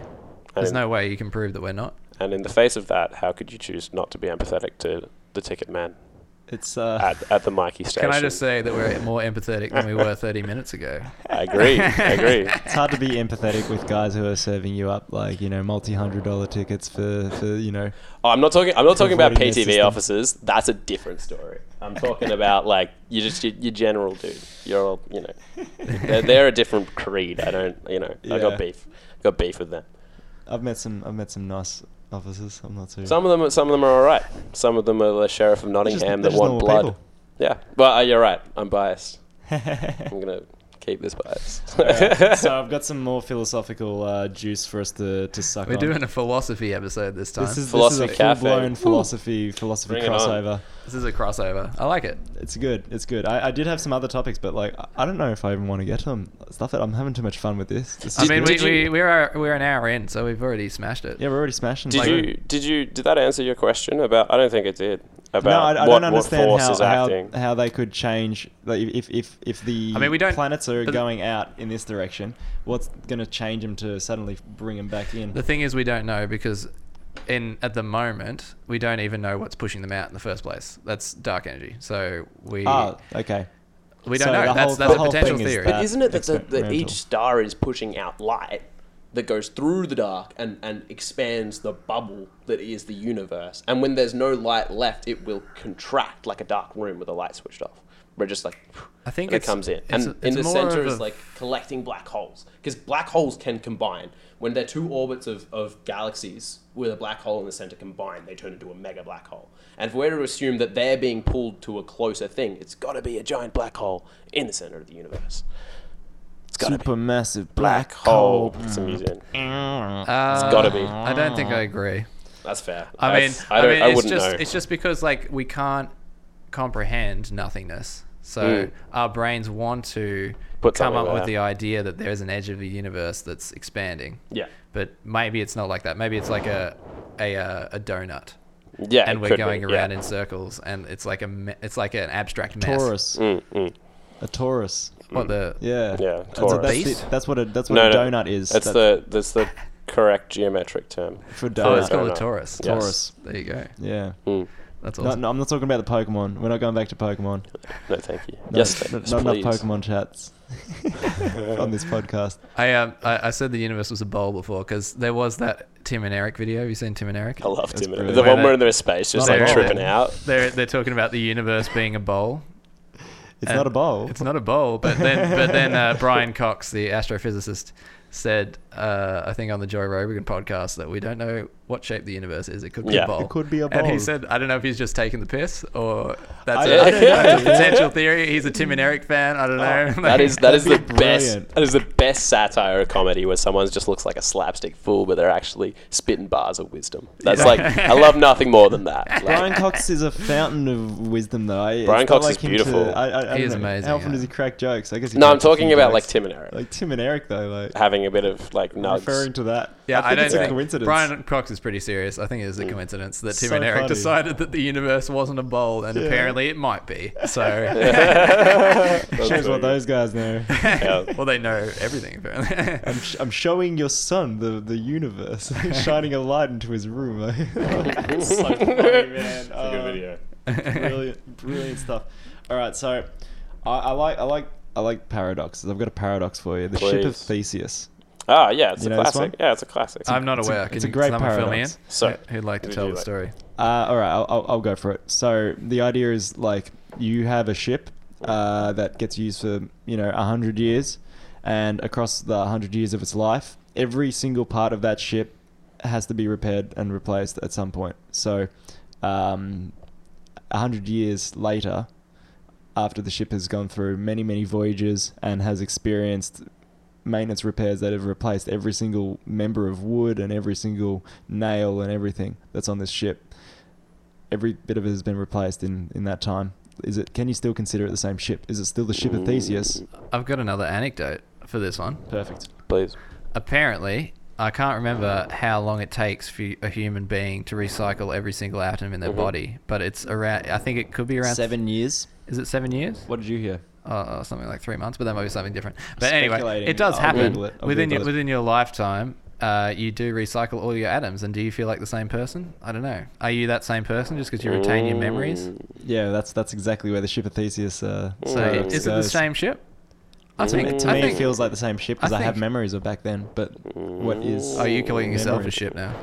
Speaker 6: There's no way you can prove that we're not.
Speaker 7: And in the face of that, how could you choose not to be empathetic to the ticket man
Speaker 5: It's uh,
Speaker 7: at, at the Mikey station?
Speaker 6: Can I just say that we're more empathetic than
Speaker 5: <laughs>
Speaker 6: we were 30 minutes ago?
Speaker 7: I agree. I
Speaker 6: <laughs>
Speaker 7: agree.
Speaker 5: it's hard to be empathetic with guys who are serving you up like you know multi hundred dollar tickets for for you know
Speaker 7: Oh, I'm not talking. I'm not talking about
Speaker 5: Avoiding their
Speaker 7: PTV
Speaker 5: system.
Speaker 7: officers. That's a different story. I'm talking about like you just your, your general dude. You're all you know. They're, they're a different creed. I don't. You know.
Speaker 5: Yeah.
Speaker 7: I got beef. Got beef with them.
Speaker 5: I've met some I've met some nice officers. I'm not too.
Speaker 7: Some of them, some of them are all right. Some of them are the sheriff of
Speaker 5: just-
Speaker 7: Nottingham
Speaker 5: they're
Speaker 7: that
Speaker 5: just
Speaker 7: want
Speaker 5: normal
Speaker 7: blood.
Speaker 5: people.
Speaker 7: Yeah, well, uh, you're right. I'm biased. I'm <laughs>
Speaker 5: Alright,
Speaker 7: gonna keep this bias. <laughs>
Speaker 5: so I've got some more philosophical uh, juice for us to to suck.
Speaker 6: We're
Speaker 5: on.
Speaker 6: doing a philosophy episode this time.
Speaker 5: This is, this is a
Speaker 7: Philosophy
Speaker 5: full
Speaker 7: Cafe.
Speaker 5: blown philosophy philosophy
Speaker 7: Bring it on.
Speaker 5: crossover.
Speaker 6: a crossover. I like it.
Speaker 5: It's good. It's good. I, I did have some other topics, but like I- I don't know if I even want to get to them. Stuff it. I'm having too much fun with this. This
Speaker 6: I
Speaker 5: is
Speaker 6: mean,
Speaker 5: good.
Speaker 6: we, we, we're, we're an hour in, so we've already smashed it.
Speaker 5: yeah, we're already smashing.
Speaker 7: did
Speaker 5: through.
Speaker 7: you? Did you? Did that answer your question about? I don't think it did. About
Speaker 5: No, I, I
Speaker 7: what,
Speaker 5: don't understand
Speaker 7: what force
Speaker 5: how,
Speaker 7: is
Speaker 5: how,
Speaker 7: acting.
Speaker 5: how they could change. Like if, if, if the
Speaker 6: I mean, we don't-
Speaker 5: planets are
Speaker 6: but-
Speaker 5: going out in this direction, what's going to change them to suddenly bring them back in?
Speaker 6: The thing is, we don't know because in at the moment, we don't even know what's pushing them out in the first place. That's dark energy. So we,
Speaker 5: ah, okay.
Speaker 6: we don't
Speaker 5: so
Speaker 6: know.
Speaker 5: the whole-
Speaker 6: That's, that's
Speaker 5: the
Speaker 6: a
Speaker 5: whole
Speaker 6: potential
Speaker 5: thing is
Speaker 6: theory.
Speaker 5: that-
Speaker 7: but isn't it that, the, that
Speaker 5: experimental.
Speaker 7: each star is pushing out light that goes through the dark and, and expands the bubble that is the universe? And when there's no light left, it will contract like a dark room with a light switched off. where it just like
Speaker 6: I think
Speaker 7: and it
Speaker 6: it's-
Speaker 7: comes in.
Speaker 6: it's-
Speaker 7: And
Speaker 6: it's
Speaker 7: in the
Speaker 6: more
Speaker 7: center
Speaker 6: of
Speaker 7: is
Speaker 6: a-
Speaker 7: like collecting black holes because black holes can combine. When they're two orbits of, of galaxies with a black hole in the center combined, they turn into a mega black hole. And if we're to assume that they're being pulled to a closer thing, it's got to be a giant black hole in the center of the universe. It's got to be.
Speaker 5: massive
Speaker 7: Black hole. It's a museum.
Speaker 6: it's
Speaker 7: gotta be.
Speaker 6: I don't
Speaker 5: ah.
Speaker 6: think I agree.
Speaker 7: That's fair.
Speaker 6: Uh, I mean,
Speaker 7: That's-
Speaker 6: I, mean, it's
Speaker 7: wouldn't
Speaker 6: just
Speaker 7: know.
Speaker 6: it's just because like we can't comprehend nothingness, so
Speaker 7: Mm.
Speaker 6: our brains want to
Speaker 7: Put
Speaker 6: come
Speaker 7: something
Speaker 6: up with
Speaker 7: there.
Speaker 6: the idea that there is an edge of the universe that's expanding.
Speaker 7: Yeah.
Speaker 6: but maybe it's not like that. Maybe it's like a a uh, a donut,
Speaker 7: yeah,
Speaker 6: and
Speaker 7: it
Speaker 6: we're
Speaker 7: could
Speaker 6: going
Speaker 7: be,
Speaker 6: around
Speaker 7: yeah.
Speaker 6: in circles, and it's like a me- it's like an abstract mess.
Speaker 5: Taurus. A Taurus.
Speaker 6: What the?
Speaker 5: Yeah.
Speaker 7: Mm, Yeah,
Speaker 5: That's,
Speaker 7: Taurus.
Speaker 5: A, that's,
Speaker 6: Beast?
Speaker 5: the- that's what a that's what
Speaker 7: No,
Speaker 5: a
Speaker 7: no,
Speaker 5: donut is.
Speaker 7: That's
Speaker 5: That-
Speaker 7: the that's the correct geometric term.
Speaker 5: for
Speaker 6: Oh,
Speaker 5: donut.
Speaker 6: it's called a
Speaker 7: Donut.
Speaker 6: Taurus.
Speaker 7: Yes.
Speaker 5: Taurus.
Speaker 6: There you go.
Speaker 5: Yeah.
Speaker 7: Mm.
Speaker 6: That's
Speaker 5: No,
Speaker 6: awesome.
Speaker 5: no, I'm not talking about the Pokemon. We're not going back to Pokemon.
Speaker 7: No, thank you.
Speaker 5: No,
Speaker 7: yes,
Speaker 5: n-
Speaker 7: please.
Speaker 5: not enough Pokemon
Speaker 7: <laughs>
Speaker 5: chats on this podcast.
Speaker 6: I, um, I I said the universe was a bowl before because there was that Tim and Eric video. Have you seen Tim and Eric?
Speaker 7: I love Tim. and Eric.
Speaker 5: brilliant.
Speaker 7: The
Speaker 6: Wait,
Speaker 7: one where
Speaker 6: wait.
Speaker 7: in the space, just
Speaker 6: Not
Speaker 7: like
Speaker 6: at all.
Speaker 7: tripping
Speaker 5: <laughs>
Speaker 7: out.
Speaker 6: They're they're talking about the universe being a bowl.
Speaker 5: It's
Speaker 6: And
Speaker 5: not a bowl.
Speaker 6: It's not a bowl, but then but then uh, Brian Cox, the astrophysicist, said uh, I think on the Joy Rogan podcast that we don't know what shape the universe is. It could be
Speaker 7: Yeah.
Speaker 6: a bowl.
Speaker 5: It could be a
Speaker 6: And he
Speaker 5: bowl.
Speaker 6: said I don't know if he's just taking the piss or that's
Speaker 5: I- Oh,
Speaker 6: a,
Speaker 7: I don't know.
Speaker 6: that's a potential theory. He's a Tim and Eric fan. I don't know.
Speaker 7: That is that is the
Speaker 5: That'd be
Speaker 7: best.
Speaker 5: brilliant.
Speaker 7: That is the best satire of comedy where someone just looks like a slapstick fool, but they're actually spitting bars of wisdom. That's
Speaker 6: Yeah.
Speaker 5: <laughs>
Speaker 7: like I love nothing more than that. Like,
Speaker 5: Brian Cox is a fountain of wisdom, though. I, it's
Speaker 7: Brian
Speaker 5: not
Speaker 7: Cox
Speaker 5: like
Speaker 7: is
Speaker 5: him
Speaker 7: beautiful.
Speaker 5: To, I, I, I
Speaker 6: He
Speaker 5: don't
Speaker 6: is
Speaker 5: know.
Speaker 6: amazing,
Speaker 5: How often
Speaker 6: yeah.
Speaker 5: does he crack jokes? I guess. He
Speaker 7: no, I'm
Speaker 5: cracks a
Speaker 7: talking
Speaker 5: few
Speaker 7: about like
Speaker 5: jokes.
Speaker 7: Tim and Eric
Speaker 5: like Tim and Eric, though. Like
Speaker 7: having a bit of like nugs.
Speaker 5: referring to that.
Speaker 6: <laughs> Yeah, I,
Speaker 5: think
Speaker 6: don't
Speaker 5: it's
Speaker 6: think
Speaker 5: a coincidence. Mm.
Speaker 6: Brian Cox is pretty serious. I think it is a coincidence that Tim
Speaker 5: So
Speaker 6: and Eric
Speaker 5: funny.
Speaker 6: decided that the universe wasn't a bowl, and
Speaker 5: Yeah.
Speaker 6: apparently it might be.
Speaker 5: <laughs>
Speaker 6: So.
Speaker 5: <laughs>
Speaker 6: <laughs>
Speaker 5: Shows what those guys know.
Speaker 7: Yeah.
Speaker 6: well, they know everything apparently.
Speaker 5: I'm, sh-
Speaker 6: <laughs>
Speaker 5: I'm showing your son the, the universe, <laughs> shining a light into his room. <laughs> like- it's so funny, man. Um, Brilliant, brilliant stuff. All right, so I, I like I like I like paradoxes. I've got a paradox for you. The ship of
Speaker 7: Please.
Speaker 5: Theseus.
Speaker 7: Ah, yeah, it's
Speaker 5: You
Speaker 7: a
Speaker 5: know this
Speaker 7: classic.
Speaker 5: one?
Speaker 7: Yeah, it's a classic.
Speaker 6: I'm not aware.
Speaker 5: it's
Speaker 6: Can
Speaker 5: a
Speaker 6: you-
Speaker 5: great
Speaker 6: someone fill me in?
Speaker 5: paradox.
Speaker 7: So-
Speaker 6: who'd like to
Speaker 7: Would
Speaker 6: tell
Speaker 7: you
Speaker 6: the
Speaker 7: like-
Speaker 6: story?
Speaker 5: Uh, all right, I'll, I'll, I'll go for it. So the idea is like you have a ship uh, that gets used for you know hundred years, and across the hundred years of its life, every single part of that ship has to be repaired and replaced at some point. So, um, hundred years later, after the ship has gone through many many voyages and has experienced maintenance repairs that have replaced every single member of wood and every single nail and everything that's on this ship. Every bit of it has been replaced in, in that time. Is it? Can you still consider it the same ship? Is it still the ship of Theseus?
Speaker 6: I've got another anecdote for this one.
Speaker 5: Perfect.
Speaker 7: Please.
Speaker 6: Apparently, I can't remember how long it takes for a human being to recycle every single atom in their
Speaker 7: Mm-hmm.
Speaker 6: body, but it's around. I think it could be around
Speaker 5: years.
Speaker 6: Is it seven years?
Speaker 5: What did you hear?
Speaker 6: uh, something like three months, but that might be something different. But anyway,
Speaker 5: Speculating.
Speaker 6: it does
Speaker 5: I'll
Speaker 6: happen
Speaker 5: Google it. I'll
Speaker 6: within your,
Speaker 5: Google it.
Speaker 6: within your lifetime. Uh, you do recycle all your atoms, and do you feel like the same person? I don't know. Are you that same person just because you retain your memories?
Speaker 5: Mm, Yeah, that's that's exactly where the ship of Theseus. Uh,
Speaker 6: So
Speaker 5: paradox
Speaker 6: is it the
Speaker 5: goes.
Speaker 6: same ship? I
Speaker 5: To me,
Speaker 6: think.
Speaker 5: Mm, to
Speaker 6: I
Speaker 5: me
Speaker 6: think
Speaker 5: it feels like the same ship because I,
Speaker 6: I
Speaker 5: have
Speaker 6: think-
Speaker 5: memories of back then. But what is?
Speaker 6: Oh, you're calling yourself a
Speaker 5: memory?
Speaker 6: ship now.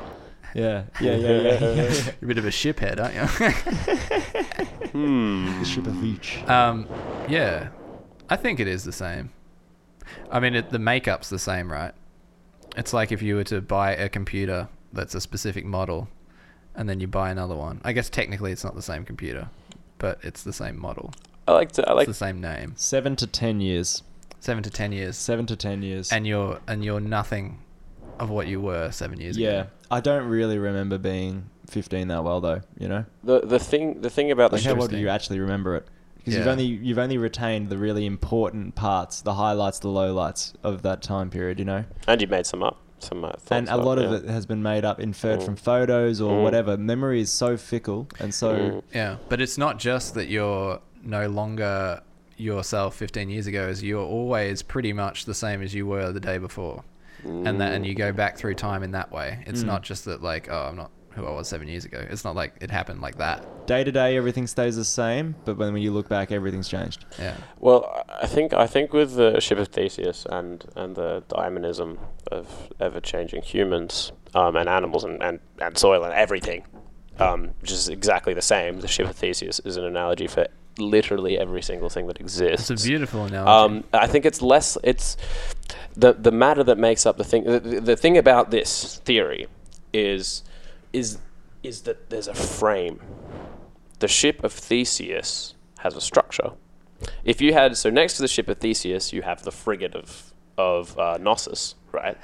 Speaker 5: Yeah, yeah, yeah, yeah. yeah.
Speaker 6: <laughs>
Speaker 5: <laughs>
Speaker 6: You're a bit of a shiphead, <laughs> aren't
Speaker 5: the ship of each.
Speaker 6: you? um, yeah, I think it is the same. I mean, it, the makeup's the same, right? It's like if you were to buy a computer that's a specific model, and then you buy another one. I guess technically it's not the same computer, but it's the same model.
Speaker 7: I like to. I
Speaker 6: It's
Speaker 7: like.
Speaker 6: the same name.
Speaker 5: Seven to ten years.
Speaker 6: Seven to ten years,
Speaker 5: Seven to ten years.
Speaker 6: and you're and you're nothing of what you were seven years
Speaker 5: Yeah,
Speaker 6: ago.
Speaker 5: I don't really remember being 15 that well, though. You know,
Speaker 7: The the thing the thing about the
Speaker 5: like how
Speaker 7: ship.
Speaker 5: well do you actually remember it? Because you've
Speaker 6: Yeah.
Speaker 5: only you've only retained the really important parts, the highlights, the lowlights of that time period. You know,
Speaker 7: and you made some up. Some uh, thoughts
Speaker 5: and a
Speaker 7: up,
Speaker 5: lot of
Speaker 7: yeah.
Speaker 5: it has been made up, inferred
Speaker 7: Mm.
Speaker 5: from photos or
Speaker 7: Mm.
Speaker 5: whatever. Memory is so fickle and so
Speaker 7: Mm.
Speaker 6: Yeah, but it's not just that you're no longer yourself 15 years ago as you're always pretty much the same as you were the day before. And that and you go back through time in that way. It's not just that like oh, I'm not who I was 7 years ago. It's not like it happened like that.
Speaker 5: day to day everything stays the same, but when, when you look back, everything's changed.
Speaker 6: Yeah.
Speaker 7: Well, I I think I think with the ship of Theseus and, and the daimonism of ever changing humans um, and animals and, and, and soil and everything, um, which is exactly the same. The ship of Theseus is an analogy for literally every single thing that exists.
Speaker 6: It's a beautiful analogy.
Speaker 7: Um, I think it's less. It's the the matter that makes up the thing. The, the, the thing about this theory is is is that there's a frame. The ship of Theseus has a structure. If you had so next to the ship of Theseus, you have the frigate of of uh, Knossos, right?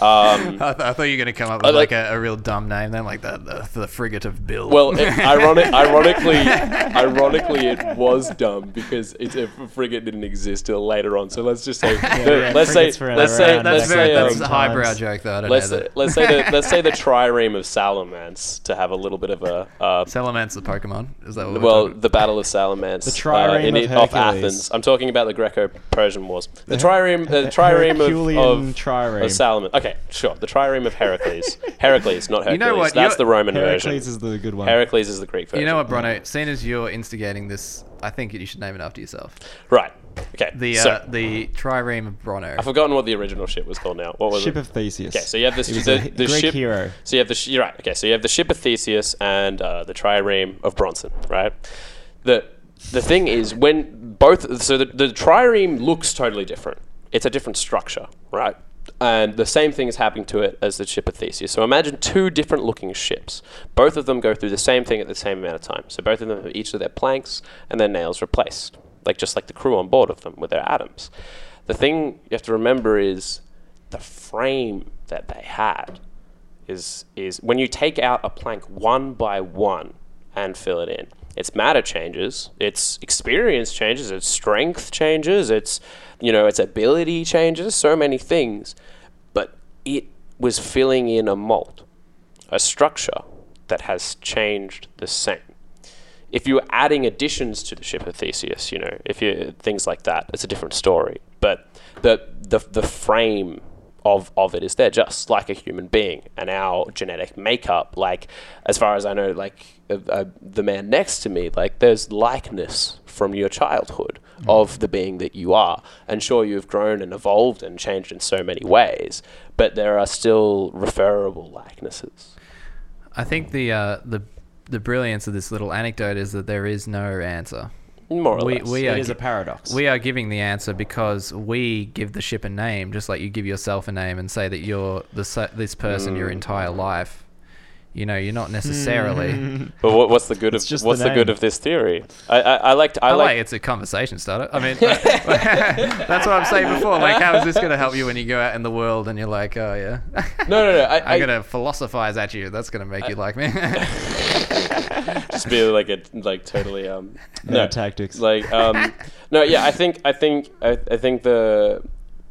Speaker 7: Um,
Speaker 6: <laughs> I, th- I thought you were going to come up
Speaker 7: I
Speaker 6: with like,
Speaker 7: like-
Speaker 6: a, a real dumb name then, like the, the, the frigate of Bill.
Speaker 7: Well,
Speaker 6: <laughs>
Speaker 7: it, ironic, ironically, ironically, it was dumb because it's, a frigate didn't exist till later on. So let's just say,
Speaker 5: yeah,
Speaker 7: let's say,
Speaker 5: frigates were
Speaker 7: let's say,
Speaker 5: around at that
Speaker 6: that's
Speaker 7: let's say,
Speaker 6: very
Speaker 5: time.
Speaker 6: that's
Speaker 7: um,
Speaker 6: a highbrow
Speaker 5: Sometimes.
Speaker 6: joke though. I don't
Speaker 7: let's
Speaker 6: know
Speaker 7: say,
Speaker 6: that.
Speaker 7: let's say the let's say
Speaker 6: <laughs>
Speaker 7: the trireme of Salamance to have a little bit of a. Uh,
Speaker 6: Salamence the Pokemon. Is that what we're
Speaker 7: well,
Speaker 6: talking-
Speaker 7: the Battle of Salamance, the
Speaker 5: trireme of
Speaker 7: off
Speaker 5: Hercules.
Speaker 7: Athens. I'm talking about the Greco-Persian wars. The trireme, uh, trireme of,
Speaker 5: Herculean
Speaker 7: of
Speaker 5: trireme.
Speaker 7: of Salamance. Okay, sure. The trireme
Speaker 5: <laughs>
Speaker 7: of Heracles. Heracles, not Hercules.
Speaker 6: know what?
Speaker 7: That's
Speaker 6: You're-
Speaker 7: the Roman
Speaker 5: Heracles
Speaker 7: version.
Speaker 5: is the good one.
Speaker 7: Heracles is the Greek version.
Speaker 6: you know what, Bruno? Seeing as you're instigating this, I think you should name it after yourself.
Speaker 7: Right. Okay.
Speaker 6: The uh,
Speaker 7: so,
Speaker 6: the trireme of Bruno.
Speaker 7: I've forgotten what the original ship was called now. What was
Speaker 5: Ship
Speaker 7: it?
Speaker 5: of Theseus.
Speaker 7: okay, so you have this,
Speaker 5: It was
Speaker 7: the,
Speaker 5: a
Speaker 7: the
Speaker 5: Greek
Speaker 7: ship.
Speaker 5: hero.
Speaker 7: So you have the sh- you're right. Okay, so you have the ship of Theseus and uh, the trireme of Bronson. Right. The the thing is when both so the, the trireme looks totally different. It's a different structure, right? And the same thing is happening to it as the ship of Theseus. So imagine two different looking ships. Both of them go through the same thing at the same amount of time. So both of them have each of their planks and their nails replaced, like just like the crew on board of them with their atoms. The thing you have to remember is the frame that they had is is when you take out a plank one by one and fill it in. Its matter changes, its experience changes, its strength changes, its you know, its ability changes, so many things. But it was filling in a mold, a structure that has changed the same if you were adding additions to the ship of Theseus, you know, if you things like that, it's a different story. But the the the frame of of it is there, just like a human being and our genetic makeup. Like as far as I know, like uh, uh, the man next to me, like there's likeness from your childhood
Speaker 6: Mm.
Speaker 7: of the being that you are. And sure, you've grown and evolved and changed in so many ways, but there are still referable likenesses.
Speaker 6: I think the uh, the the brilliance of this little anecdote is that there is no answer.
Speaker 7: More or
Speaker 6: We,
Speaker 7: less.
Speaker 6: we
Speaker 5: It
Speaker 6: are
Speaker 5: is
Speaker 6: gi-
Speaker 5: a paradox.
Speaker 6: we are giving the answer because we give the ship a name, just like you give yourself a name and say that you're the se- this person
Speaker 7: Mm.
Speaker 6: your entire life. You know, you're not necessarily.
Speaker 7: But what, what's the good of
Speaker 5: just
Speaker 7: what's
Speaker 5: the
Speaker 7: the, good
Speaker 5: name.
Speaker 7: of this theory? I I, I like to- I,
Speaker 6: I like,
Speaker 7: like
Speaker 6: it's a conversation starter. I
Speaker 7: <laughs>
Speaker 6: mean, <laughs> that's what I'm saying before. Like, how is this going to help you when you go out in the world and you're like, oh yeah, <laughs>
Speaker 7: no no no. I, I
Speaker 6: I'm going to philosophize at you. That's going to make you like
Speaker 7: <laughs>
Speaker 6: me. <laughs>
Speaker 7: just be like a like
Speaker 6: <laughs>
Speaker 7: totally um
Speaker 5: No
Speaker 7: no
Speaker 5: tactics.
Speaker 7: like um no yeah I think I think I, I think the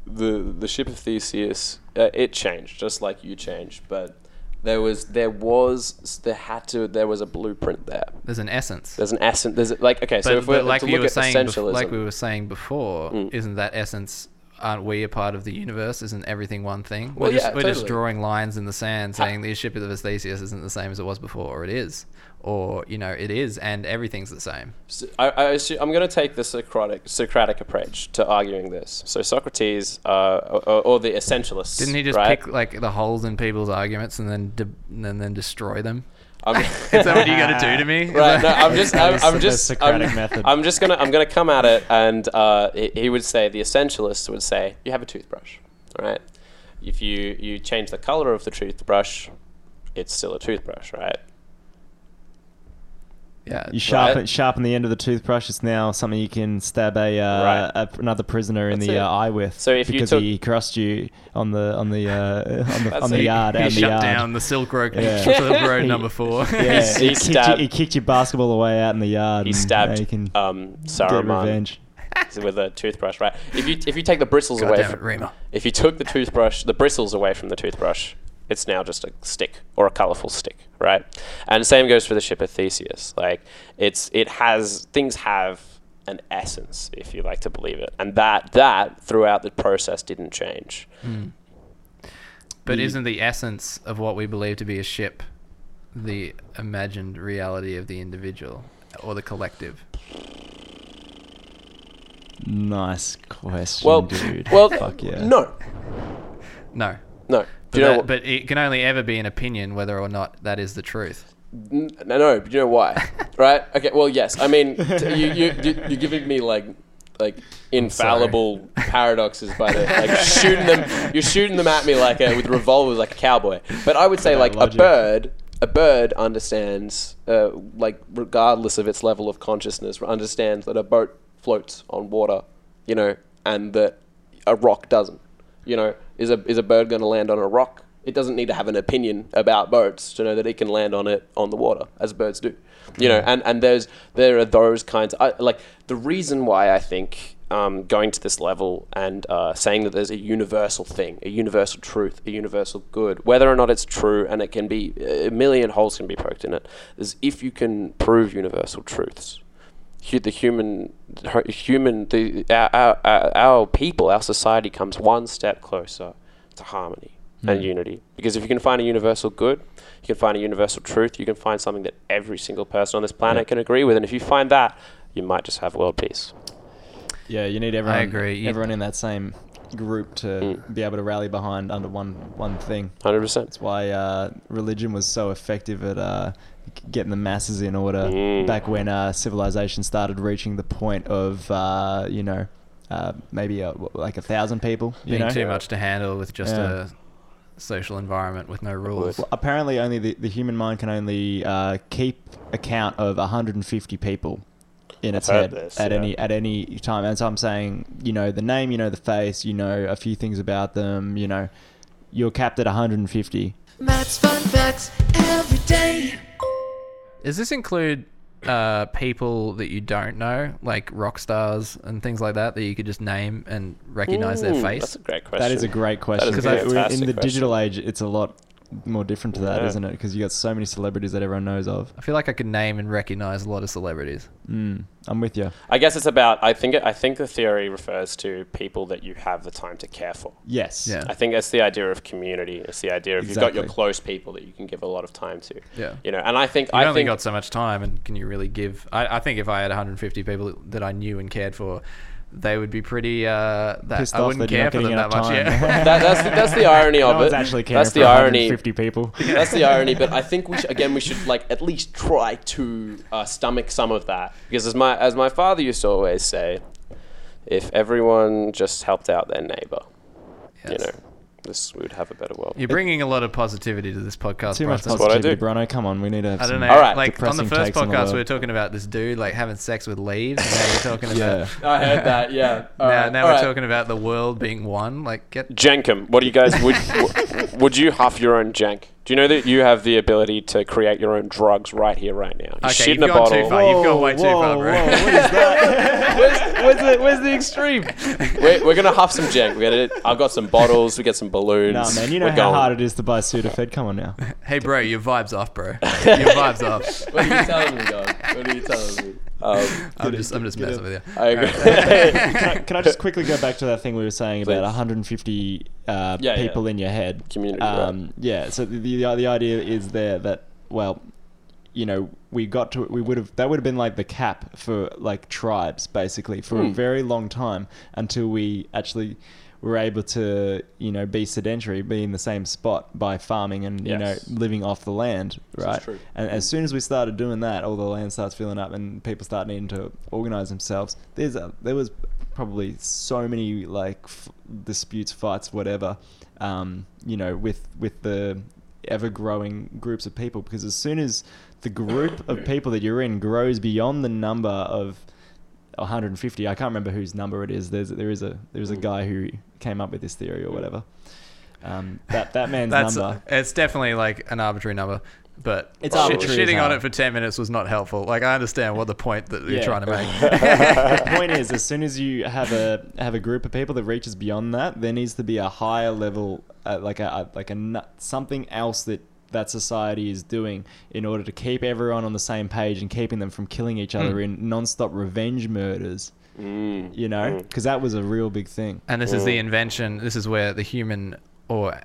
Speaker 7: the the ship of Theseus uh, it changed just like you changed, but there was there was there had to there was a blueprint there.
Speaker 6: There's an essence.
Speaker 7: There's an essence. There's a, like okay. so
Speaker 6: but,
Speaker 7: if we're
Speaker 6: but like
Speaker 7: to
Speaker 6: we
Speaker 7: look
Speaker 6: were
Speaker 7: at
Speaker 6: saying, bef-
Speaker 7: essentialism, Mm.
Speaker 6: like we were saying before, isn't that essence? Aren't we a part of the universe? Isn't everything one thing? We're,
Speaker 7: Well,
Speaker 6: just,
Speaker 7: yeah,
Speaker 6: we're just
Speaker 7: totally.
Speaker 6: drawing lines in the sand, saying the ship of the Theseus isn't the same as it was before, or it is, or you know, it is, and everything's the same.
Speaker 7: So I, I assu- I'm going to take the Socratic Socratic approach to arguing this. So Socrates, uh, or, or the essentialists,
Speaker 6: Didn't he just
Speaker 7: right?
Speaker 6: pick like the holes in people's arguments and then de- and then destroy
Speaker 7: <laughs>
Speaker 6: them? <laughs>
Speaker 7: I'm,
Speaker 6: Is that what you got to do to me? Is
Speaker 7: <laughs> right,
Speaker 6: that- <laughs>
Speaker 7: no, I'm just, I'm,
Speaker 5: That's
Speaker 7: I'm
Speaker 5: the
Speaker 7: just,
Speaker 5: Socratic
Speaker 7: I'm,
Speaker 5: method.
Speaker 7: I'm just gonna, I'm gonna come at it, and uh, he, he would say the essentialists would say you have a toothbrush, all right? If you you change the color of the toothbrush, it's still a toothbrush, right?
Speaker 6: yeah. <laughs>
Speaker 5: You sharpen
Speaker 7: Right.
Speaker 5: sharpen the end of the toothbrush. It's now something you can stab a, uh,
Speaker 7: Right.
Speaker 5: a another prisoner in
Speaker 7: That's
Speaker 5: the
Speaker 7: it.
Speaker 5: uh, eye with.
Speaker 7: So if you
Speaker 5: because
Speaker 7: took-
Speaker 5: he crossed you on the on the uh, on the,
Speaker 7: That's
Speaker 5: on the
Speaker 7: it.
Speaker 5: yard
Speaker 6: he
Speaker 5: and the
Speaker 6: shut
Speaker 5: yard.
Speaker 6: down the Silk Road,
Speaker 7: <laughs>
Speaker 5: Yeah.
Speaker 6: Silk Road
Speaker 5: He-
Speaker 6: number four.
Speaker 5: Yeah, <laughs> he,
Speaker 7: He- he
Speaker 5: kicked
Speaker 7: stabbed-
Speaker 5: you, he kicked your basketball away out in the yard.
Speaker 7: He
Speaker 6: Mm,
Speaker 5: and, uh,
Speaker 7: stabbed
Speaker 5: you can
Speaker 7: um,
Speaker 5: get
Speaker 7: Saruman <laughs>
Speaker 5: revenge.
Speaker 7: <laughs> with a toothbrush, right? If you if you take the bristles
Speaker 6: God
Speaker 7: away,
Speaker 6: damn
Speaker 7: fr-
Speaker 6: it, Rima.
Speaker 7: If you took the toothbrush, the bristles away from the toothbrush, it's now just a stick or a colorful stick, right? And same goes for the ship of Theseus. Like it's it has things have an essence, if you like to believe it, and that that throughout the process didn't change.
Speaker 5: Mm.
Speaker 6: But isn't the essence of what we believe to be a ship the imagined reality of the individual or the collective?
Speaker 5: Nice question,
Speaker 7: Well,
Speaker 5: dude.
Speaker 7: well,
Speaker 5: Fuck yeah.
Speaker 7: no,
Speaker 6: No.
Speaker 7: no.
Speaker 6: But,
Speaker 7: Do you know
Speaker 6: that-
Speaker 7: what?
Speaker 6: but it can only ever be an opinion whether or not that is the truth.
Speaker 7: N- No, no, but you know why, right? Okay, well, yes. I mean, t- you, you, you, you're giving me like, like infallible paradoxes by the, like shooting them. You're shooting them at me like a, with revolvers, like a cowboy. But I would say like
Speaker 5: logic.
Speaker 7: a bird. A bird understands, uh, like regardless of its level of consciousness, understands that a boat floats on water, you know, and that a rock doesn't. You know, is a is a bird going to land on a rock? It doesn't need to have an opinion about boats to know that it can land on it on the water, as birds do. You know, and and there's there are those kinds. I, like the reason why I think um, going to this level and uh, saying that there's a universal thing, a universal truth, a universal good, whether or not it's true, and it can be a million holes can be poked in it, is if you can prove universal truths hu- the human hu- human the our, our- our, our people our society comes one step closer to harmony
Speaker 5: Mm.
Speaker 7: and unity because if you can find a universal good you can find a universal truth you can find something that every single person on this planet can agree with and if you find that you might just have world peace
Speaker 5: Yeah, you need everyone.
Speaker 6: agree. You-
Speaker 5: Everyone in that same group to
Speaker 7: Mm.
Speaker 5: be able to rally behind under one one thing.
Speaker 7: 100%
Speaker 5: That's why uh, religion was so effective at uh, getting the masses in order
Speaker 7: Mm.
Speaker 5: back when uh, civilization started reaching the point of uh, you know uh, maybe uh, w- like a thousand people. You
Speaker 6: Being
Speaker 5: know,
Speaker 6: too much to handle with just
Speaker 5: Yeah.
Speaker 6: a social environment with no rules.
Speaker 5: Well, apparently, only the, the human mind can only uh, keep account of 150 people in its
Speaker 7: heard
Speaker 5: head
Speaker 7: this,
Speaker 5: at
Speaker 7: yeah.
Speaker 5: any at any time. And so I'm saying, you know, the name, you know, the face, you know, a few things about them. You know, you're capped at 150.
Speaker 3: Matt's fun facts every day.
Speaker 6: Does this include uh, people that you don't know, like rock stars and things like that, that you could just name and recognize their
Speaker 7: Ooh,
Speaker 6: face?
Speaker 7: that's a great question
Speaker 5: That is a great question.
Speaker 7: That is
Speaker 5: 'cause
Speaker 7: a
Speaker 5: I- we're- in
Speaker 7: fantastic
Speaker 5: the
Speaker 7: question.
Speaker 5: digital age, it's a lot more different to that,
Speaker 7: Yeah.
Speaker 5: not it? Because you got so many celebrities that everyone knows of.
Speaker 6: I feel like I could name and recognize a lot of celebrities.
Speaker 5: I'm with you.
Speaker 7: i guess it's about i think i think the theory refers to people that you have the time to care for
Speaker 5: Yes.
Speaker 6: Yeah.
Speaker 7: I think that's the idea of community. It's the idea of you've got your
Speaker 5: Exactly.
Speaker 7: close people that you can give a lot of time to.
Speaker 6: Yeah.
Speaker 7: You know, and I think
Speaker 6: I
Speaker 7: I
Speaker 6: only
Speaker 7: think
Speaker 6: got so much time, and can you really give? I, I think if I had 150 people that I knew and cared for, they would be pretty. Uh, that
Speaker 5: Pissed
Speaker 6: I
Speaker 5: off
Speaker 6: wouldn't
Speaker 5: that you're
Speaker 6: care
Speaker 5: not
Speaker 6: for them
Speaker 5: getting
Speaker 6: that
Speaker 5: enough
Speaker 6: much.
Speaker 5: <laughs>
Speaker 6: Yeah.
Speaker 5: time.
Speaker 7: that, that's, the, that's the irony of
Speaker 5: no one's
Speaker 7: it.
Speaker 5: actually caring
Speaker 7: that's
Speaker 5: for
Speaker 7: the irony.
Speaker 5: 150 people.
Speaker 7: That's the irony. But I think we should, again we should like at least try to uh, stomach some of that because as my as my father used to always say, if everyone just helped out their neighbor, you
Speaker 6: Yes.
Speaker 7: know, this we would have a better world.
Speaker 6: You're bringing a lot of positivity to this podcast.
Speaker 5: Too much
Speaker 6: Bronson.
Speaker 7: what I
Speaker 5: positivity,
Speaker 7: do.
Speaker 5: Bruno. Come on, we need to. Have
Speaker 6: I
Speaker 5: some-
Speaker 6: don't know.
Speaker 7: All right.
Speaker 6: like on the
Speaker 5: Depressing
Speaker 6: first
Speaker 5: takes on the
Speaker 6: podcast,
Speaker 5: world.
Speaker 6: we were talking about this dude like having sex with leaves. and now you're talking about
Speaker 5: Yeah.
Speaker 7: I heard
Speaker 6: <laughs>
Speaker 7: that. Yeah. All
Speaker 6: now,
Speaker 7: right,
Speaker 6: now
Speaker 7: all
Speaker 6: we're
Speaker 7: right.
Speaker 6: talking about the world being one. Like get
Speaker 7: Jankum, what do you guys would w- would you huff your own jank? Do you know that you have the ability to create your own drugs right here, right now? You
Speaker 6: okay.
Speaker 7: shit
Speaker 6: You've
Speaker 7: in a
Speaker 6: gone
Speaker 7: bottle.
Speaker 6: too far. You've gone way too far, bro. <laughs>
Speaker 7: Where's, where's, the, where's
Speaker 5: <laughs>
Speaker 7: the extreme? We're, we're gonna huff some jank. We got it. I've got some bottles. We got some balloons.
Speaker 5: Nah, man, you know
Speaker 7: we're
Speaker 5: how
Speaker 7: going.
Speaker 5: hard it is to buy Sudafed. Come on now.
Speaker 6: Hey, bro, your vibes off,
Speaker 7: <laughs>
Speaker 6: bro. Your vibes off.
Speaker 7: What are you telling me, dog? What are you telling me? Um,
Speaker 6: I'm just, I'm just messing with you.
Speaker 7: I <laughs> agree.
Speaker 5: can, I, can I just quickly go back to that thing we were saying
Speaker 7: Please.
Speaker 5: about 150 uh,
Speaker 7: Yeah, yeah.
Speaker 5: people in your head?
Speaker 7: Community,
Speaker 5: Um, Yeah. So the, the the idea is there that well, you know, we got to we would have that would have been like the cap for like tribes basically for a
Speaker 7: Hmm.
Speaker 5: very long time until we actually were able to you know be sedentary, be in the same spot by farming and you
Speaker 7: Yes.
Speaker 5: know living off the land, right?
Speaker 7: true.
Speaker 5: And as soon as we started doing that, all the land starts filling up, and people start needing to organize themselves. There's a, there was probably so many like f- disputes, fights, whatever, um, you know, with with the ever growing groups of people. Because as soon as the group of people that you're in grows beyond the number of 150, I can't remember whose number it is. There's there is a there is a guy who came up with this theory or whatever. Um, that that man's
Speaker 6: That's
Speaker 5: number.
Speaker 6: it's definitely like an arbitrary number, but
Speaker 5: It's
Speaker 6: shi-
Speaker 5: arbitrary as
Speaker 6: shitting on
Speaker 5: hell.
Speaker 6: it for ten minutes was not helpful. Like I understand what the point that you're
Speaker 5: Yeah.
Speaker 6: trying to
Speaker 5: <laughs>
Speaker 6: make.
Speaker 5: the point is, as soon as you have a have a group of people that reaches beyond that, there needs to be a higher level, uh, like a uh, like a nu- something else that that society is doing in order to keep everyone on the same page and keeping them from killing each
Speaker 6: Hmm.
Speaker 5: other in non-stop revenge murders.
Speaker 7: Mm.
Speaker 5: You know,
Speaker 7: Hmm.
Speaker 5: because that was a real big thing.
Speaker 6: and this is the invention. This is where the human or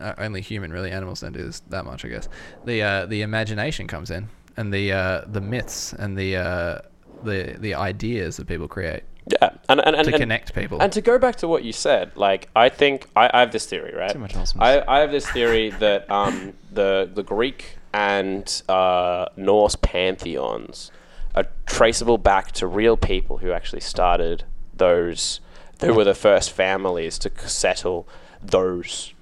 Speaker 6: uh, only human really animals don't do this that much, I guess. The uh, the imagination comes in, and the uh, the myths and the uh, the the ideas that people create
Speaker 7: yeah, and and, and,
Speaker 6: to
Speaker 7: and
Speaker 6: connect people.
Speaker 7: And to go back to what you said, like I think I, I have this theory, right?
Speaker 5: Too much awesomeness.
Speaker 7: I, I have this theory that um, the the Greek and uh, Norse pantheons are traceable back to real people who actually started those, who were the first families to c- settle those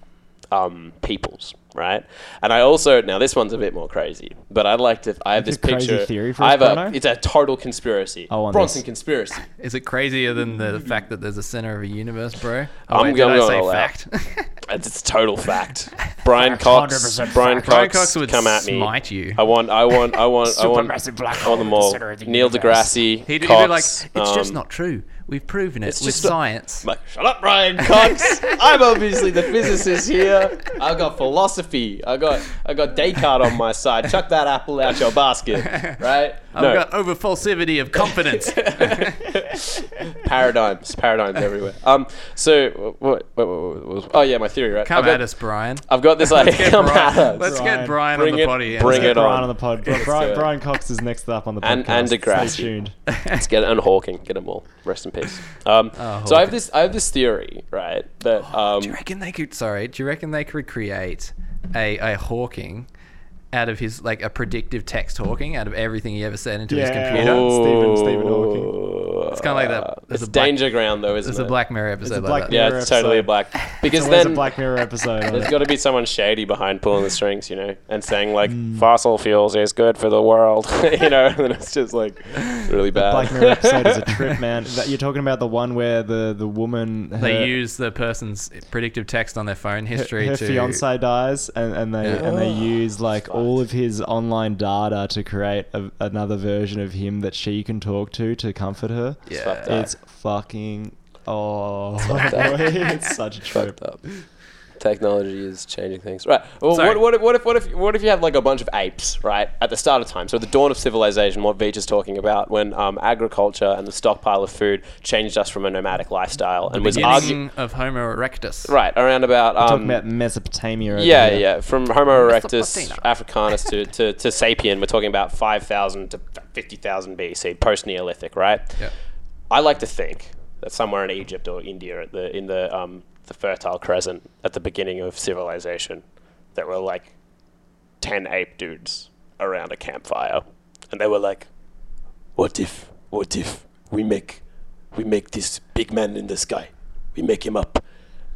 Speaker 7: um, peoples, right? And I also now this one's a bit more crazy, but I'd like to. I have
Speaker 5: It's
Speaker 7: this
Speaker 5: a crazy
Speaker 7: picture.
Speaker 5: theory for
Speaker 7: I have a.
Speaker 5: Chrono?
Speaker 7: It's a total conspiracy.
Speaker 5: I want
Speaker 7: Bronson
Speaker 5: this.
Speaker 7: conspiracy.
Speaker 6: Is it crazier than the fact that there's a center of a universe, bro?
Speaker 7: I'm
Speaker 6: wait,
Speaker 7: going
Speaker 6: did I
Speaker 7: all
Speaker 6: say
Speaker 7: out.
Speaker 6: fact? <laughs>
Speaker 7: It's, it's
Speaker 2: <laughs>
Speaker 7: total fact. Brian Cox.
Speaker 2: 100%
Speaker 7: Brian
Speaker 2: fact.
Speaker 7: Cox,
Speaker 6: Brian Cox would
Speaker 7: come at me.
Speaker 6: smite you.
Speaker 7: I want. I want.
Speaker 2: <laughs>
Speaker 7: I want. I want.
Speaker 2: Supermassive black
Speaker 7: I want them
Speaker 2: hole,
Speaker 7: all.
Speaker 2: center of the
Speaker 7: Neil
Speaker 2: universe.
Speaker 7: deGrasse.
Speaker 6: He'd, he'd be
Speaker 7: Cox,
Speaker 6: like, it's just
Speaker 7: um,
Speaker 6: not true. We've proven it
Speaker 7: it's
Speaker 6: with
Speaker 7: just not-
Speaker 6: science.
Speaker 7: I'm like, shut up, Brian
Speaker 6: <laughs>
Speaker 7: Cox. I'm obviously the physicist here. I've got philosophy. I got I got Descartes on my side. Chuck that apple out
Speaker 6: <laughs>
Speaker 7: your basket, right?
Speaker 6: I've got over falsivity of
Speaker 7: <laughs>
Speaker 6: confidence. <laughs>
Speaker 7: paradigms, paradigms everywhere. Um, so wh- what? what, what, what was, oh yeah, my theory, right?
Speaker 6: Come
Speaker 7: I've got,
Speaker 6: at us, Brian.
Speaker 7: I've
Speaker 6: <laughs>
Speaker 7: got this idea.
Speaker 6: Get
Speaker 7: <laughs> Come at
Speaker 6: Brian.
Speaker 7: us.
Speaker 6: Let's
Speaker 5: Brian.
Speaker 6: get Brian
Speaker 7: Bring
Speaker 6: on the
Speaker 7: it-
Speaker 6: body.
Speaker 7: bring it
Speaker 5: Brian
Speaker 7: on.
Speaker 5: on the pod.
Speaker 7: do it.
Speaker 5: Brian, Brian Cox is next up on the podcast.
Speaker 7: And- and Degrassi.
Speaker 5: Stay tuned.
Speaker 6: <laughs>
Speaker 7: Let's get and Hawking, get them all. Rest in peace. Um,
Speaker 5: Ah,
Speaker 7: so I have
Speaker 6: Hawking.
Speaker 7: this, I have this theory, right? That
Speaker 5: Oh,
Speaker 7: um,
Speaker 6: Do you reckon they could? Sorry, do you reckon they could create a, a Hawking out of his like a predictive text Hawking out of everything he ever said into his
Speaker 5: Yeah.
Speaker 6: computer?
Speaker 5: Ooh. Stephen- Stephen Hawking.
Speaker 7: Ooh.
Speaker 6: It's kind of like that. There's
Speaker 7: It's
Speaker 6: a black,
Speaker 7: danger ground though, isn't
Speaker 6: There's
Speaker 7: it?
Speaker 6: a Black Mirror episode
Speaker 5: a
Speaker 6: like
Speaker 5: Black
Speaker 6: that.
Speaker 5: Mirror.
Speaker 7: yeah, it's totally
Speaker 5: episode.
Speaker 7: black
Speaker 5: <laughs>
Speaker 7: because
Speaker 5: Always
Speaker 7: then
Speaker 5: a Black Mirror episode. on
Speaker 7: There's
Speaker 5: it.
Speaker 7: got to be someone shady behind pulling the strings, you know, and saying like
Speaker 5: Hmm.
Speaker 7: fossil fuels is good for the world, <laughs> you know, and it's just like really bad.
Speaker 5: Black Mirror episode
Speaker 7: <laughs>
Speaker 5: is a trip, man. That, you're talking about the one where the the woman her,
Speaker 6: They use the person's predictive text on their phone
Speaker 5: her,
Speaker 6: history
Speaker 5: her
Speaker 6: to
Speaker 5: fiance dies, and, and they
Speaker 6: Yeah.
Speaker 5: and they use like all of his online data to create a, another version of him that she can talk to to comfort her.
Speaker 6: Yeah.
Speaker 7: fucked up.
Speaker 5: It's fucking oh, <laughs>
Speaker 7: fucked up.
Speaker 5: boy, it's such a trip.
Speaker 7: fucked up. Um, Technology is changing things, right? Well,
Speaker 6: Sorry.
Speaker 7: what, what, if, what if what if what if you have like a bunch of apes, right, at the start of time? So at the dawn of civilization, what Veach is talking about, when um, agriculture and the stockpile of food changed us from a nomadic lifestyle, and was
Speaker 6: beginning
Speaker 7: arguing
Speaker 6: of Homo erectus.
Speaker 7: right around about um,
Speaker 5: Talking about Mesopotamia. over
Speaker 7: Yeah,
Speaker 5: here.
Speaker 7: yeah. From Homo erectus,
Speaker 6: Mesopotamia.
Speaker 7: Africanus to, to, to Sapien, we're talking about 5,000 to 50,000 BC, post Neolithic, right?
Speaker 6: Yeah.
Speaker 7: I like to think that somewhere in Egypt or India, at the, in the, um, the Fertile Crescent, at the beginning of civilization, there were like 10 ape dudes around a campfire. And they were like, what if, what if we make, we make this big man in the sky? We make him up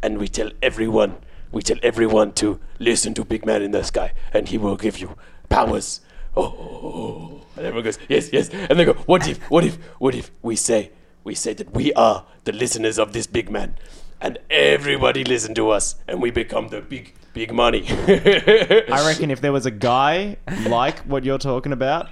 Speaker 7: and we tell everyone we tell everyone to listen to big man in the sky and he will give you powers oh, oh, oh. and everyone goes yes yes and they go what if what if what if we say we say that we are the listeners of this big man and everybody listen to us and we become the big big money <laughs>
Speaker 5: I reckon if there was a
Speaker 6: <laughs>
Speaker 5: guy like what you're talking about,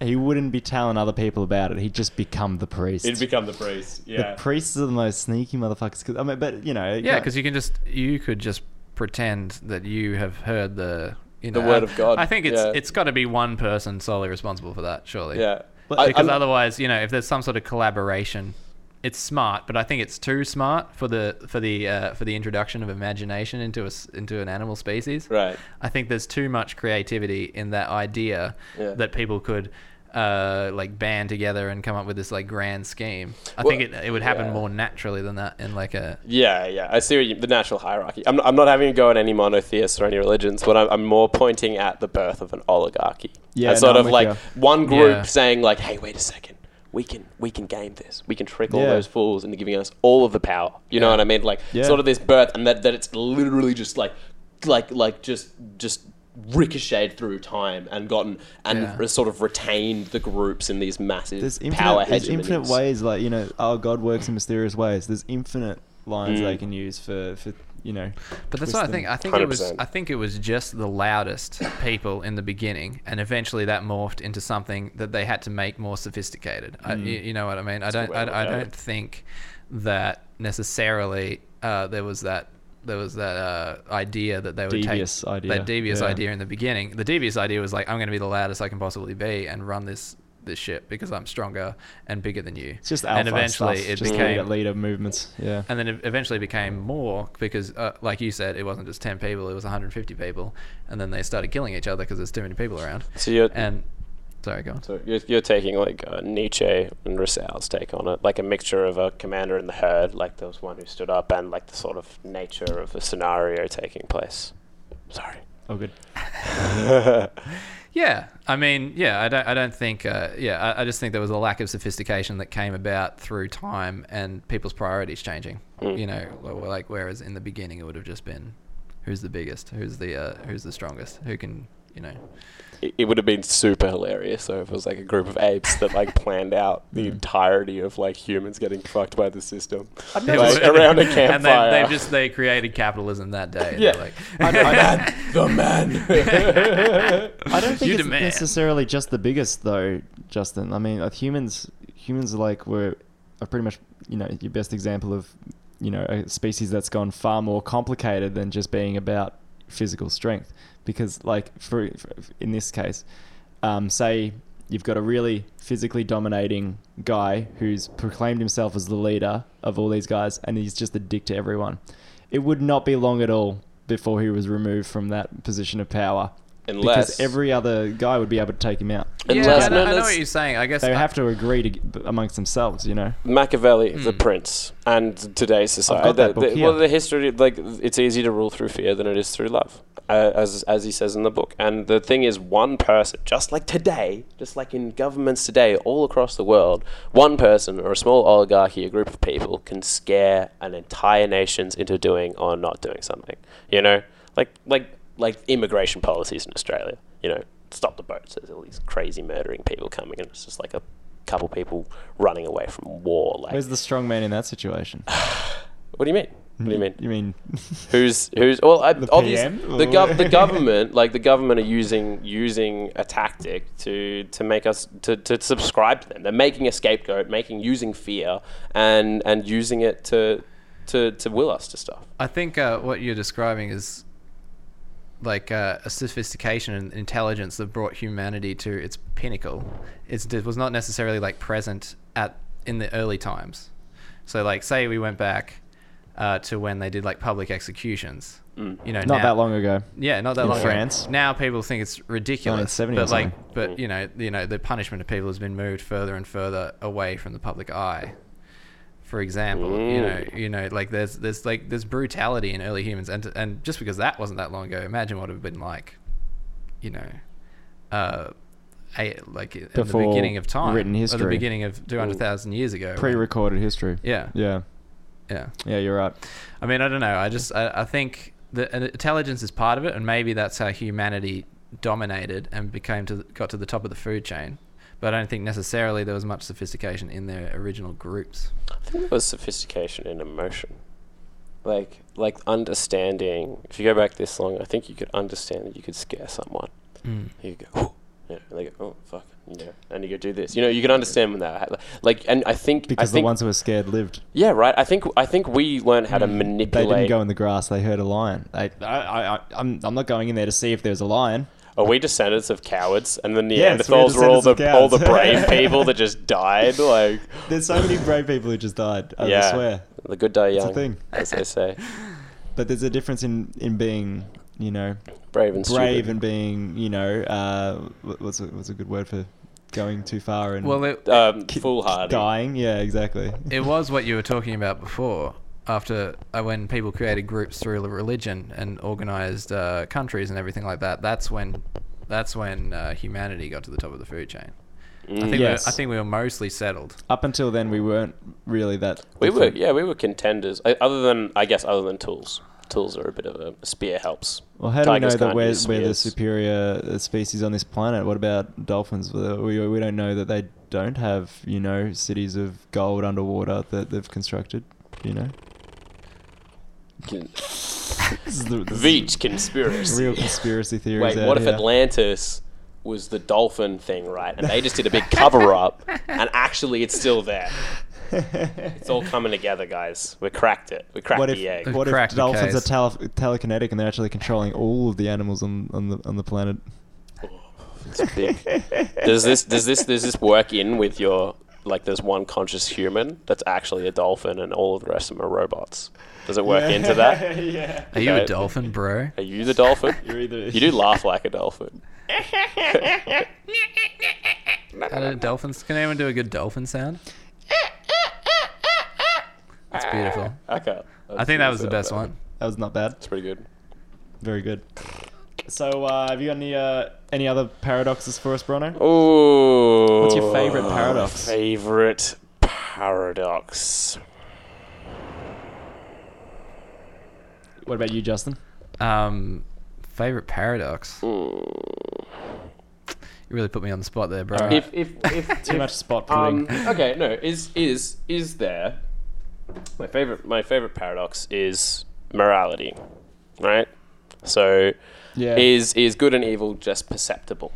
Speaker 5: he wouldn't be telling other people about it. He'd just become the priest.
Speaker 1: He'd become the priest. Yeah.
Speaker 5: The priests are the most sneaky motherfuckers. 'cause- I mean, but you know,
Speaker 6: Yeah, because you can just you could just pretend that you have heard the you know,
Speaker 7: word
Speaker 6: I-
Speaker 7: of God,
Speaker 6: I think it's
Speaker 7: yeah.
Speaker 6: it's got to be one person solely responsible for that, surely.
Speaker 5: I-
Speaker 6: because otherwise, you know, if there's some sort of collaboration, it's smart, but I think it's too smart for the for the uh, for the introduction of imagination into a s into an animal species.
Speaker 7: Right.
Speaker 6: I think there's too much creativity in that idea
Speaker 7: Yeah.
Speaker 6: that people could. Uh, like band together and come up with this like grand scheme. I
Speaker 7: Well,
Speaker 6: think it, it would happen
Speaker 7: yeah.
Speaker 6: more naturally than that in like a
Speaker 7: Yeah, yeah. I see what you, the natural hierarchy. I'm, I'm not having a go at any monotheists or any religions, but I'm, I'm more pointing at the birth of an oligarchy.
Speaker 5: Yeah,
Speaker 7: And sort
Speaker 5: no, I'm
Speaker 7: of
Speaker 5: with
Speaker 7: like
Speaker 5: ya.
Speaker 7: one group
Speaker 6: Yeah.
Speaker 7: saying like, "Hey, wait a second, we can we can game this. We can trick all
Speaker 5: Yeah.
Speaker 7: those fools into giving us all of the power." You know what I mean? Like
Speaker 5: Yeah.
Speaker 7: sort of this birth, and that, that it's literally just like like like just just ricocheted through time and gotten and
Speaker 6: Yeah.
Speaker 7: re- sort of retained the groups in these massive
Speaker 5: there's
Speaker 7: power
Speaker 5: infinite, there's infinite
Speaker 7: hegemonies.
Speaker 5: ways. Like you know, oh, God works in mysterious ways. There's infinite lines they can use for, for you know.
Speaker 6: But that's what I
Speaker 5: twisting.
Speaker 6: think. I think it was.
Speaker 7: 100%.
Speaker 6: I think it was just the loudest people in the beginning, and eventually that morphed into something that they had to make more sophisticated. I,
Speaker 5: Mm.
Speaker 6: you, you know what I mean? I don't.
Speaker 7: way to
Speaker 6: I, I
Speaker 7: look at
Speaker 6: don't
Speaker 7: it.
Speaker 6: think that necessarily uh, there was that. There was that uh, idea that they would
Speaker 5: Devious
Speaker 6: take
Speaker 5: idea,
Speaker 6: that devious
Speaker 5: yeah.
Speaker 6: idea in the beginning. The devious idea was like, I'm going to be the loudest I can possibly be and run this this ship because I'm stronger and bigger than you.
Speaker 5: It's just alpha
Speaker 6: and eventually
Speaker 5: stuff,
Speaker 6: it
Speaker 5: just
Speaker 6: became
Speaker 5: leader, leader movements. Yeah.
Speaker 6: and then it eventually became more because, uh, like you said, it wasn't just 10 people, it was 150 people. And then they started killing each other because there's too many people around.
Speaker 7: So you're,
Speaker 6: And sorry, go on.
Speaker 7: So you're, you're taking like uh, Nietzsche and Rousseau's take on it, like a mixture of a commander and the herd, like there was one who stood up, and like the sort of nature of the scenario taking place. Sorry.
Speaker 5: I Oh, good.
Speaker 6: Yeah, I mean, yeah, I don't, I don't think, uh, yeah, I, I just think there was a lack of sophistication that came about through time and people's priorities changing.
Speaker 7: Mm.
Speaker 6: You know, well, well, like whereas in the beginning it would have just been, who's the biggest, who's the, uh, who's the strongest, who can, you know,
Speaker 7: It, it would have been super hilarious though if it was like a group of apes that like planned out the entirety of like humans getting fucked by the system. Like, around a
Speaker 6: and they,
Speaker 7: campfire.
Speaker 6: they've just they created capitalism that day.
Speaker 7: Yeah.
Speaker 6: Yeah, like, <laughs>
Speaker 7: the man.
Speaker 5: I don't think
Speaker 6: You
Speaker 5: it's
Speaker 6: demand.
Speaker 5: necessarily just the biggest though, Justin. I mean, like humans, humans like were are pretty much you know your best example of you know a species that's gone far more complicated than just being about physical strength. Because like for, for in this case, um, say you've got a really physically dominating guy who's proclaimed himself as the leader of all these guys, and he's just a dick to everyone. It would not be long at all before he was removed from that position of power
Speaker 7: Unless
Speaker 5: because every other guy would be able to take him out.
Speaker 6: yeah,
Speaker 7: Unless-
Speaker 6: I know,
Speaker 7: no,
Speaker 6: I know
Speaker 7: that's-
Speaker 6: what you're saying. I guess
Speaker 5: They
Speaker 6: I-
Speaker 5: have to agree to, amongst themselves, you know.
Speaker 7: Machiavelli, the prince, and today's society.
Speaker 5: Hmm. got that
Speaker 7: the-
Speaker 5: book
Speaker 7: the-
Speaker 5: here.
Speaker 7: Well, the history, like, it's easier to rule through fear than it is through love, uh, as as he says in the book. And the thing is, one person, just like today, just like in governments today, all across the world, one person or a small oligarchy, a group of people, can scare an entire nation's into doing or not doing something. You know, like like like immigration policies in Australia. You know, stop the boats. There's all these crazy murdering people coming, and it's just like a couple people running away from war like
Speaker 5: Where's the strong man in that situation?
Speaker 7: <sighs> what do you mean? What do you mean?
Speaker 5: You mean
Speaker 7: <laughs> Who's who's? Well, I, the
Speaker 5: PM?
Speaker 7: the, gov- the government, like the government, are using using a tactic to to make us to, to subscribe to them. They're making a scapegoat, making using fear, and and using it to to to will us to stuff.
Speaker 6: I think uh, what you're describing is like uh, a sophistication and intelligence that brought humanity to its pinnacle. It's, it was not necessarily like present at in the early times. So like, say we went back uh, to when they did like public executions.
Speaker 7: Mm.
Speaker 6: You know,
Speaker 5: <laughs> not
Speaker 6: now-
Speaker 5: that long ago?
Speaker 6: Yeah, not that
Speaker 5: In
Speaker 6: long ago.
Speaker 5: France.
Speaker 6: Now people think it's ridiculous,
Speaker 5: 1970 or
Speaker 6: but like,
Speaker 5: something.
Speaker 6: but you know, you know, the punishment of people has been moved further and further away from the public eye. For example, you know, you know, like there's there's like there's brutality in early humans, and and just because that wasn't that long ago, imagine what it would have been like, you know, uh, a, like at the
Speaker 5: Before
Speaker 6: beginning of time,
Speaker 5: written
Speaker 6: or
Speaker 5: history.
Speaker 6: the beginning of two hundred thousand years ago, when-
Speaker 5: Pre-recorded history.
Speaker 6: yeah,
Speaker 5: Yeah,
Speaker 6: yeah.
Speaker 5: yeah, you're right.
Speaker 6: I mean, I don't know. I just I, I think the and intelligence is part of it, and maybe that's how humanity dominated and became to got to the top of the food chain. But I don't think necessarily there was much sophistication in their original groups.
Speaker 7: I think it was sophistication in emotion, like like understanding. If you go back this long, I think you could understand that you could scare someone.
Speaker 5: Hmm.
Speaker 7: you go, oh, yeah, and they go, oh, fuck, you know, and you go do this. You know, you can understand when that, ha- like, and I think
Speaker 5: Because
Speaker 7: I
Speaker 5: the
Speaker 7: think,
Speaker 5: ones who were scared lived.
Speaker 7: yeah, right. I think I think we learned how to
Speaker 5: Mm. They
Speaker 7: manipulate.
Speaker 5: didn't go in the grass. They heard a lion. They, I, I, I, I'm, I'm not going in there to see if there's a lion.
Speaker 7: Are we descendants of cowards? And the
Speaker 5: Yes, we're
Speaker 7: Neanderthals were all
Speaker 5: descendants
Speaker 7: the
Speaker 5: of
Speaker 7: all the brave
Speaker 5: cowards. <laughs>
Speaker 7: people that just died. Like,
Speaker 5: There's so many brave people who just died. I
Speaker 7: yeah,
Speaker 5: swear.
Speaker 7: the good die
Speaker 5: a
Speaker 7: young,
Speaker 5: thing.
Speaker 7: as they say,
Speaker 5: But there's a difference in in being, you know,
Speaker 7: brave and
Speaker 5: brave
Speaker 7: stupid.
Speaker 5: and being, you know, uh, wh- what's a, what's a good word for going too far and
Speaker 6: Well, it,
Speaker 7: um,
Speaker 5: ki-
Speaker 7: foolhardy.
Speaker 5: dying? Yeah, exactly.
Speaker 6: it was what you were talking about before. After uh, when people created groups through religion and organized uh, countries and everything like that, that's when that's when uh, humanity got to the top of the food chain. I think we were-
Speaker 5: Yes.
Speaker 6: I think we were mostly settled.
Speaker 5: <laughs> Up until then, we weren't really that.
Speaker 7: We were,
Speaker 5: different.
Speaker 7: yeah, we were contenders. I, other than, I guess, other than tools. Tools are a bit of a a spear helps.
Speaker 5: Well, how do we know
Speaker 7: Tigers
Speaker 5: that
Speaker 7: can't
Speaker 5: we're,
Speaker 7: use
Speaker 5: we're the
Speaker 7: spears.
Speaker 5: superior uh, species on this planet? What about dolphins? We, we we don't know that they don't have, you know, cities of gold underwater that they've constructed, you know? This is the, this is <laughs>
Speaker 7: Veach conspiracy.
Speaker 5: real conspiracy theories.
Speaker 7: Wait,
Speaker 5: out
Speaker 7: what if
Speaker 5: here.
Speaker 7: Atlantis was the dolphin thing, right? And they just did a
Speaker 5: <laughs>
Speaker 7: big cover up, and actually, it's still there.
Speaker 5: <laughs>
Speaker 7: It's all coming together, guys. We cracked it. We cracked
Speaker 5: What
Speaker 7: the egg.
Speaker 5: if, what if
Speaker 6: Crack the
Speaker 5: dolphins are
Speaker 6: case.
Speaker 5: tele- telekinetic and they're actually controlling all of the animals on, on the on the planet?
Speaker 7: It's Oh,
Speaker 5: <laughs>
Speaker 7: big. does this does this does this work in with your like? There's one conscious human that's actually a dolphin, and all of the rest of them are robots. Does it work into
Speaker 5: <laughs>
Speaker 7: that?
Speaker 6: Are you
Speaker 7: Okay.
Speaker 6: a dolphin, bro?
Speaker 7: Are you the dolphin?
Speaker 5: either-
Speaker 7: you
Speaker 5: <laughs>
Speaker 7: do laugh like a dolphin.
Speaker 6: Uh, dolphins. Can anyone do a good dolphin sound? That's beautiful.
Speaker 7: Okay.
Speaker 6: I think that was the best one.
Speaker 5: That was not bad.
Speaker 7: It's pretty good.
Speaker 5: Very good. So, uh, have you got any uh, any other paradoxes for us, Bruno?
Speaker 7: Ooh.
Speaker 5: What's your favorite paradox?
Speaker 7: Favorite paradox.
Speaker 5: What about you, Justin?
Speaker 6: Um, favorite paradox. You really put me on the spot there, bro.
Speaker 5: Alright.
Speaker 7: If if if
Speaker 5: <laughs> Too
Speaker 7: if-
Speaker 5: much spot
Speaker 7: Um,
Speaker 5: pulling.
Speaker 7: okay, no, is is is there? My favorite my favorite paradox is morality, right? So
Speaker 5: yeah.
Speaker 7: is is good and evil just perceptible?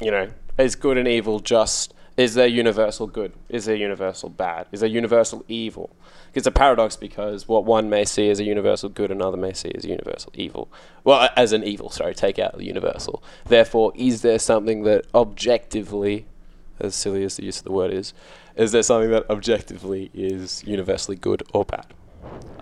Speaker 7: You know, is good and evil just is there universal good? Is there universal bad? Is there universal evil? It's a paradox because what one may see as a universal good, another may see as a universal evil. Well, as an evil, sorry, take out the universal. Therefore, is there something that objectively, as silly as the use of the word is, is there something that objectively is universally good or bad?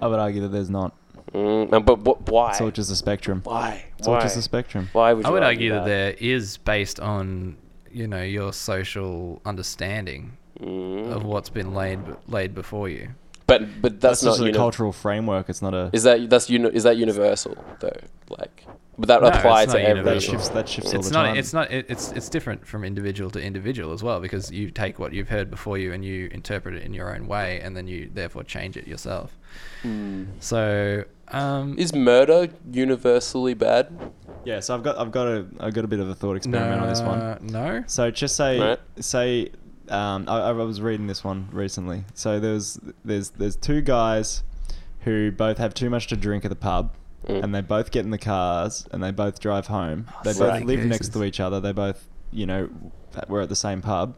Speaker 5: I would argue that there's not.
Speaker 7: Mm, and but what, why?
Speaker 5: It's all just a spectrum.
Speaker 7: why?
Speaker 5: It's all
Speaker 7: Why?
Speaker 5: just a spectrum.
Speaker 7: Why would
Speaker 6: I
Speaker 7: you
Speaker 6: would argue
Speaker 7: that?
Speaker 6: that there is based on you know your social understanding of what's been laid laid before you.
Speaker 7: But but that's,
Speaker 5: That's,
Speaker 7: not
Speaker 5: just a
Speaker 7: uni-
Speaker 5: cultural framework. It's not a.
Speaker 7: Is that that's uni- is that universal though? Like, but that
Speaker 6: No,
Speaker 7: applies
Speaker 6: it's
Speaker 7: to
Speaker 6: not
Speaker 5: that
Speaker 6: universal.
Speaker 7: everything.
Speaker 5: shifts. That shifts all
Speaker 6: It's
Speaker 5: the
Speaker 6: not.
Speaker 5: time.
Speaker 6: It's not. It, it's it's different from individual to individual as well because you take what you've heard before you and you interpret it in your own way and then you therefore change it yourself.
Speaker 7: Hmm.
Speaker 6: So um,
Speaker 7: Is murder universally bad?
Speaker 5: Yeah. So I've got. I've got a. I've got a bit of a thought
Speaker 6: no,
Speaker 5: experiment on this one.
Speaker 6: no.
Speaker 5: So just say
Speaker 7: Right.
Speaker 5: say um, I, I was reading this one recently. So there's there's there's two guys who both have too much to drink at the pub, and they both get in the cars and they both drive home.
Speaker 6: Oh,
Speaker 5: They both
Speaker 7: Right.
Speaker 5: live next to
Speaker 6: Jesus.
Speaker 5: each other. They both you know were at the same pub,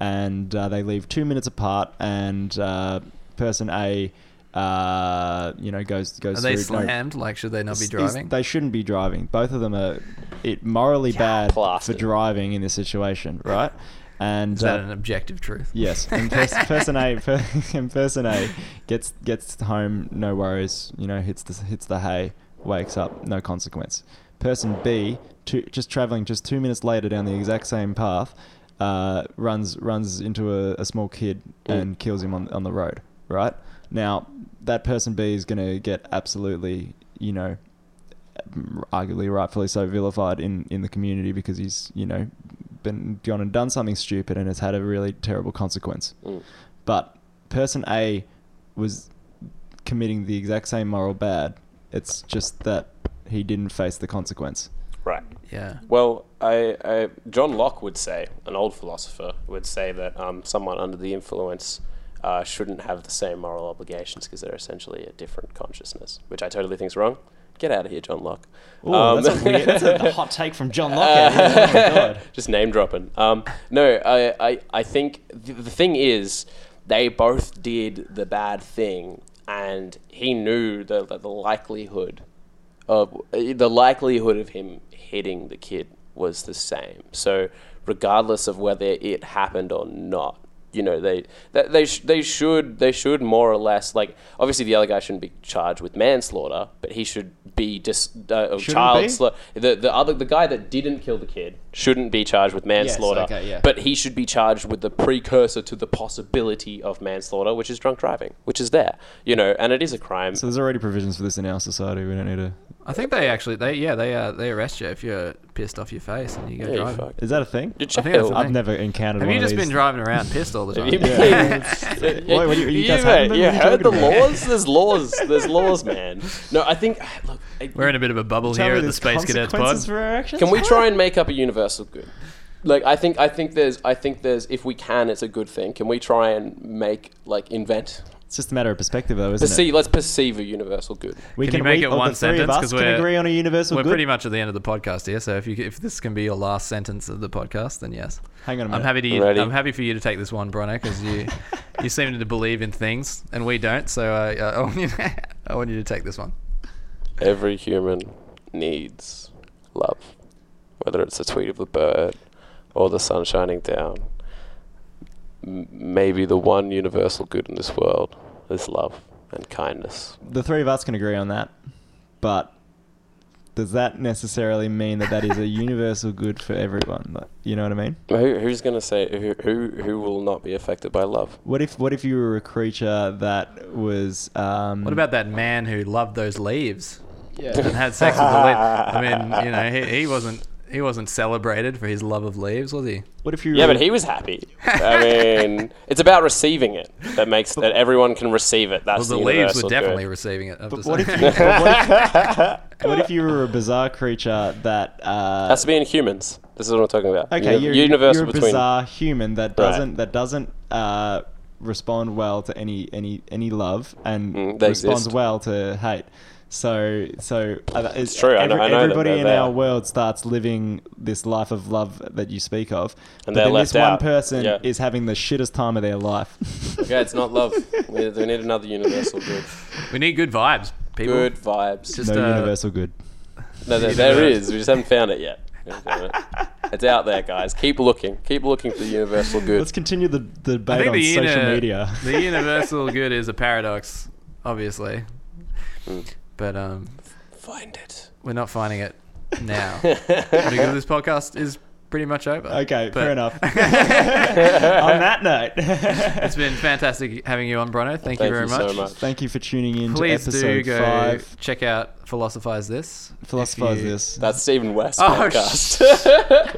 Speaker 5: and uh, they leave two minutes apart. And uh, person A, uh, you know, goes goes.
Speaker 6: Are they
Speaker 5: through, no,
Speaker 6: slammed? Like, should they not be
Speaker 5: is- is-
Speaker 6: driving?
Speaker 5: they shouldn't be driving. Both of them are it morally bad
Speaker 7: plastered.
Speaker 5: for driving in this situation, right? And
Speaker 6: Is that
Speaker 5: uh,
Speaker 6: an objective truth?
Speaker 5: yes,
Speaker 6: <laughs>
Speaker 5: and pers- person A, per- <laughs> and person A gets gets home, no worries, you know, hits the hits the hay, wakes up, no consequence. Person B, two, just traveling just two minutes later down the exact same path, uh, runs runs into a, a small kid and kills him on on the road. Right now, that person B is gonna get absolutely, you know, arguably rightfully so vilified in, in the community because he's you know been gone and done something stupid and has had a really terrible consequence.
Speaker 7: Mm.
Speaker 5: But person A was committing the exact same moral bad. It's just that he didn't face the consequence.
Speaker 7: Right.
Speaker 6: Yeah.
Speaker 7: Well, I, I John Locke would say, an old philosopher would say that um, someone under the influence uh, shouldn't have the same moral obligations because they're essentially a different consciousness, which I totally think's wrong. Get out of here, John Locke.
Speaker 5: Oh,
Speaker 7: Um, Uh,
Speaker 5: that's a weird. That's
Speaker 7: <laughs>
Speaker 5: a hot take from John Locke. out here. oh my god.
Speaker 7: just name dropping. Um, no, I, I, I think th- the thing is, they both did the bad thing, and he knew the, the, the likelihood of the likelihood of him hitting the kid was the same. So, regardless of whether it happened or not, you know they that they sh- they should they should more or less like obviously the other guy shouldn't be charged with manslaughter, but he should be dis- uh, of
Speaker 5: Shouldn't
Speaker 7: child
Speaker 5: be?
Speaker 7: sla- the the other the guy that didn't kill the kid shouldn't be charged with manslaughter.
Speaker 5: okay, yeah.
Speaker 7: But he should be charged with the precursor to the possibility of manslaughter, which is drunk driving, which is there, you know, and it is a crime.
Speaker 5: So there's already provisions for this in our society. We don't need to.
Speaker 6: I think they actually they yeah they uh, they arrest you if you're pissed off your face and you go
Speaker 7: Yeah, you
Speaker 6: driving.
Speaker 7: fuck.
Speaker 5: Is that a thing?
Speaker 7: You're
Speaker 6: I think that's
Speaker 7: chill.
Speaker 6: a
Speaker 5: I've never encountered.
Speaker 6: Have
Speaker 5: one
Speaker 6: you
Speaker 5: of
Speaker 6: just
Speaker 5: these.
Speaker 6: been driving around pissed all the time?
Speaker 5: <laughs>
Speaker 7: You-
Speaker 5: Wait, what do you- you guys haven't
Speaker 7: mate,
Speaker 5: been?
Speaker 7: you
Speaker 5: What are you
Speaker 7: heard the
Speaker 5: talking about?
Speaker 7: laws? There's laws. There's laws, man. No, I think. Look, I-
Speaker 6: We're in a bit of a bubble
Speaker 5: Tell
Speaker 6: here
Speaker 5: me
Speaker 6: at the
Speaker 5: there's
Speaker 6: Space Cadets
Speaker 5: consequences
Speaker 6: Pod.
Speaker 5: for our actions?
Speaker 7: Can we try and make up a universal good? Like I think I think there's I think there's if we can it's a good thing. Can we try and make like invent?
Speaker 5: It's just a matter of perspective, though, isn't it?
Speaker 7: Perceive, let's perceive a universal good.
Speaker 5: We
Speaker 6: Can you make
Speaker 5: we-
Speaker 6: it
Speaker 5: of the
Speaker 6: one
Speaker 5: three of
Speaker 6: sentence?
Speaker 5: us
Speaker 6: 'Cause
Speaker 5: can
Speaker 6: we're-
Speaker 5: agree on a universal
Speaker 6: We're
Speaker 5: good.
Speaker 6: pretty much at the end of the podcast here, so if you if this can be your last sentence of the podcast, then yes.
Speaker 5: Hang on a minute.
Speaker 6: I'm happy to
Speaker 7: Ready?
Speaker 6: I'm happy for you to take this one, Bruno, because you
Speaker 5: <laughs>
Speaker 6: you seem to believe in things and we don't. So uh, uh, I, want you I want you to take this one.
Speaker 7: Every human needs love, whether it's the tweet of the bird or the sun shining down. M- maybe the one universal good in this world is love and kindness.
Speaker 5: the three of us can agree on that, but does that necessarily mean that that is a
Speaker 6: <laughs>
Speaker 5: universal good for everyone? Like, You know what I mean?
Speaker 7: Who, who's gonna say who, who who will not be affected by love?
Speaker 5: What if what if you were a creature that was um,
Speaker 6: What about that man who loved those leaves?
Speaker 5: Yeah.
Speaker 6: and <laughs> had sex with the leaves. I mean, you know, he, he wasn't he wasn't celebrated for his love of leaves, was he?
Speaker 5: What if you?
Speaker 2: Yeah, but he was happy. I mean, it's about receiving it that makes that everyone can receive it. That's
Speaker 6: Well,
Speaker 2: the,
Speaker 6: the, leaves
Speaker 2: universal
Speaker 6: were
Speaker 2: good.
Speaker 6: definitely receiving it. I have
Speaker 5: But
Speaker 6: to
Speaker 5: what
Speaker 6: say.
Speaker 5: if you? but
Speaker 2: <laughs>
Speaker 5: what, if, what if you were a bizarre creature that? Uh,
Speaker 2: That's being humans. This is what I'm talking about.
Speaker 5: okay,
Speaker 2: Uni-
Speaker 5: you're,
Speaker 2: universal
Speaker 5: you're a
Speaker 2: between.
Speaker 5: bizarre human that
Speaker 2: Right.
Speaker 5: doesn't that doesn't uh, respond well to any any any love and
Speaker 2: Mm, they
Speaker 5: responds
Speaker 2: exist.
Speaker 5: well to hate. So so uh, it's
Speaker 2: true, I know- I know that
Speaker 5: everybody
Speaker 2: they're
Speaker 5: in
Speaker 2: there.
Speaker 5: our world starts living this life of love that you speak of,
Speaker 2: And
Speaker 5: but
Speaker 2: they're
Speaker 5: then
Speaker 2: left
Speaker 5: this one
Speaker 2: out.
Speaker 5: person
Speaker 2: Yeah.
Speaker 5: is having the shittest time of their life.
Speaker 2: Okay, it's not
Speaker 5: <laughs>
Speaker 2: love. we, we need another universal good.
Speaker 6: <laughs> we need good vibes, people.
Speaker 2: Good vibes.
Speaker 6: Just
Speaker 5: no
Speaker 6: uh,
Speaker 5: universal good.
Speaker 2: no, there, there is. We just haven't found it yet. <laughs> We haven't found it. It's out there, guys. Keep looking. Keep looking for the universal good.
Speaker 5: Let's continue the, the debate
Speaker 6: I think
Speaker 5: on
Speaker 6: the,
Speaker 5: social
Speaker 6: uni-
Speaker 5: media. <laughs>
Speaker 6: the universal good is a paradox, obviously,
Speaker 5: Mm.
Speaker 6: but um,
Speaker 2: find it.
Speaker 6: we're not finding it
Speaker 5: <laughs>
Speaker 6: now because
Speaker 2: <laughs>
Speaker 6: this podcast is pretty much over.
Speaker 5: okay,
Speaker 6: But
Speaker 5: fair
Speaker 6: <laughs>
Speaker 5: enough. <laughs> on that note,
Speaker 6: It's been fantastic having you on, Bruno. Thank,
Speaker 2: Thank
Speaker 6: you very
Speaker 2: you
Speaker 6: much.
Speaker 2: so much.
Speaker 5: thank you for tuning in
Speaker 6: Please
Speaker 5: to
Speaker 6: do
Speaker 5: episode
Speaker 6: go
Speaker 5: five.
Speaker 6: check out Philosophize This. if
Speaker 5: Philosophize
Speaker 6: you-
Speaker 5: this.
Speaker 2: That's Stephen West
Speaker 6: Oh,
Speaker 2: <laughs> podcast.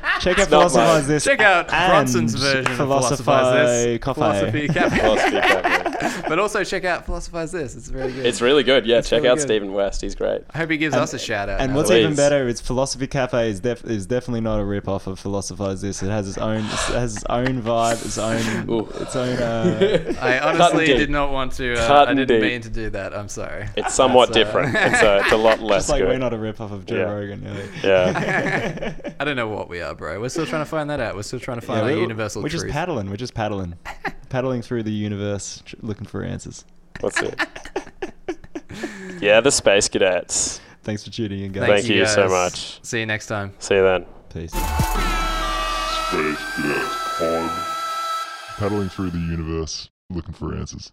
Speaker 5: <laughs> Check out
Speaker 2: not mine.
Speaker 5: philosophize this.
Speaker 6: Check out
Speaker 5: and
Speaker 6: Bronson's version of Philosophize This.
Speaker 5: Coffee.
Speaker 2: <laughs>
Speaker 6: Philosophy
Speaker 2: Philosophy
Speaker 6: Cafe.
Speaker 2: Cafe.
Speaker 6: but also check out Philosophize This. It's very good.
Speaker 2: it's really good. Yeah,
Speaker 6: It's
Speaker 2: check
Speaker 6: really
Speaker 2: out
Speaker 6: good.
Speaker 2: Stephen West. He's great.
Speaker 6: I hope he gives
Speaker 5: And-
Speaker 6: us a shout out.
Speaker 5: And
Speaker 6: now.
Speaker 5: what's
Speaker 2: Please.
Speaker 5: even better is Philosophy Cafe is def- is definitely not a rip off of Philosophize This. It has its own it has its own vibe, its own
Speaker 2: Ooh.
Speaker 5: its own. Uh,
Speaker 6: <laughs>
Speaker 2: <laughs>
Speaker 6: I
Speaker 2: Cut
Speaker 6: honestly
Speaker 2: and deep.
Speaker 6: did not want to. Uh,
Speaker 2: Cut
Speaker 6: I
Speaker 2: and
Speaker 6: didn't
Speaker 2: deep.
Speaker 6: mean to do that. I'm sorry.
Speaker 2: It's somewhat
Speaker 6: That's, uh,
Speaker 2: different. It's, uh, it's a lot less
Speaker 5: it's like
Speaker 2: good.
Speaker 5: we're not a rip off of Joe
Speaker 2: Yeah.
Speaker 5: Rogan. Really. <laughs>
Speaker 2: Yeah.
Speaker 6: <laughs> I don't know what we are, bro. We're still trying to find that out. We're still trying to find
Speaker 5: we're,
Speaker 6: our universal
Speaker 5: we're
Speaker 6: truth.
Speaker 5: just paddling. We're just
Speaker 6: <laughs>
Speaker 5: paddling, paddling through the universe, tr- looking for answers.
Speaker 2: That's
Speaker 6: <laughs>
Speaker 2: it. Yeah, the Space Cadets.
Speaker 5: Thanks for tuning in, guys.
Speaker 6: Thanks,
Speaker 2: Thank you so
Speaker 6: guys.
Speaker 2: much.
Speaker 6: See you next time.
Speaker 2: See you then.
Speaker 5: Peace.
Speaker 4: Space Cadet Con. Pedaling through the universe, looking for answers.